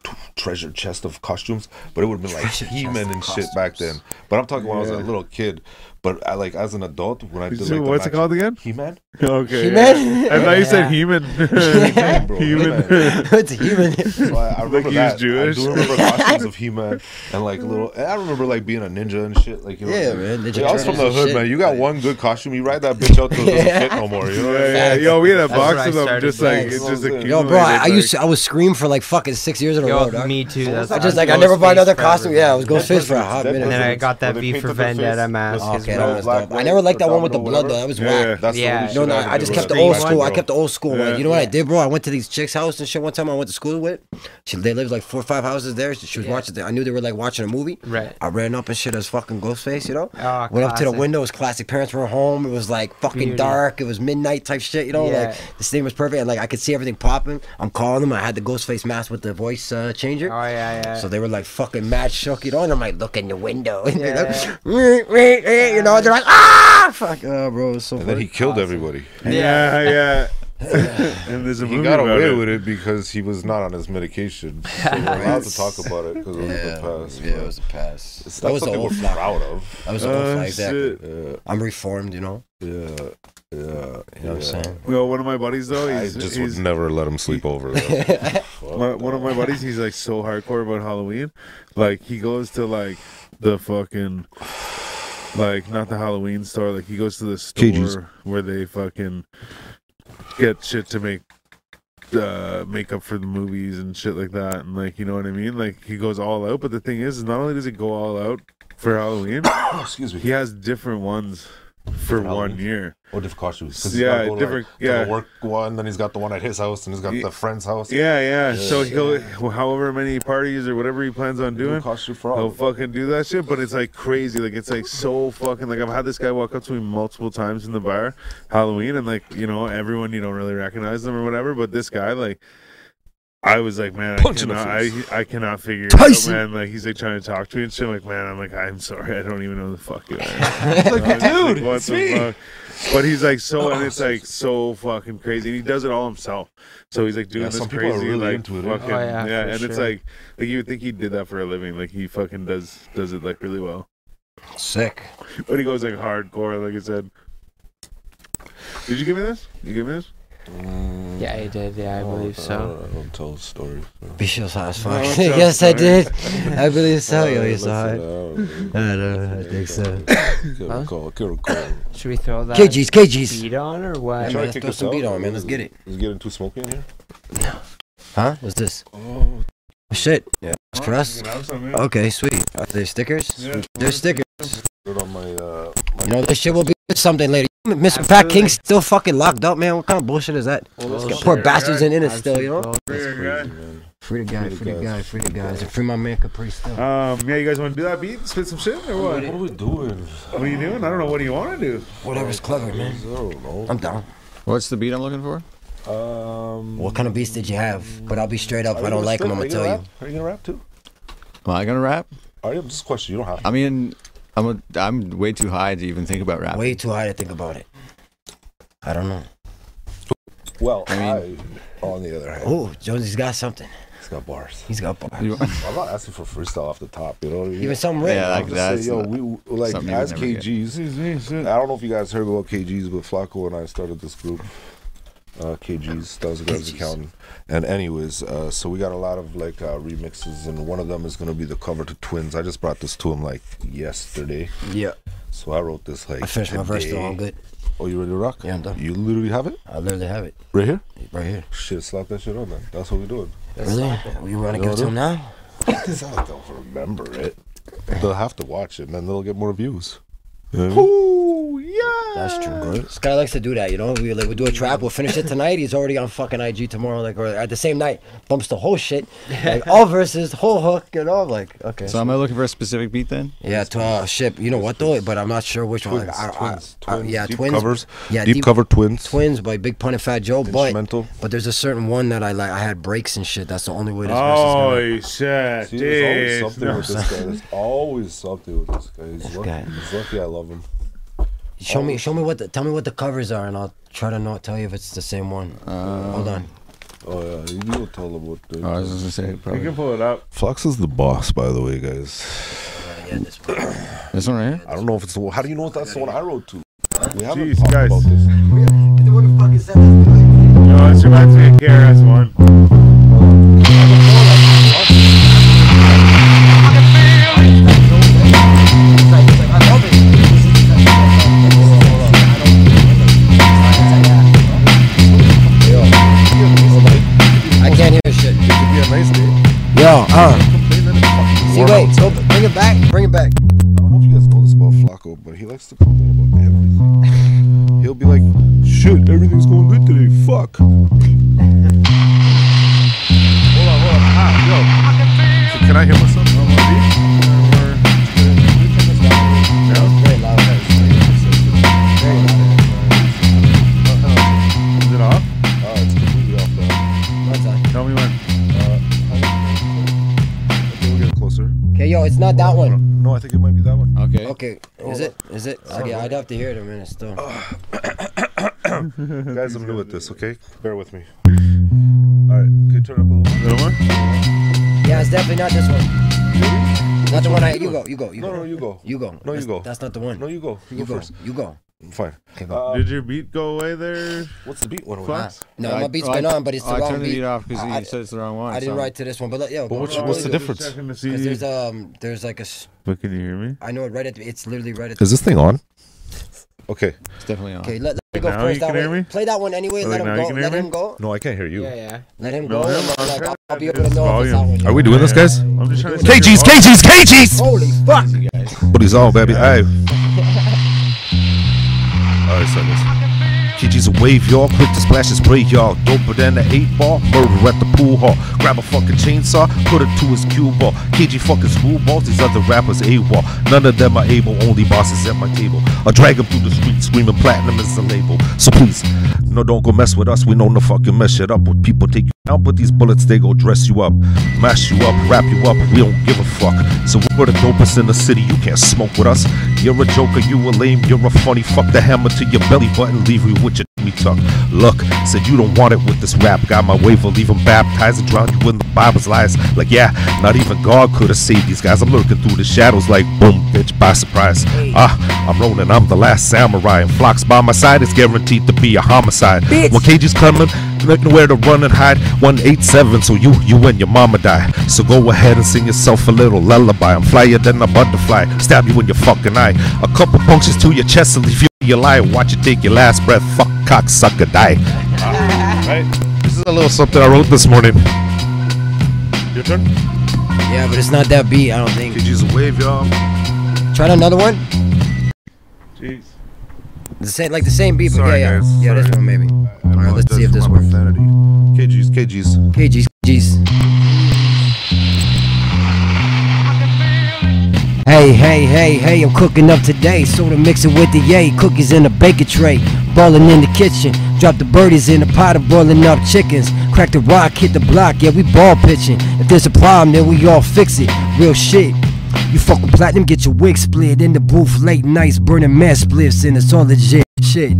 t- treasure chest of costumes, but it would have been like
Treasure chest
He Man
of
and shit back then. But I'm talking when I was a
Yeah.
little kid. But I like as an adult when
[laughs]
I did
So
like the
what's it
match-
called again?
He-Man.
Okay.
He-Man?
yeah. I thought you said human.
[laughs]
He-Man, bro, He-Man.
[laughs] human.
it's a human.
[laughs]
So I, I remember
he was
that.
Jewish.
I do
[laughs]
remember costumes of He-Man and like little. And I remember like being a ninja and shit. Like you know,
[laughs] Yeah,
like,
man, Ninja
Yeah, I was from the
Turtles and
hood,
shit.
man. You got one good costume, you ride that bitch out
[laughs]
till it doesn't fit no more. You know what I
yeah,
mean?
yeah. Yo, we had a
That's where
box
I
of them,
started
just like
back.
it's just
Yo,
accumulated.
Yo, bro, I, I
like-
used to, I was scream for like fucking six years in a row,
Yo,
dog.
me too. That's
I
I
just
was
like I never
Ghostface
bought another
forever,
costume. Yeah, I
man.
was Ghostface
[laughs]
for a hot
That
minute.
And then I
Presidents,
got that
where they
V for
painted their face
Vendetta mask.
with
as
Okay,
well.
that
Domino,
was
Black
dope. I never liked that
Bolt,
one with the
Domino,
blood though. That
whatever.
was
Yeah,
whack.
yeah.
That's
Yeah.
the only shit
No, no,
ever
I
did
just
with
kept
that
the old
Black
school. I
Bolt.
kept the old school one.
Yeah.
You know what I did, bro? I went to these chicks' house and shit one time. I went to school with. She, they lived like four or five houses there. She, she was
Yeah.
watching. The, I knew they were like watching a movie.
Right.
I ran up and shit as fucking Ghostface, you know.
Oh,
went up to the
classic.
window. His classic parents were home. It was like fucking
Beauty.
dark. It was midnight type shit, you know.
Yeah.
Like this thing was perfect, and like I could see everything popping. I'm calling them. I had the Ghostface mask with the voice uh, changer.
Oh yeah, yeah.
So they were like fucking mad shook, you know, and I'm like, look in the window. [laughs] And they're like,
Yeah.
"Wait, wait, wait," you know, they're like, ah, fuck, oh, bro, it's so
And then
funny.
he killed everybody.
[laughs]
Yeah, yeah. [laughs] and there's a
He
movie
got
about
away
it.
with it because he was not on his [laughs] medication. So we're allowed to talk about it because it was in the past.
yeah,
but
it was a pass.
it's
that
not
was the
something
old
we're
flag.
proud of.
That was the old
Oh,
flag. Exactly.
shit.
I'm reformed, you know.
Yeah, yeah,
You know what I'm saying?
You know, one of my buddies though,
I
he's,
just
he's
would never let him sleep over.
[laughs]
though.
my, one of my buddies. He's like so hardcore about Halloween. Like he goes to like the fucking like not the Halloween store. Like he goes to the store
Cages.
where they fucking get shit to make uh make up for the movies and shit like that and like you know what i mean like he goes all out but the thing is, is not only does he go all out for halloween [coughs]
Excuse me.
he has different ones for one
Halloween?
year
Or different costumes. 'Cause he's
Yeah,
gotta go to,
different-
Like, to the
yeah.
work one, then he's got the one at his house, and he's got
Ye-
the friend's house.
Yeah, yeah. So he'll however many parties or whatever he plans on
New
doing,
costume for all.
he'll
of them.
fucking do that shit. But it's like crazy. Like it's like so fucking like I've had this guy walk up to me multiple times in the bar, Halloween, and like you know everyone you don't really recognize them or whatever. But this guy like. I was like, man, I
Punch in the
cannot, I, I cannot figure
Tyson!
it out, man. Like he's like trying to talk to me and shit. I'm like, man, I'm like, I'm sorry, I don't even know who the fuck
[laughs]
you are.
Like,
I was like,
dude,
what
it's
the
me. Oh,
fuck? But he's like so, and it's like so fucking crazy. And he does it all himself. So he's like doing
Yeah,
this
some people are
crazy,
really
like
into it, eh?
fucking,
Oh,
yeah.
yeah, for
and it's
sure.
like, like you would think he did that for a living. Like he fucking does does it like really well.
Sick.
But he goes like hardcore, like I said. Did you give me this? You give me this?
yeah, he did. Yeah, I believe so.
Mm. Oh, I don't tell stories.
Bishop's house.
No,
[laughs]
fuck. [laughs]
it's not
yes, I
funny. [laughs]
did. I believe so. Yo,
Uh,
you saw
listen,
it.
uh, [laughs]
I don't know. I think so.
Can't recall. Can't recall.
Should we throw that
KG's, KG's.
beat on or what?
Hey, man,
Try to
let's
kick
throw
us
some
out,
beat on,
or
man. Let's
is
get
it- Is it getting too smoky in here?
Huh? What's this?
Oh,
Shit. Yeah. It's for us.
Oh,
Okay, sweet. Are they stickers?
Yeah.
They're stickers.
put it on my. Uh,
You know, this shit will be someday later. Mr. Fat
Absolutely.
King's still fucking locked up, man. What kind of bullshit is that?
Bullshit.
Poor bastards in it still, you know?
Beer, guy.
Free the guy,
Free the
free the
guys.
guy, free the guys. And free my man Capri still.
Um, yeah, you guys want to do that beat? Spit some shit or what?
what are we doing?
What are you doing? I don't know. What do you want to do?
Whatever's clever,
I
man.
don't know.
I'm down.
What's the beat I'm looking for?
Um,
What kind of beats did you have? But I'll be straight up.
are
If
you
I don't like
spit?
them, I'm
Are
gonna tell
rap?
you.
Are you gonna rap too?
Am I gonna rap?
Are you? Just a question. You don't have. To.
I mean, I'm a, I'm way too high to even think about rap.
Way too high to think about it. I don't know.
Well,
I
I, on the other hand,
Oh, Jonesy's got something.
it's got bars.
He's got bars. [laughs]
You-
I'm not asking for freestyle off the top. You know what I mean?
Even something written.
Yeah,
I'm
like-
just
that's
saying, yo,
not
we we- like
something you would
as
never get.
KGs. I don't know if you guys heard about KGs, but Flacco and I started this group, uh, KGs, Thousand Grams
KGs.
Accountant. And anyways, uh, so we got a lot of like uh, remixes, and one of them is gonna be the cover to Twins. I just brought this to him like yesterday,
yeah.
so I wrote this like.
I finished my verse though.
today.
I'm good.
Oh, you ready to rock?
Yeah, I'm done.
You literally have it
I literally have it
right here.
right here.
Shit, slap that shit on then. That's what we doing.
Really? You wanna give it to him now?
Because I don't remember it. They'll have to watch it, and then they'll get more views. You know what I mean?
Ooh, yeah.
That's true. This guy likes to do that, you know. We like we do a trap, we'll finish it tonight. He's already on fucking IG tomorrow, like or at the same night. Bumps the whole
[laughs]
shit, like all verses, whole hook, you know. Like okay,
So am I looking for a specific beat then?
yeah, to, uh, shit. You know what though? But I'm not sure which one. Like, I- I-
Twins,
I-
twins,
yeah,
deep
twins.
covers,
Yeah,
deep, cover twins.
twins by Big Pun and Fat Joe. But
Instrumental.
but there's a certain one that I like. I had breaks and shit. That's the only way this verse is gonna.
Oh shit!
See, there's
dude.
always something with this guy. There's always something with this guy. He's, lucky.
guy.
He's lucky I love him.
Show me, show me what the, tell me what the covers are, and I'll try to not tell you if it's the same one.
Uh.
Hold on.
Oh yeah, you will tell him what. The,
Oh, I was just gonna say
You can
probably
pull it up.
Flux is the boss, by the way, guys.
Yeah, this one.
this one right here.
I don't know if it's the one. How do you know if that's the one I wrote to? We haven't
Jeez,
talked
guys.
about this.
the one who fucking said this.
No, it's reminds me of KRS One.
I can't hear shit. Yo, uh, see, wait, go, bring it back, bring it back.
I don't know if you guys know this about Flacco, but he likes to complain about everything. He'll be like, shit, everything's going good today, [laughs] fuck. hold on, hold on. Ah, yo. So can I hear myself? No, Oh, my
Very loud, very loud.
Is it off?
Ah, it's completely off now.
One time.
Tell me when.
Okay, we'll get closer.
Okay, yo, it's not that one.
No, I think it might be that [laughs] one.
Okay.
Okay, is it? Is it? Okay, I'd have to hear it a minute still.
Guys, I'm new at this, okay? Bear with me. Alright, can you turn it up a little bit?
Little one.
Yeah, it's definitely not this one. Not the one I. You go, you go, you
No, no,
go.
you go.
You go.
No, you
That's-
go.
That's not the one.
No, you go. You,
You
go,
go.
first.
You go.
Fine.
Okay, go.
Uh,
Did your beat go away there?
what's the beat one? with?
Flux.
No,
I-
my beat's
oh,
been
I,
on, but it's the
oh, I
wrong
turned
beat.
the beat off because
I-
you said it's the wrong one.
I didn't
so-
write to this one, but look, yo. go-
what's-
go-
what's the
go-
difference?
Checking the
Because
CD.
there's um, there's like a. s-
But can you hear me?
I know it right at. the- It's literally right at.
Is this thing on? Okay.
It's definitely on.
Okay, let, let me go
now
first.
you
That
can hear
way.
me?
Play that one anyway.
Like
Let
now
him
you
go.
can hear
Let
me?
him go.
No, I can't hear you.
Yeah, yeah.
Let him
No,
go.
I'm
and,
trying
like,
to
I'll, I'll be
get
able to
his
know if it's that
volume.
one.
Are we doing this, guys?
I'm just trying to. set
KG's,
it off.
KG's, KG's!
Holy fuck!
But he's all, baby. Hey. [laughs] Alright, suckers. KG's a wave, y'all. Quick to splash and spray, y'all. Doper than the eight ball. Murder at the pool hall. Grab a fucking chainsaw, put it to his cue ball. KG fucking screwballs, these other rappers AWOL. None of them are able, only bosses at my table. I drag him through the street screaming platinum is the label. So please, no, don't go mess with us. We know no fucking mess shit up. When people take you down, but these bullets, they go dress you up, mash you up, wrap you up. We don't give a fuck. So we're the dopest in the city. You can't smoke with us. You're a joker, you a lame, you're a funny. Fuck the hammer to your belly button, leave you with your me tuck. Look, said you don't want it with this rap. Got my wave, will leave him baptized and drown you in the Bible's lies. Like, yeah, not even God could have saved these guys. I'm lurking through the shadows like boom, bitch, by surprise. Ah, I'm rolling, I'm the last samurai. And flocks by my side, it's guaranteed to be a homicide. When KG's coming, there's nowhere to run and hide. 187, so you, you and your mama die. So go ahead and sing yourself a little lullaby. I'm flyer than a butterfly. Stab you in your fucking eye. A couple punctures to your chest and leave you you lie, watch you take your last breath. Fuck, cocksucker, die. right? This is a little something I wrote this morning. Your turn.
Yeah, but it's not that beat. I don't think.
Could use a wave, y'all.
Try another one.
Jeez.
The same, like the same beat, but
Sorry,
yeah, yeah,
guys.
yeah. This
Sorry.
one maybe. All right, let's see if this works.
KG's, KG's.
Okay, geez, geez. Hey, hey, hey, hey, I'm cooking up today. Soda mix it with the yay. Cookies in a baker tray. Ballin' in the kitchen. Drop the birdies in a pot of boiling up chickens. Crack the rock, hit the block. Yeah, we ball pitching. If there's a problem, then we all fix it. Real shit. You fuck with platinum, get your wig split. In the booth, late nights, burning mad spliffs, and it's all legit shit.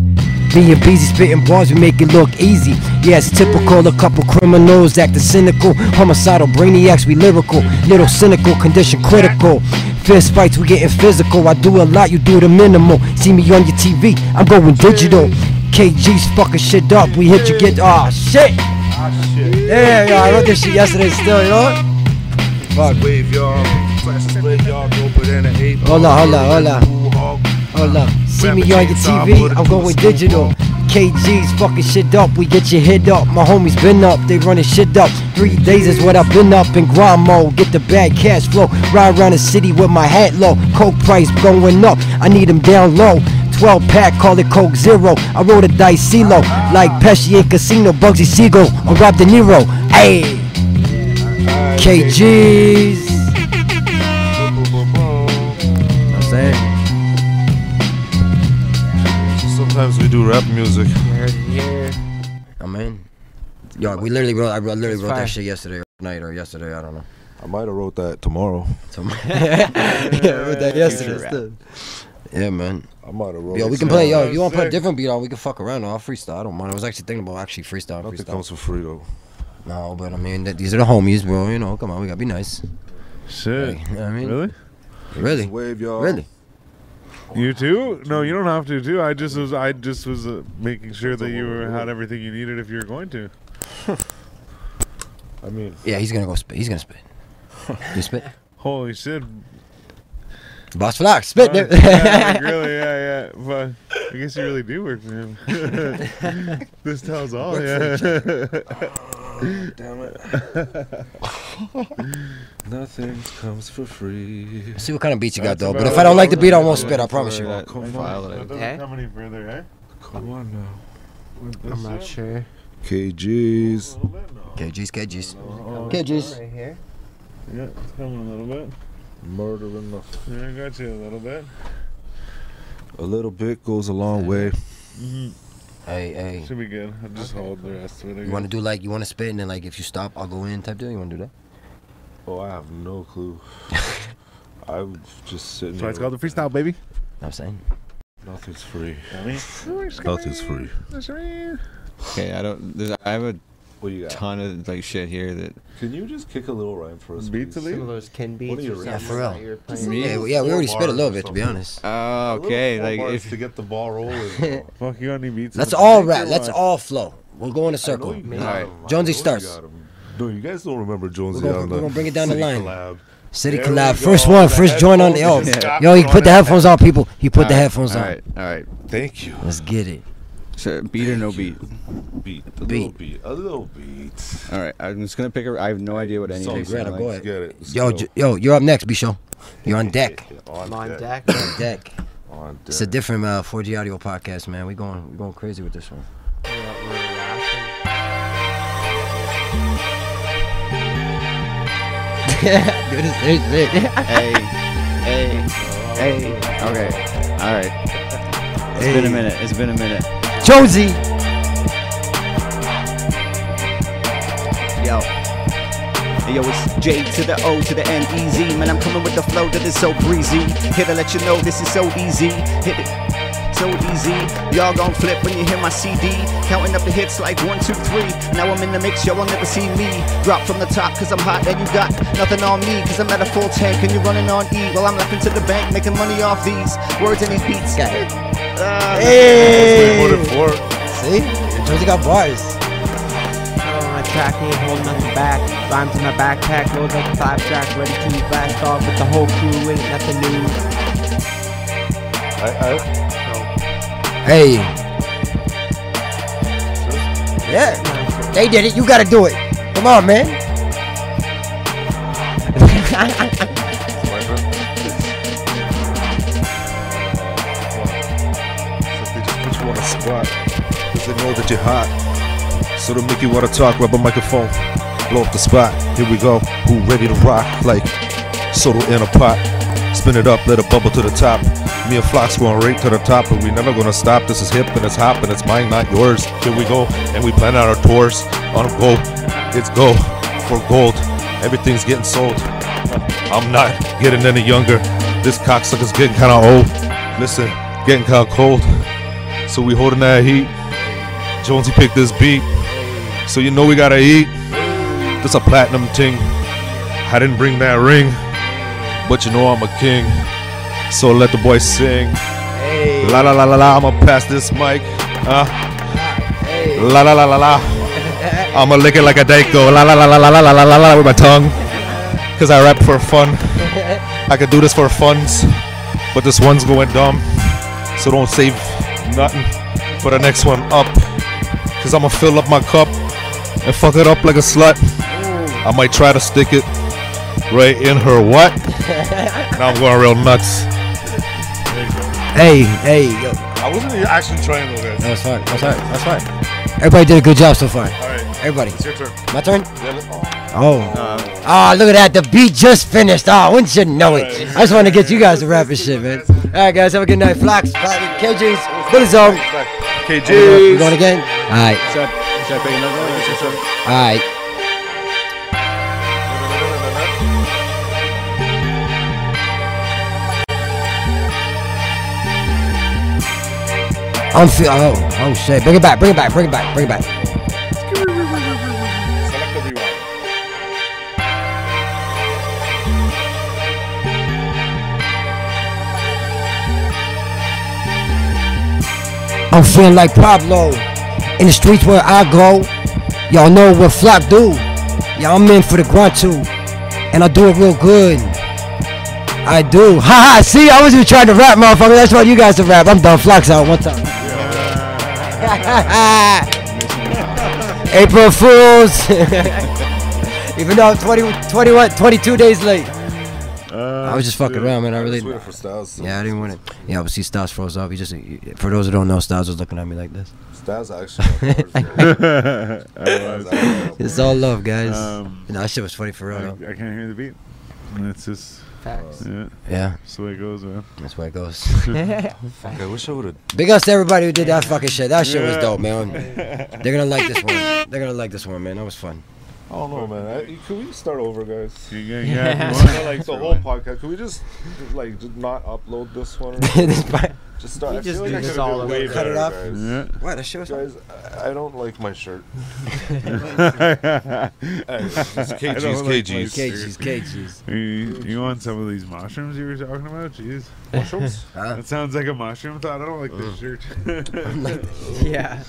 Being busy spitting bars, we make it look easy. Yeah, it's typical. A couple criminals acting cynical. Homicidal brainiacs, we lyrical. Little cynical, condition critical. Fist fights, we getting physical. I do a lot, you do the minimal. See me on your TV, I'm going digital. KG's fucking shit up. We hit you, get ah shit. Yeah, yeah, I wrote this shit yesterday still, you know what? Fuck.
Wave, y'all. Flash is lit, y'all. Doper than an ape.
Hold on, hold on, hold on.
Cool hog.
Hold up, see me
Rapper
on your
chainsaw, put
TV,
it
I'm
through
going
the
digital. KG's fucking shit up, we get your hit up. My homies been up, they running shit up. Three days is what I've been up in grind mode. Get the bad cash flow, ride around the city with my hat low. Coke price going up, I need them down low.
12 pack, call it Coke Zero. I roll the dice CeeLo, like Pesci in Casino, Bugsy Siegel, or Rob De Niro. Ayy, KGs. Know what I'm saying?
Sometimes we do rap music.
Heard it here.
I'm in. Yo, we literally wrote. I wrote- literally
It's
wrote
fire.
that shit yesterday or night or yesterday. I don't know.
I might have wrote that tomorrow.
So, [laughs]
[laughs]
yeah, I wrote that yesterday. Yeah, man.
I might have wrote.
Yo,
it
we can play.
tomorrow.
Yo, if you want to put a different beat on, we can fuck around. I'll freestyle. I don't mind. I was actually thinking about actually freestyle.
Nothing
freestyle.
comes for free though.
No, but I mean, th- these are the homies, bro. You know, come on, we gotta be nice.
Shit.
Like, you know what I mean,
Really?
really,
Just wave, y'all.
really.
You too? No, you don't have to too. I just was I just was uh, making sure that you were, had everything you needed if you were going to.
I mean,
Yeah, he's gonna go spit. He's gonna
[laughs]
spit. you spit.
Holy shit.
Boss Flock, spit.
Yeah,
nigga.
like, really, yeah, yeah. But I guess you really do work for him. [laughs] this tells all, yeah. [laughs]
[laughs]
nothing comes for free.
See what kind of beats you got
That's
though. But
about
if I don't
it.
like the beat, I won't spit. I promise you.
That file that I-
That doesn't
Eh?
come any further, eh?
Come on now.
I'm not sure.
KGs.
KGs, KGs,
Oh,
KGs.
here.
yeah, it's coming a little bit.
Murdering the.
Yeah, I got you a little bit.
A little bit goes a long way.
Hey, hey.
Should be good. I'll just hold the rest of it.
You want to do like you want to spit and then like if you stop, I'll go in type deal. You want to do that?
Oh, I have no
[laughs]
clue. I'm just sitting.
That's why it's
here.
called the freestyle, baby.
I'm saying.
Nothing's free.
Nothing's
Nothing's free.
Okay, I don't. there's- I have a
What you got?
ton of like shit here that
Can you just kick a little rhyme for us?
Beats
please?
elite?
Some of those Ken beats.
you
or
reckon?
something
Yeah, for
that
real.
you were playing.
me.
Yeah, well, yeah. We already spit a
bars
little
or
bit, to be
something.
honest.
Oh,
little
okay.
four
Like
bars
if
to get the ball rolling.
[laughs]
bro.
Fuck, you got any beats? in
Let's
the
all
back?
rap. Let's all flow. We'll go in a
I know
circle.
you
Maybe.
got
Alright.
'em. I
Jonesy
know you
starts.
got 'em. No, you guys don't remember Jonesy
We're gonna-
on
we're
the
gonna bring it down the
City
line.
Collab.
City
There we
collab.
go.
First one,
The
first joint on the yo.
headphones. Yeah.
Yo, you put the headphones on, people. He put the headphones
all
on.
right, all right.
Thank you.
Let's get it.
So beat or no beat?
Beat. A little
Beat.
beat. A little beat.
All right. I'm just gonna pick a. I have no idea what any of these
Greta,
sound
go
like.
ahead.
Get it. Let's
Yo,
go.
J- yo, you're up next, Bisho. You're on deck.
on
I'm on
deck.
deck.
deck.
On
It's a
deck.
different uh, 4G audio podcast, man. We going, we going crazy with this one.
[laughs]
Good as this shit.
Hey, hey, hey. Okay. All right. It's been a minute. It's been a minute.
Jonesy.
Yo. Yo, it's J to the O to the N E Z. Man, I'm coming with the flow that is so breezy. Here to let you know this is so easy. Hit it. So easy, y'all gon' flip when you hear my CD. Counting up the hits like one, two, three. Now I'm in the mix, y'all will never see me. Drop from the top, cause I'm hot and you got nothing on me. Cause I'm at a full tank and you're running on E. While I'm laughing to the bank, making money off these words and these beats.
Got it. [laughs]
Uh,
See? Jonesy got bars.
Follow Oh, my track, ain't holding nothing back. Rhymes in my backpack, loads like a five track, ready to blast off with the whole crew, ain't nothing new.
I,
Hey. Yeah. They did it. You gotta do it. Come on, man.
I, they just put you on the spot. Cause they know that you're hot. So they make you wanna talk, grab a microphone, blow up the spot. Here we go. Who ready to rock? Like soda in a pot. Spin it up, let it bubble to the top. Me and Flox going right to the top, but we never gonna stop. This is hip and it's hop and it's mine, not yours. Here we go, and we plan out our tours. On go, it's go for gold. Everything's getting sold. I'm not getting any younger. This cocksucker's getting kind of old. Listen, getting kind of cold. So we holding that heat. Jonesy picked this beat. So you know we gotta eat. This a platinum ting. I didn't bring that ring, but you know I'm a king. So let the boy sing. La la la la la, I'ma pass this mic. Uh, La la la la la. I'ma lick it like a Daiko. La la la la la la la la la la with my tongue. Cause I rap for fun. I could do this for funds, but this one's going dumb. So don't save nothing for the next one up. Cause I'ma fill up my cup and fuck it up like a slut. I might try to stick it
[laughs]
right in her what? now I'm going real nuts.
Hey, hey, yo.
I wasn't even actually trying though, guys.
That's fine. That's fine. That's fine.
Everybody did a good job so far.
All right.
Everybody.
It's your turn.
My turn?
Yeah, let- oh.
Oh. Ah, look at that. The beat just finished. Ah, wouldn't you know it? I just want to get you guys to rap and shit, man. All right, guys. Have a good night. Flax, Flax, KG's, Bullet Zone. Oh, We going again? All right.
Should I, should I pick another one?
All right. I'm feel. Oh, oh shit! Bring it back. Bring it back. Bring it back. Bring it back.
Select the rewind.
I'm feeling like Pablo in the streets where I go. Y'all know what Flock do. Y'all I'm in for the grunt too, and I do it real good. I do. Ha ha. See, I was even trying to rap, motherfucker. That's why you guys to rap. I'm done. Flock's out one time. [laughs] April Fools. [laughs] even though I'm 20, 21, 22 days late. I was just
Uh,
fucking around,
[laughs]
man. I really.
Twitter for Styles.
Yeah, I didn't want it.
Yeah, but see, Stas froze up. He just, for those who don't know, Stas was looking at me like this.
Styles actually.
[laughs]
Styles actually-
It's all love, guys.
Um,
no, that shit was funny for real.
I,
though.
I can't hear the beat. That's just
[laughs] Facts.
yeah,
Yeah,
that's the way it goes, man.
that's where it goes.
[laughs]
Fuck, I wish I would have.
Big ups to everybody who did that fucking shit. That shit was dope,
[laughs]
man. They're gonna like this one. They're gonna like this one, man. That was fun.
I don't know, man. I, could we start over, guys?
You, you, you have- you
You
want-
know, like the whole podcast. Could we just like just not upload
[laughs]
this one?
This part-
Just start.
We
I
just
feel
do
like I
this
could've
all
done
over.
way
Cut it
better,
off.
yeah.
what? That shit was.
Guys, Guys, I, I don't like my [laughs] shirt. Hey, it's
I
KG's,
don't like
KG's.
KG's, KG's.
You, [laughs] you want some of these mushrooms you were talking about? Jeez,
[laughs]
mushrooms?
Huh?
That sounds like a mushroom thought. I don't like this shirt. [laughs]
Yeah.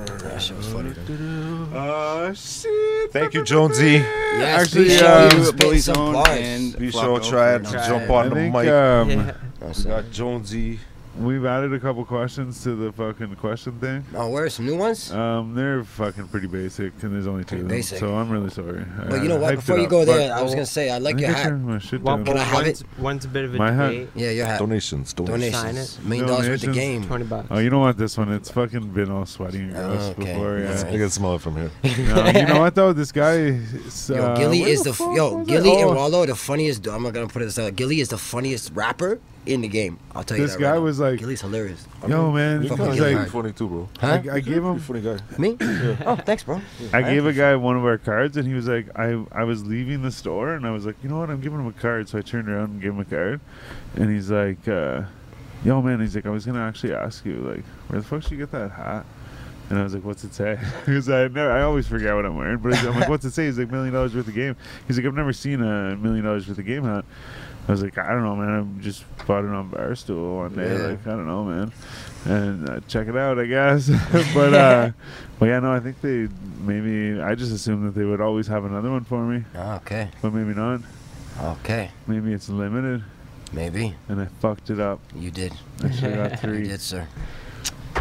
That shit was funny. Though.
uh, shit.
Thank you, Jonesy.
Yes,
Actually,
be
uh,
you
Blue
spit some
Zone
bars.
and
Be
Flock
sure
Oak.
try it.
Try
Jump
it.
on
I
the
think
mic.
um,
yeah.
we got Jonesy.
we've added a couple questions to the fucking question thing.
Oh, where are some new ones?
Um, they're fucking pretty basic, and there's only two of them.
Basic.
So I'm really sorry.
But
I
you know
hyped
what?
it
Before you
up,
go
but
there, I was gonna say I
I
like
think
your
I
hat.
turned my shit
One,
down.
I have
one's, one's a bit of a
My hat.
debate.
Yeah, your hat.
Donations.
Sign
Donations.
it.
Uh, Donations. Million dollars worth of
Donations.
game.
Twenty bucks.
Oh, you don't want this one. It's fucking been all sweaty and gross
Oh, okay.
before.
That's
Yeah.
I can smell it from here.
No, you know what
[laughs]
though? This guy. Is, uh,
Yo, Gilly
where
is
the
the f-
fuck
yo
was it?
Gilly and
Oh,
Wallow the funniest. I'm not gonna put it this out. Gilly is the funniest rapper in the game. I'll tell you
This
that.
guy
right now.
was like-
Gilly's hilarious.
Yo, man.
You're
fucking
I
kind
was
Gilly.
like,
of funny too, bro.
Huh?
I, I gave
You're a
him.
funny guy.
[clears throat]
Me? Oh, thanks, bro.
I gave a guy one of our cards, and he was like, "I I was leaving the store, and I was like, you know what? I'm giving him a card." So I turned around and gave him a card, and he's like, uh, "Yo, man," he's like, "I was gonna actually ask you, like, where the fuck did you get that hat?" And I was like, "What's it say?" [laughs] Because I never, I always forget what I'm wearing. But he's- I'm like, "What's it say?" He's like, million dollars worth of game." He's like, "I've never seen a million dollars worth of game hat." I was like, "I don't know, man. I just bought it on Barstool one day.
Yeah.
Like, I don't know, man." and uh, check it out, I guess. [laughs] but uh, but yeah, no, I think they maybe I just assumed that they would always have another one for me,
Okay,
but maybe not.
okay,
Maybe it's limited,
maybe
and I fucked it up.
you did.
I
[laughs]
should have got
You
three.
did, sir.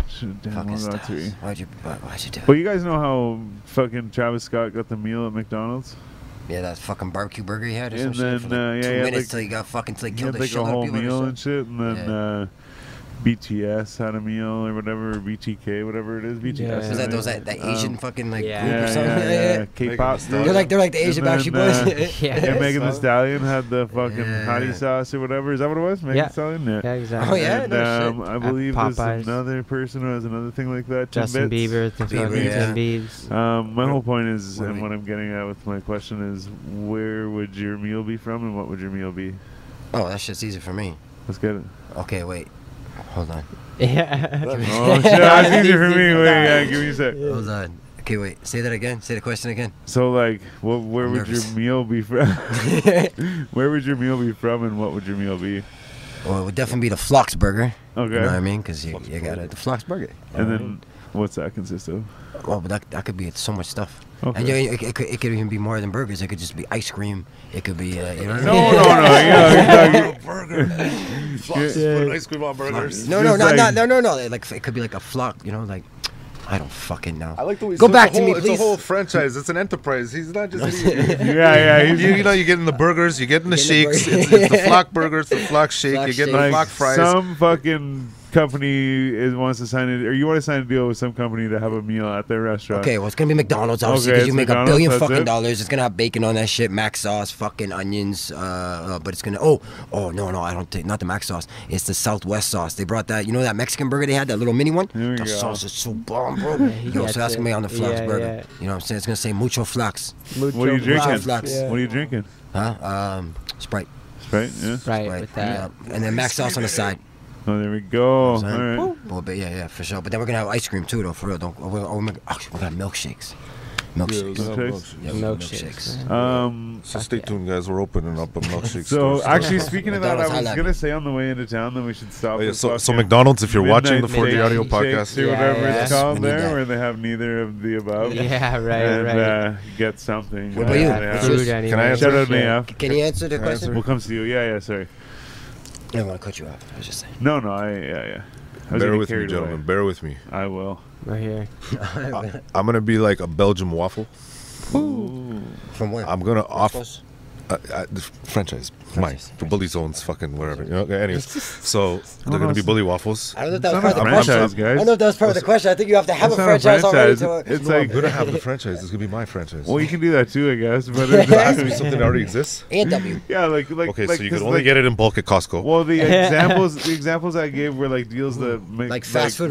Should have damn
Fucking
well got
stars.
three.
Why'd you, why, why'd you do
But
it?
you guys know how fucking Travis Scott got the meal at McDonald's?
Yeah, that fucking barbecue burger he had or
And
some shit.
then,
For
uh, yeah,
like two
he had,
minutes
like-
till he got fucking till he
He
killed
had
the
like a
shitload
whole
of people.
meal
or
and shit, and then
Yeah.
uh, BTS had a meal or whatever, or BTK, whatever it is. BTS.
Yeah.
Was that
anyway.
those that, that
Um,
Asian fucking like
yeah.
group or
yeah,
something?
yeah, yeah,
[laughs]
K-pop.
Making a
group.
They're like they're like the Asian
And
Backstreet
then, uh,
Boys.
[laughs]
yeah.
Yeah, Megan the
Solid.
Stallion had the fucking
Yeah.
hottie sauce or whatever. Is that what it was? Megan
Yeah.
Thee Stallion? Yeah.
Yeah,
Oh,
exactly.
yeah?
And,
no
um, I believe there's
Popeyes.
another person who has another thing like that. Tim
Justin
Bits.
Bieber, the fucking
Bieber, yeah.
Tim Biebs.
Um, my whole point is,
What do
and
we-
what I'm getting at with my question is, where would your meal be from, and what would your meal be?
oh, that shit's easy for me.
Let's get it.
Okay, wait. Hold on.
[laughs] Yeah.
Oh [laughs] shit, that's easy for me. Wait, yeah, give me a sec.
Hold on. Okay, wait. Say that again. Say the question again.
So, like, what, where
I'm
would
nervous.
your meal be from? [laughs] where would your meal be from, and what would your meal be?
Well, it would definitely be the Flox burger.
Okay.
You know what I mean? Because you, you got it. The Flox burger.
And then, what's that consist of?
Well, Oh, but that, that could be so much stuff.
Okay.
And yeah, it, it, could, it could even be more than burgers. It could just be ice cream. It could be, uh, you know what I
No, [laughs]
mean?
no, no. Yeah, you're
[laughs]
talking-
Flops, put ice cream on burgers.
No, no,
Just
no, no,
like-
no, no, no. Like it could be like a flock, you know, like I don't fucking know.
I like the way
Go
so it's
back
a
to
whole-
me,
It's
please.
a whole franchise. It's an enterprise. He's not
[laughs]
just.
yeah, he's-
you, you know, you're getting the burgers, you're getting the
Getting the
shakes.
burger-
it's, it's the flock burgers, the flock shake.
Flock
you're getting the
shake.
like
flock fries.
some fucking company is wants to sign it, or you want to sign a deal with some company to have a meal at their restaurant.
Okay, well, it's gonna be McDonald's, obviously,
Okay,
because
it's
you make
McDonald's,
a billion
that's
fucking
it.
dollars. It's gonna have bacon on that shit, mac sauce, fucking onions. Uh, uh, but it's gonna oh oh no no I don't think not the mac sauce. It's the Southwest sauce. They brought that you know that Mexican burger they had that little mini one.
There we
the
go.
sauce is so bomb,
[laughs]
bro. Yo,
gets
so that's
it.
gonna be on the flax
Yeah,
burger.
yeah.
You know what I'm saying? It's gonna say mucho flax,
What are you drinking?
Flax.
What are you drinking?
huh? Um, Sprite.
Sprite. Yeah.
Right,
Sprite.
with that.
yeah. And then mac sauce on the side.
Oh, there we go. All
Son.
right.
Well, but yeah, yeah, for sure. But then we're gonna have ice cream too, though, for real. Don't. Oh, we're, oh, we're, gonna- oh, we're gonna have milkshakes. Milkshakes.
Yeah,
Okay.
Yeah,
Milkshakes, man.
Um.
So stay tuned, guys. We're opening up a milkshake
So
store.
[laughs]
actually, speaking of that, I
McDonald's
was
highlight.
gonna say on the way into town that we should stop.
Oh, yeah,
at
so, so
fucking
McDonald's, if you're watching the
Midnight
4D Audio
Shakes, Shakes,
podcast,
or
Yeah,
whatever
yes,
it's called
we need
there,
that.
where they have neither of the
[laughs]
above.
Yeah, right,
and,
right.
Uh, get something.
What about you?
Yeah.
What's
Food
yours?
anyway.
I answer?
Shout out Naya.
Can you answer the question?
We'll come see you. Yeah, yeah. Sorry.
I didn't want to cut you off. I was just saying.
No, no. I yeah, yeah. I was
bear
getting
with me,
carried away.
gentlemen. Bear with me.
I will.
Right here.
I'm gonna be like a Belgian waffle.
From where?
I'm gonna off
Waffles?
uh, uh, the f- franchise, mine, the Bully Zones, fucking wherever. You know, okay, anyways, so they're gonna be Bully Waffles.
I don't know if that
It's
was
not
part
a
of the
franchise,
question.
guys.
I don't know if that was part of the question. I think you have to have a
It's not a
franchise already.
franchise.
To,
It's
No, I'm
like
gonna have the franchise. It's gonna be my franchise.
well, you can do that too, I
[laughs]
guess. But
[laughs]
[laughs]
Has to be something that already exists.
and W.
yeah, like like
Okay,
like,
so you
'cause,
can only
like,
get it in bulk at Costco.
Well,
[laughs]
the examples the examples I gave were like deals that make,
Like fast food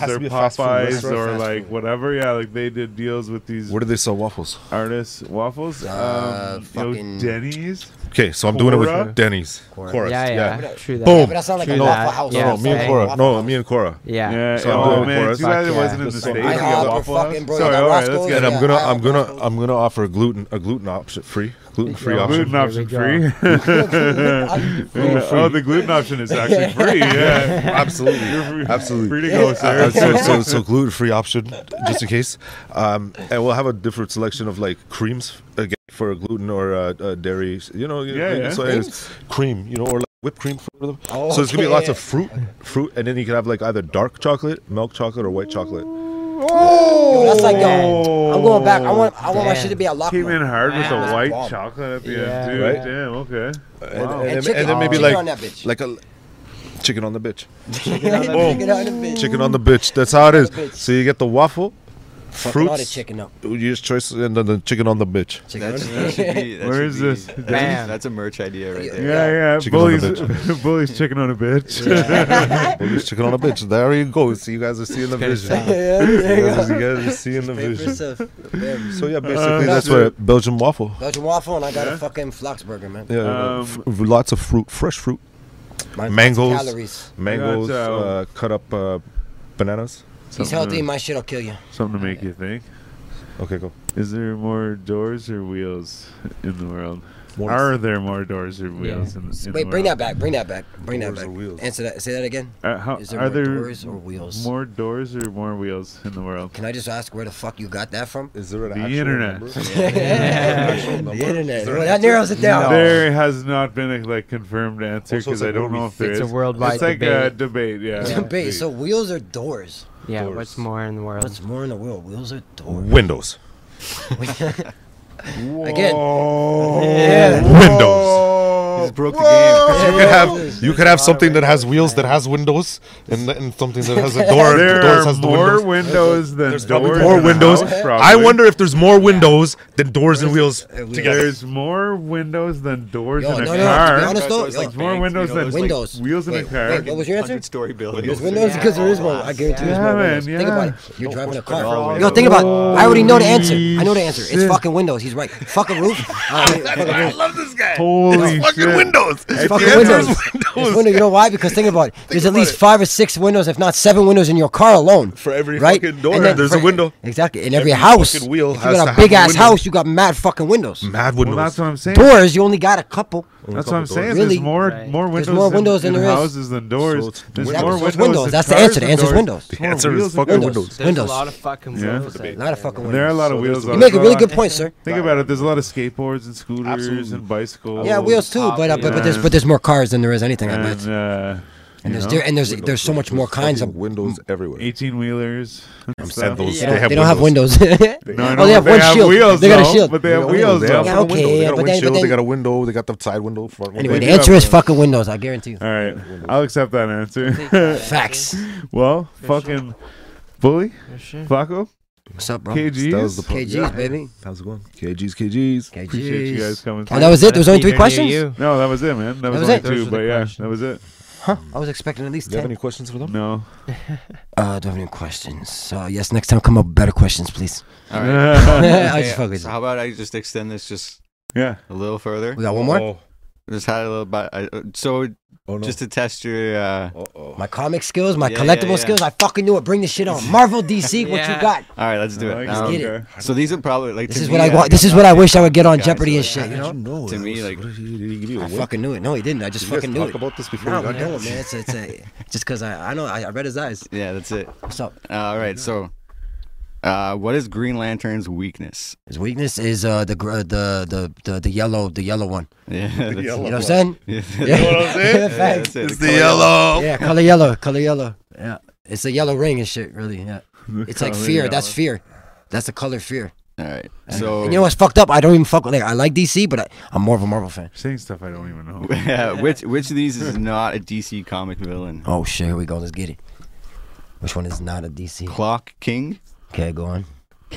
restaurants.
Has to
or
be a fast food
Popeyes
restaurant,
or
fast
like
food.
whatever. Yeah, like they did deals with these
Where do they sell waffles?
artists waffles. Um,
Uh,
you know,
fucking-
Denny's.
Okay, so I'm doing it
Cora?
with Denny's.
Cora.
Cora.
Yeah, yeah,
yeah.
True that.
Boom.
But that sounds like a
True
Waffle
that.
House.
No,
Yeah,
no, me and
same.
Cora. No, me and Cora.
Yeah.
Yeah.
So I'm
oh
doing
man,
Cora's.
too bad it
Fuck
wasn't
yeah.
in the
So
states.
I
You
have
got
a
Waffle
fucking
House?
bro,
Sorry,
the
all right, let's
Roscoe's
get
And I'm
Yeah,
gonna,
I have
I'm gonna,
waffles.
I'm gonna offer gluten, a gluten option, free, gluten free
Yeah.
option.
gluten
Here
option
we go.
free. [laughs] oh, the gluten option is
[laughs]
actually free. Yeah,
Absolutely.
You're free,
Absolutely.
free to go, sir.
Uh, so, so, so gluten free option, just in case. Um, and we'll have a different selection of like creams again for gluten or uh, uh, dairy. You know, you-
Yeah, yeah.
so it's cream, you know, or like whipped cream for them.
Oh,
so it's gonna be
okay.
lots of fruit, fruit, and then you can have like either dark chocolate, milk chocolate, or white chocolate.
Yo, that's like yo. I'm going back. I want. I want my
Damn.
shit to be a lot.
Came in hard with the
Wow.
white
Bomb.
chocolate at the end,
Yeah.
dude.
Right?
Damn, okay.
And,
Wow.
and,
And
and,
chicken-
then maybe
chicken
like
on that bitch.
like a chicken on the bitch.
Chicken on the bitch.
Chicken on the bitch. That's how it
on
is.
the bitch.
So you get the waffle,
Fucking all the
fruits,
chicken up.
you just choice, and then the chicken on the bitch.
Chicken.
That's,
on the
that should [laughs] be, that
Where
should
is
be-
this?
That's,
Damn.
that's a merch idea right there.
Yeah, yeah.
Chicken on a
Bully's, [laughs] bully's chicken on a bitch. [laughs]
Well, just chicken on a bitch. There you go. So you guys are seeing the vision. You guys, you guys are seeing [laughs] the
bitch.
vision.
Stuff. Damn.
So yeah, basically that's what a Belgian waffle.
Belgian waffle and I got a fucking flax burger, man.
Yeah,
Um,
f- lots of fruit, fresh fruit,
Mine's
Mangoes.
Calories.
mangoes,
Got, uh,
uh, cut up uh, bananas.
He's healthy. My shit'll kill you.
Something to make you think.
Okay, go.
Is there more doors or wheels in the world?
Once.
Are there more doors or wheels in, the- in
Wait,
the
bring that
world?
back. Bring that back. Bring that
Doors
back.
or wheels?
Answer that. Say that again.
Uh, how,
Is there
are
more
there
doors or wheels?
more doors or more wheels in the world?
Can I just ask where the fuck you got that [laughs] from?
Is there an
The
actual
internet.
number?
the internet. Well, that narrows it down.
There has not been a like confirmed answer
Also, it's
because I
like, what
don't
do we
know if there
It's
is.
a worldwide
It's like
debate.
a debate. Yeah.
It's a base. So wheels are doors.
Yeah, what's more in the world?
What's more in the world? Wheels are
[laughs]
doors.
Windows.
[laughs] Again.
Whoa.
Windows.
[laughs]
Just broke the game.
You could have you could have something that has wheels that has windows, and, and something that
[laughs]
has a door. and
There
the doors
are
has the
more
windows.
windows than
There's probably
doors.
more
in a
windows.
house,
I
probably.
wonder if there's more windows than doors and wheels
Uh,
together.
There's more windows than doors
Yo,
in a
no, no, no.
car.
To be honest, though,
It's
yo,
like
There's more
banks,
windows
you know,
than
there's like
windows.
wheels in a
wait,
car.
Wait, what was your answer?
100 story buildings.
There's windows because there is one. I guarantee there's
Yeah,
more windows.
man,
Think about
yeah.
it. You're driving a
for all
car.
windows.
Yo, think about it. I already know the answer. I know the
Holy
answer. It's
shit.
fucking windows. He's right. Fuck a roof. Uh, I mean, fuck a roof.
Holy
Fucking
shit.
windows.
It's fucking windows. It's window. You know why? Because think about it. There's at least five or six windows, if not seven windows, in your car alone.
For every
right?
fucking door,
And then
there's a window.
Exactly. In every,
Every
house,
fucking wheel
if you
has to
got a
have a
big ass
window.
house, you got mad fucking windows.
Mad
Well,
windows.
that's what I'm saying.
Doors, you only got a couple.
That's what I'm saying.
Really?
There's more
Right.
more windows,
There's more windows
in,
than
in
there is.
houses than doors.
So it's
There's
windows.
more
It's
windows.
windows.
in
That's the
cars
answer. The
than
answer is
doors.
windows.
There's
The
more
answer is
wheels than
fucking
doors.
windows.
There's
windows.
a lot of fucking
Yeah.
windows. out
Not a fucking window.
There are a lot of
So
wheels.
there's-
out
You make a
there.
really good point, sir.
Think about it. There's a lot of skateboards and scooters
Absolutely.
and bicycles.
Yeah, wheels too, but, uh, but but there's but there's more cars than there is anything. I bet.
And, uh,
And
You
there's
know?
there, and there's there's so much more kinds of
windows everywhere.
Eighteen wheelers.
I'm saying those.
They don't- they don't have windows. [laughs] Oh,
No, no,
they have
they
one
have
shield.
wheels,
They got a
though,
shield.
but they have
got
wheels,
They, have
though.
front
Yeah, okay,
windows. they
yeah,
got
but
a
then-
windshield.
but
They
then-
got a window. They got the side window. Front window.
Anyway,
They
the
do have
answer is
those.
fucking windows. I guarantee you.
All right, I'll accept that answer.
Facts.
[laughs] well, fucking bully,
[laughs]
Flacco,
What's up, bro?
That
KG's.
was the pro-
KGs,
yeah.
baby.
How's it going? KGs, KGs.
KGs.
Appreciate you guys coming.
Oh, that was it. There was only three
Either near
questions.
you.
No, that was it, man. That was,
was
only
it.
Those were
two,
the
but yeah,
questions.
that was it.
I was expecting at least
Do you have
ten.
any questions for them?
No.
Uh, do you have any questions? So yes, next time come up with better questions, please.
[laughs]
All right.
yeah.
[laughs] I
[laughs] Okay,
just fuck with
so
you.
how about I just extend this just
Yeah.
a little further?
We got one more.
Oh,
Just had a little bit. I- uh, So
oh no.
just to test your. Uh, all
My comic skills, my
Yeah, yeah,
collectible
yeah.
skills. I fucking knew it. Bring this shit
[laughs]
on. Marvel, DC. What you
Yeah.
got?
right, let's do it.
Like,
Um,
get it.
okay.
so these are probably like.
This
to
is
me,
what I want. This is what I wish I would get on Jeopardy and shit. You know.
know,
To
that
me,
was-
like-
what did he, did he give you a
I
wink?
fucking knew it. No, he didn't. I just
Did you guys
fucking knew
talk
it.
about this before
No,
we
we
got
know it,
here?
man. It's, it's a, just because I, I know I, I read his eyes.
Yeah, that's it.
What's up?
All right, so. Uh, what is Green Lantern's weakness? [laughs]
His weakness is uh the gr- uh, the the the, the yellow the yellow one.
Yeah, that's
You know
yellow
what I'm
[laughs]
saying?
Yeah,
Yeah,
that's
[laughs] facts.
it.
the yellow.
Yeah, color yellow, color yellow. Yeah, it's a yellow ring and shit. Really, yeah. It's like fear. That's fear. That's the color fear.
All right, so
And you know what's fucked up? I don't even fuck with like I like DC, but I, I'm more of a Marvel fan.
Saying stuff I don't even know.
[laughs]
Yeah, [laughs] which which of these is not a DC comic villain?
Oh shit, here we go. Let's get it. Which one is not a DC?
Clock King,
Okay, go on.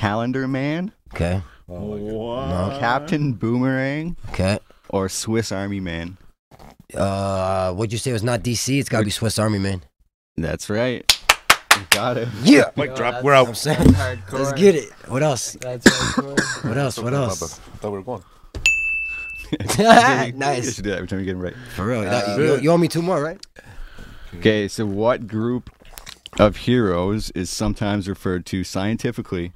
Calendar Man,
Okay,
What?
Captain Boomerang,
okay.
or Swiss Army Man?
Uh, what'd you say was not DC? It's gotta be Swiss Army Man.
That's right. You Got it.
Yeah,
Mic drop.
that's-
We're
I'm
out.
saying.
Hardcore.
Let's get it. What else?
That's hardcore.
What else? What else?
I thought we were going.
You
nice.
should do that every time you get it right.
For real. you, you owe me two more, right?
Okay, so what group of heroes is sometimes referred to scientifically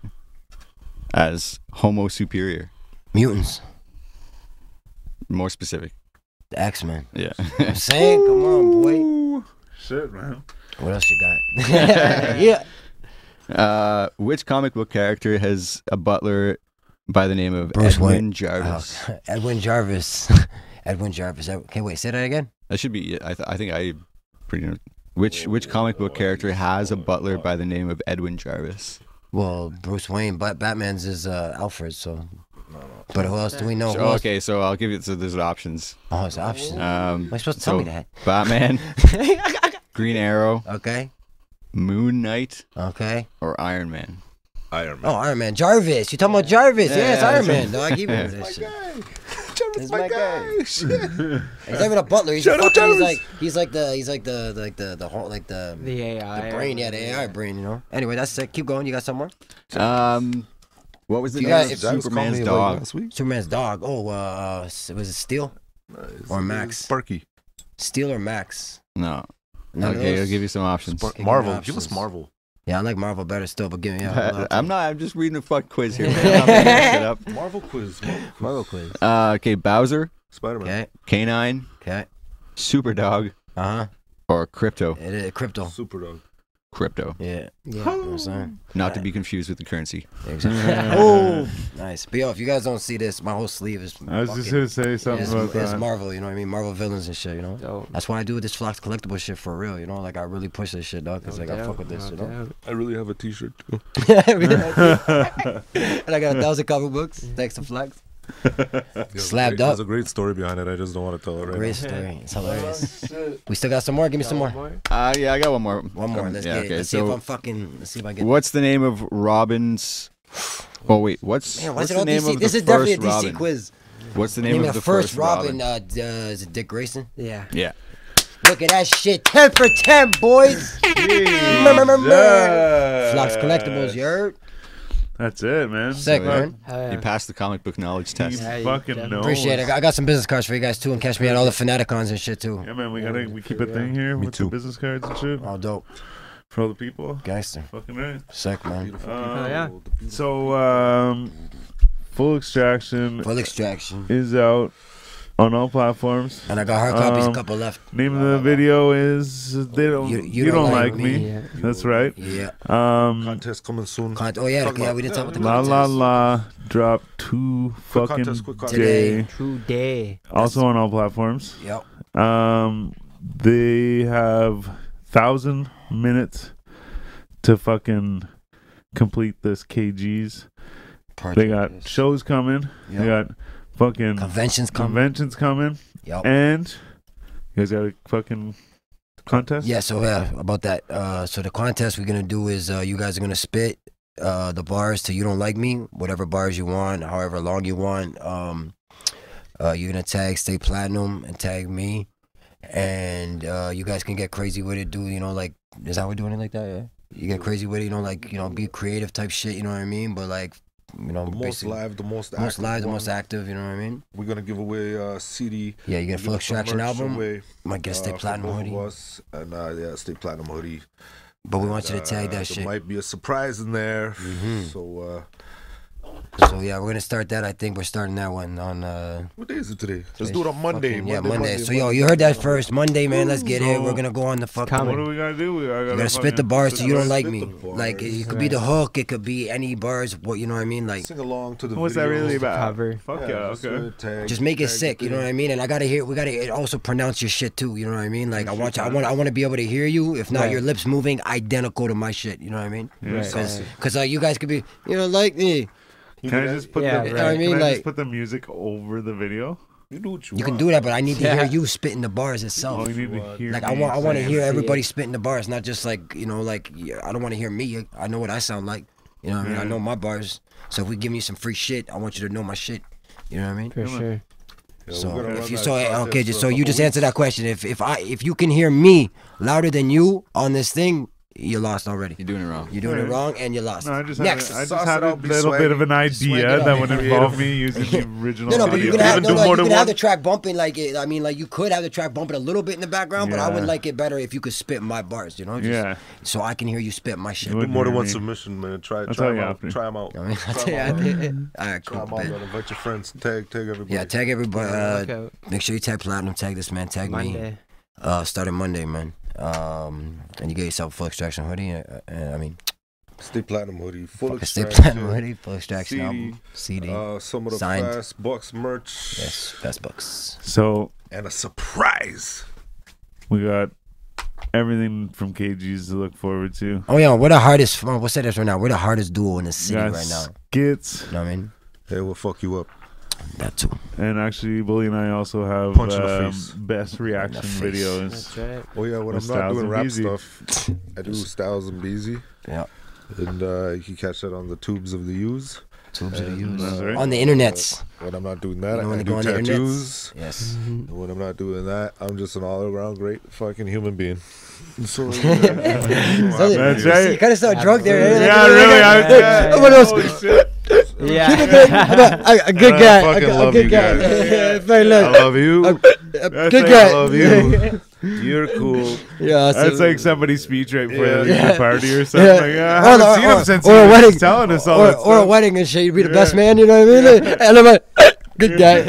as Homo superior?
Mutants.
More specific.
The X Men. [laughs]
Yeah. [laughs]
I'm saying, come on, boy.
Shit, man.
What else you got? [laughs] yeah.
Uh, which comic book character has a butler by the name of
Bruce
Edwin
Wayne.
Jarvis?
Oh, Edwin Jarvis. [laughs] Edwin Jarvis. Ed- Okay, wait. Say that again.
That should be. it. I, th- I think I pretty. Much, which which comic book character has a butler by the name of Edwin Jarvis?
Well, Bruce Wayne, but Batman's is uh, Alfred. So. But who else do we know?
So,
Who else-
okay, so I'll give you. So there's options.
Oh, it's option.
Um,
Am I supposed to
so
tell me that? [laughs]
Batman, Green Arrow,
Okay.
Moon Knight,
Okay.
or Iron Man.
Iron Man.
Oh, Iron Man. Jarvis. You talking about Jarvis? Yeah, it's
Yeah,
Iron
that's
Man.
right.
dog. I give him this shit.
Jarvis,
Oh
my
my guy. Shit.
He's not even a butler. He's,
Shadow
fucking, he's
Jarvis.
like he's like the he's like the like the the whole like the
The AI.
the brain, yeah, the AI brain, you know. Anyway, that's it. Keep going. You got some more?
Um, what was the
You
name
guys-
of
if
Jarvis called
Superman's
me, like,
dog?
last week.
Superman's dog. Oh, uh, s- was it Steel or Max?
Sparky.
Steel or Max?
No.
None of
okay,
those?
I'll give you some options.
Spark-
Give me
Marvel.
options.
Give us Marvel.
Yeah, I like Marvel better still, but give [laughs]
[laughs]
me yeah,
Uh,
well,
I'm not. I'm just reading a fuck
[laughs]
quiz here. Man. I'm not making this shit up.
Marvel quiz.
Marvel quiz.
Uh, okay, Bowser,
Spider Man.
Okay,
Canine,
okay.
Superdog,
Uh huh.
or Crypto.
It is crypto.
Super dog.
Crypto,
Yeah.
Yeah.
You know what I'm [laughs] saying?
not to be confused with the currency.
Exactly. oh, [laughs] nice. But yo, if you guys don't see this, my whole sleeve is.
I was
fucking-
just gonna say something
it's,
about
it's
that.
Marvel, you know what I mean? Marvel villains and shit, you know?
Dope.
That's why I do this Flox collectible shit for real, you know? Like, I really push this shit, dog, because, like, I fuck with this, you know?
I really have a t shirt
[laughs]
too.
[laughs] and I [laughs] got a thousand comic books thanks to Flox. Slabbed up.
There's a great story behind it. I just don't want to tell it right
Great [laughs]
now.
story. It's hilarious. we still Oh, got some more? Give me some more.
Uh, yeah, I got one more.
One more. Let's
yeah,
get
okay.
it. Let's see if I'm
so,
fucking. Let's see if I get
what's the name of Robin's? Oh wait, what's
Man, why
what's
is it
the
all
name
DC?
of
This
the
is definitely a
first
DC
Robin?
quiz.
What's the
Name,
name,
of the first, Robin,
Robin?
Uh, d- uh, is it Dick Grayson?
Yeah.
yeah.
Look at that shit. 10 for 10, boys. Flox collectibles, you heard?
That's it, man.
Sick,
Fuck,
man.
Hell yeah.
You passed the comic book knowledge test.
Yeah,
You
you
fucking
definitely-
know.
Appreciate it. I got some business cards for you guys too, and catch me at all the Fanaticons and shit too.
Yeah, man. We gotta we keep a thing here with the
too.
business cards and shit
All dope,
for all the people.
gangster,
Fucking right.
sick man.
Hell yeah.
So, um, full extraction
Full extraction,
is out on all platforms.
and I got hard copies,
Um,
a couple left.
Name of the video is "They Don't
You- you
You,
don't
don't,
like
Like Me."
Me.
That's right.
Yeah.
Um,
Contest coming soon.
Con- oh yeah, yeah. We didn't talk about the
La La
contest.
La dropped two
Quick
fucking
contest, quick contest.
day.
True day.
Also on all platforms.
Yep.
Um, they have thousand minutes to fucking complete this KGs. They got shows coming. They got fucking
Conventions coming.
Conventions coming.
Yup.
And you guys got a fucking contest.
Yeah, so yeah, about that. Uh, so the contest we're gonna do is uh, you guys are gonna spit uh, the bars to "You Don't Like Me," whatever bars you want, however long you want. Um, uh, you're gonna tag Stay Platinum and tag me, and uh, you guys can get crazy with it. Do you know like is how we're doing it like that? Yeah, you get crazy with it. You know like you know be creative type shit. You know what I mean? But like you know
The most
basically-
live, the most active.
most live, the most
one.
active. You know what I mean?
We're gonna give away a CD.
Yeah, you get a
We're
full
gonna give
extraction
merch
album.
away,
Might get a Stay
for
Platinum
both of
hoodie.
us. and uh, yeah, Stay Platinum hoodie.
But we want you to tag that
Uh, there
shit. Mm-hmm. Hmm.
might be a surprise in there. So uh,
So yeah, we're gonna start that. I think we're starting that one on. Uh,
what day is it today? Let's do it on Monday.
fucking- yeah, Monday. so yo, you heard that first Monday, man. Let's get it. We're gonna go on the fucking.
What
coming.
You
do we gotta do? We gotta,
gotta spit the
fucking-
bars so you don't
Spit
like
the
me.
bars.
Like it, could be the hook. It could be any bars. What you know what I mean? Like
Sing along to the.
What's that
videos.
really
Uh,
about?
cover.
Fuck yeah,
Yeah, just, uh,
okay.
tag-
just make it
tag the
sick. You know
thing.
what I mean? And I gotta hear. We gotta also pronounce your shit too. You know what I mean? Like I want. You, I want. I want to be able to hear you. If not,
Right.
your lips moving identical to my shit. You know what I mean?
Right,
Cause,
right.
'cause, like you guys could be. You know, like me.
Can I just put
Yeah,
the?
right. I
can
mean,
I
like-
just put the music over the video?
You do what you,
You can
want.
do that, but I need to hear
Yeah.
you spitting the bars itself.
Oh, you need to hear.
Like I
me
want, I want to
saying
hear
See
everybody
it.
spitting the bars, not just like you know, like yeah, I don't want to hear me. I know what I sound like. You know, what I mean, I
Yeah.
know my bars. So if we give you some free shit, I want you to know my shit. You know what I mean?
For sure.
Yeah, we're
So
gonna
if
run
you
that
so
contest
okay,
for
just
a
so you
couple
just answer that question. If if I if you can hear me louder than you on this thing, you're lost already.
You're doing it wrong.
You're doing it
Alright.
wrong and you're lost.
No, I just
Next.
had, a, I just
Sauce
had
it
a
up, be
little bit of an
swaggy. Swag it
idea
up,
that
be
would involve me using
[laughs]
the original
No, no, but
audio.
you can have,
do
no, no,
more
you
than
can have
one?
the track bumping like it. I mean, like you could have the track bumping a little bit in the background, but I would
Yeah.
like it better if you could spit my bars. You know, just,
Yeah.
So I can hear you spit my shit.
You
Do
would
more than
hear
one
me.
submission, man. Try,
That's
try
how
them
you
out.
have to.
Try them out.
I mean, I
Try
did-
'em
I
out.
did. All right,
Try
cool.
'em out,
bet.
man. Invite your friends. Tag, tag everybody.
Yeah, tag everybody. Uh,
Okay.
Make sure you tag Platinum, tag this man, tag me.
Monday.
Uh, starting Monday, man. Um, and you get yourself a full extraction hoodie. Uh, and, I mean,
Stay platinum hoodie. Full
fucking stay
extraction.
Platinum hoodie, full extraction
CD.
album, CD.
Uh, some of the
Signed.
fast box merch.
yes, best books.
So
And a surprise.
we got everything from KGs to look forward to.
Oh yeah, we're the hardest. oh, What's that is right now? We're the hardest duo in the
We
city
got
right now.
skits,
You know what I mean?
Hey, we'll fuck you up.
That too.
and actually, Bully and I also have
Punch in the
um,
face.
best reaction
face.
That's
videos.
right.
Oh yeah, when
With
I'm not
Styles
doing
and
rap
Beezy.
stuff, I do Styles and Beezy,
Yeah.
and uh, you can catch that on the tubes of the U's.
Tubes of the
And,
use.
That's right.
On the internets.
When I'm not doing that,
You know, when
I
they go
do
on the internets.
tattoos.
Yes.
And when I'm not doing that, I'm just an all-around great fucking
[laughs]
human being. So, [laughs] yeah.
So
That's
you-
right.
you kind of sound drunk there.
[laughs] Yeah, really. I, yeah.
What else? [laughs]
Holy shit.
Yeah. [laughs]
[laughs]
A good
I
guy.
fucking
a- a
love
good
you
guy. [laughs]
guys.
Very
I
nice.
love you.
A
That's
Uh, Good
like-
guy.
I
[laughs]
love you. You're cool.
Yeah, so-
That's like somebody's speech right before
Yeah.
they leave the party or something. Like, yeah,
Or-
I haven't
or-
seen him
or-
since
or a
he was
wedding.
telling us all
or,
that
or a
stuff.
wedding and shit. You'd be the best
Yeah.
man, you know what I mean? [laughs] And I'm like, good
[laughs]
guy. [laughs]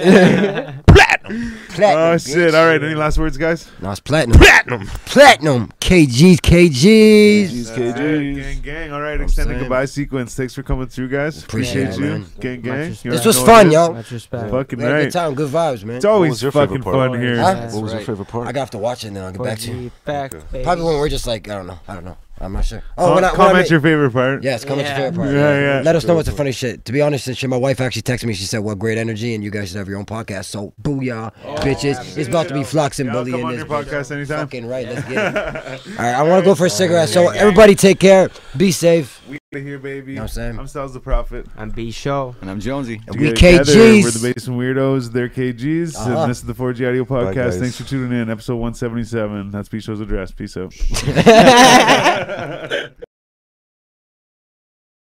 platinum. Platinum.
Oh shit! All right, any last words, guys?
No, it's platinum. Platinum. Platinum. KGs, KGs.
These
All right,
KGs.
gang, gang. All right, extended
saying.
goodbye sequence. Thanks for coming through, guys.
Appreciate
Appreciate
it,
you,
man.
gang, gang.
This
You
This
already
was
know what
fun,
it is.
yo.
Much respect.
Fucking
We had a good
right.
time. Good vibes, man.
It's always
was your
fucking
favorite part?
fun here.
Huh?
That's
What was your
right.
favorite part?
I got to watch it and then I'll get back to you.
Be back, baby.
Probably when we're just like, I don't know. I don't know. I'm not sure.
Com-
Oh, when I, when I
comment
make-
your favorite part.
Yes, comment
Yeah.
your favorite part.
Yeah, yeah.
Let us know what's the funny shit. To be honest, and shit, my wife actually texted me. She said, "Well, great energy, and you guys should have your own podcast." So, booyah, Oh, bitches! It's about to be Flux and
Oh, Yeah, I'll
Bully
come
in
on
this.
your podcast anytime.
Fucking right. Let's get
[laughs]
it. All right, I want to go for a cigarette. So everybody, take care. Be safe.
We outta here, baby.
know what I'm saying?
I'm Styles the Prophet.
I'm B Show.
And I'm Jonesy.
And we
Together, We're
KGs.
the Basement Weirdos. They're KGs.
Uh-huh.
And this is the 4G Audio Podcast.
guys.
Thanks for
[laughs]
[laughs] tuning in. Episode 177. That's P Show's address. Peace out.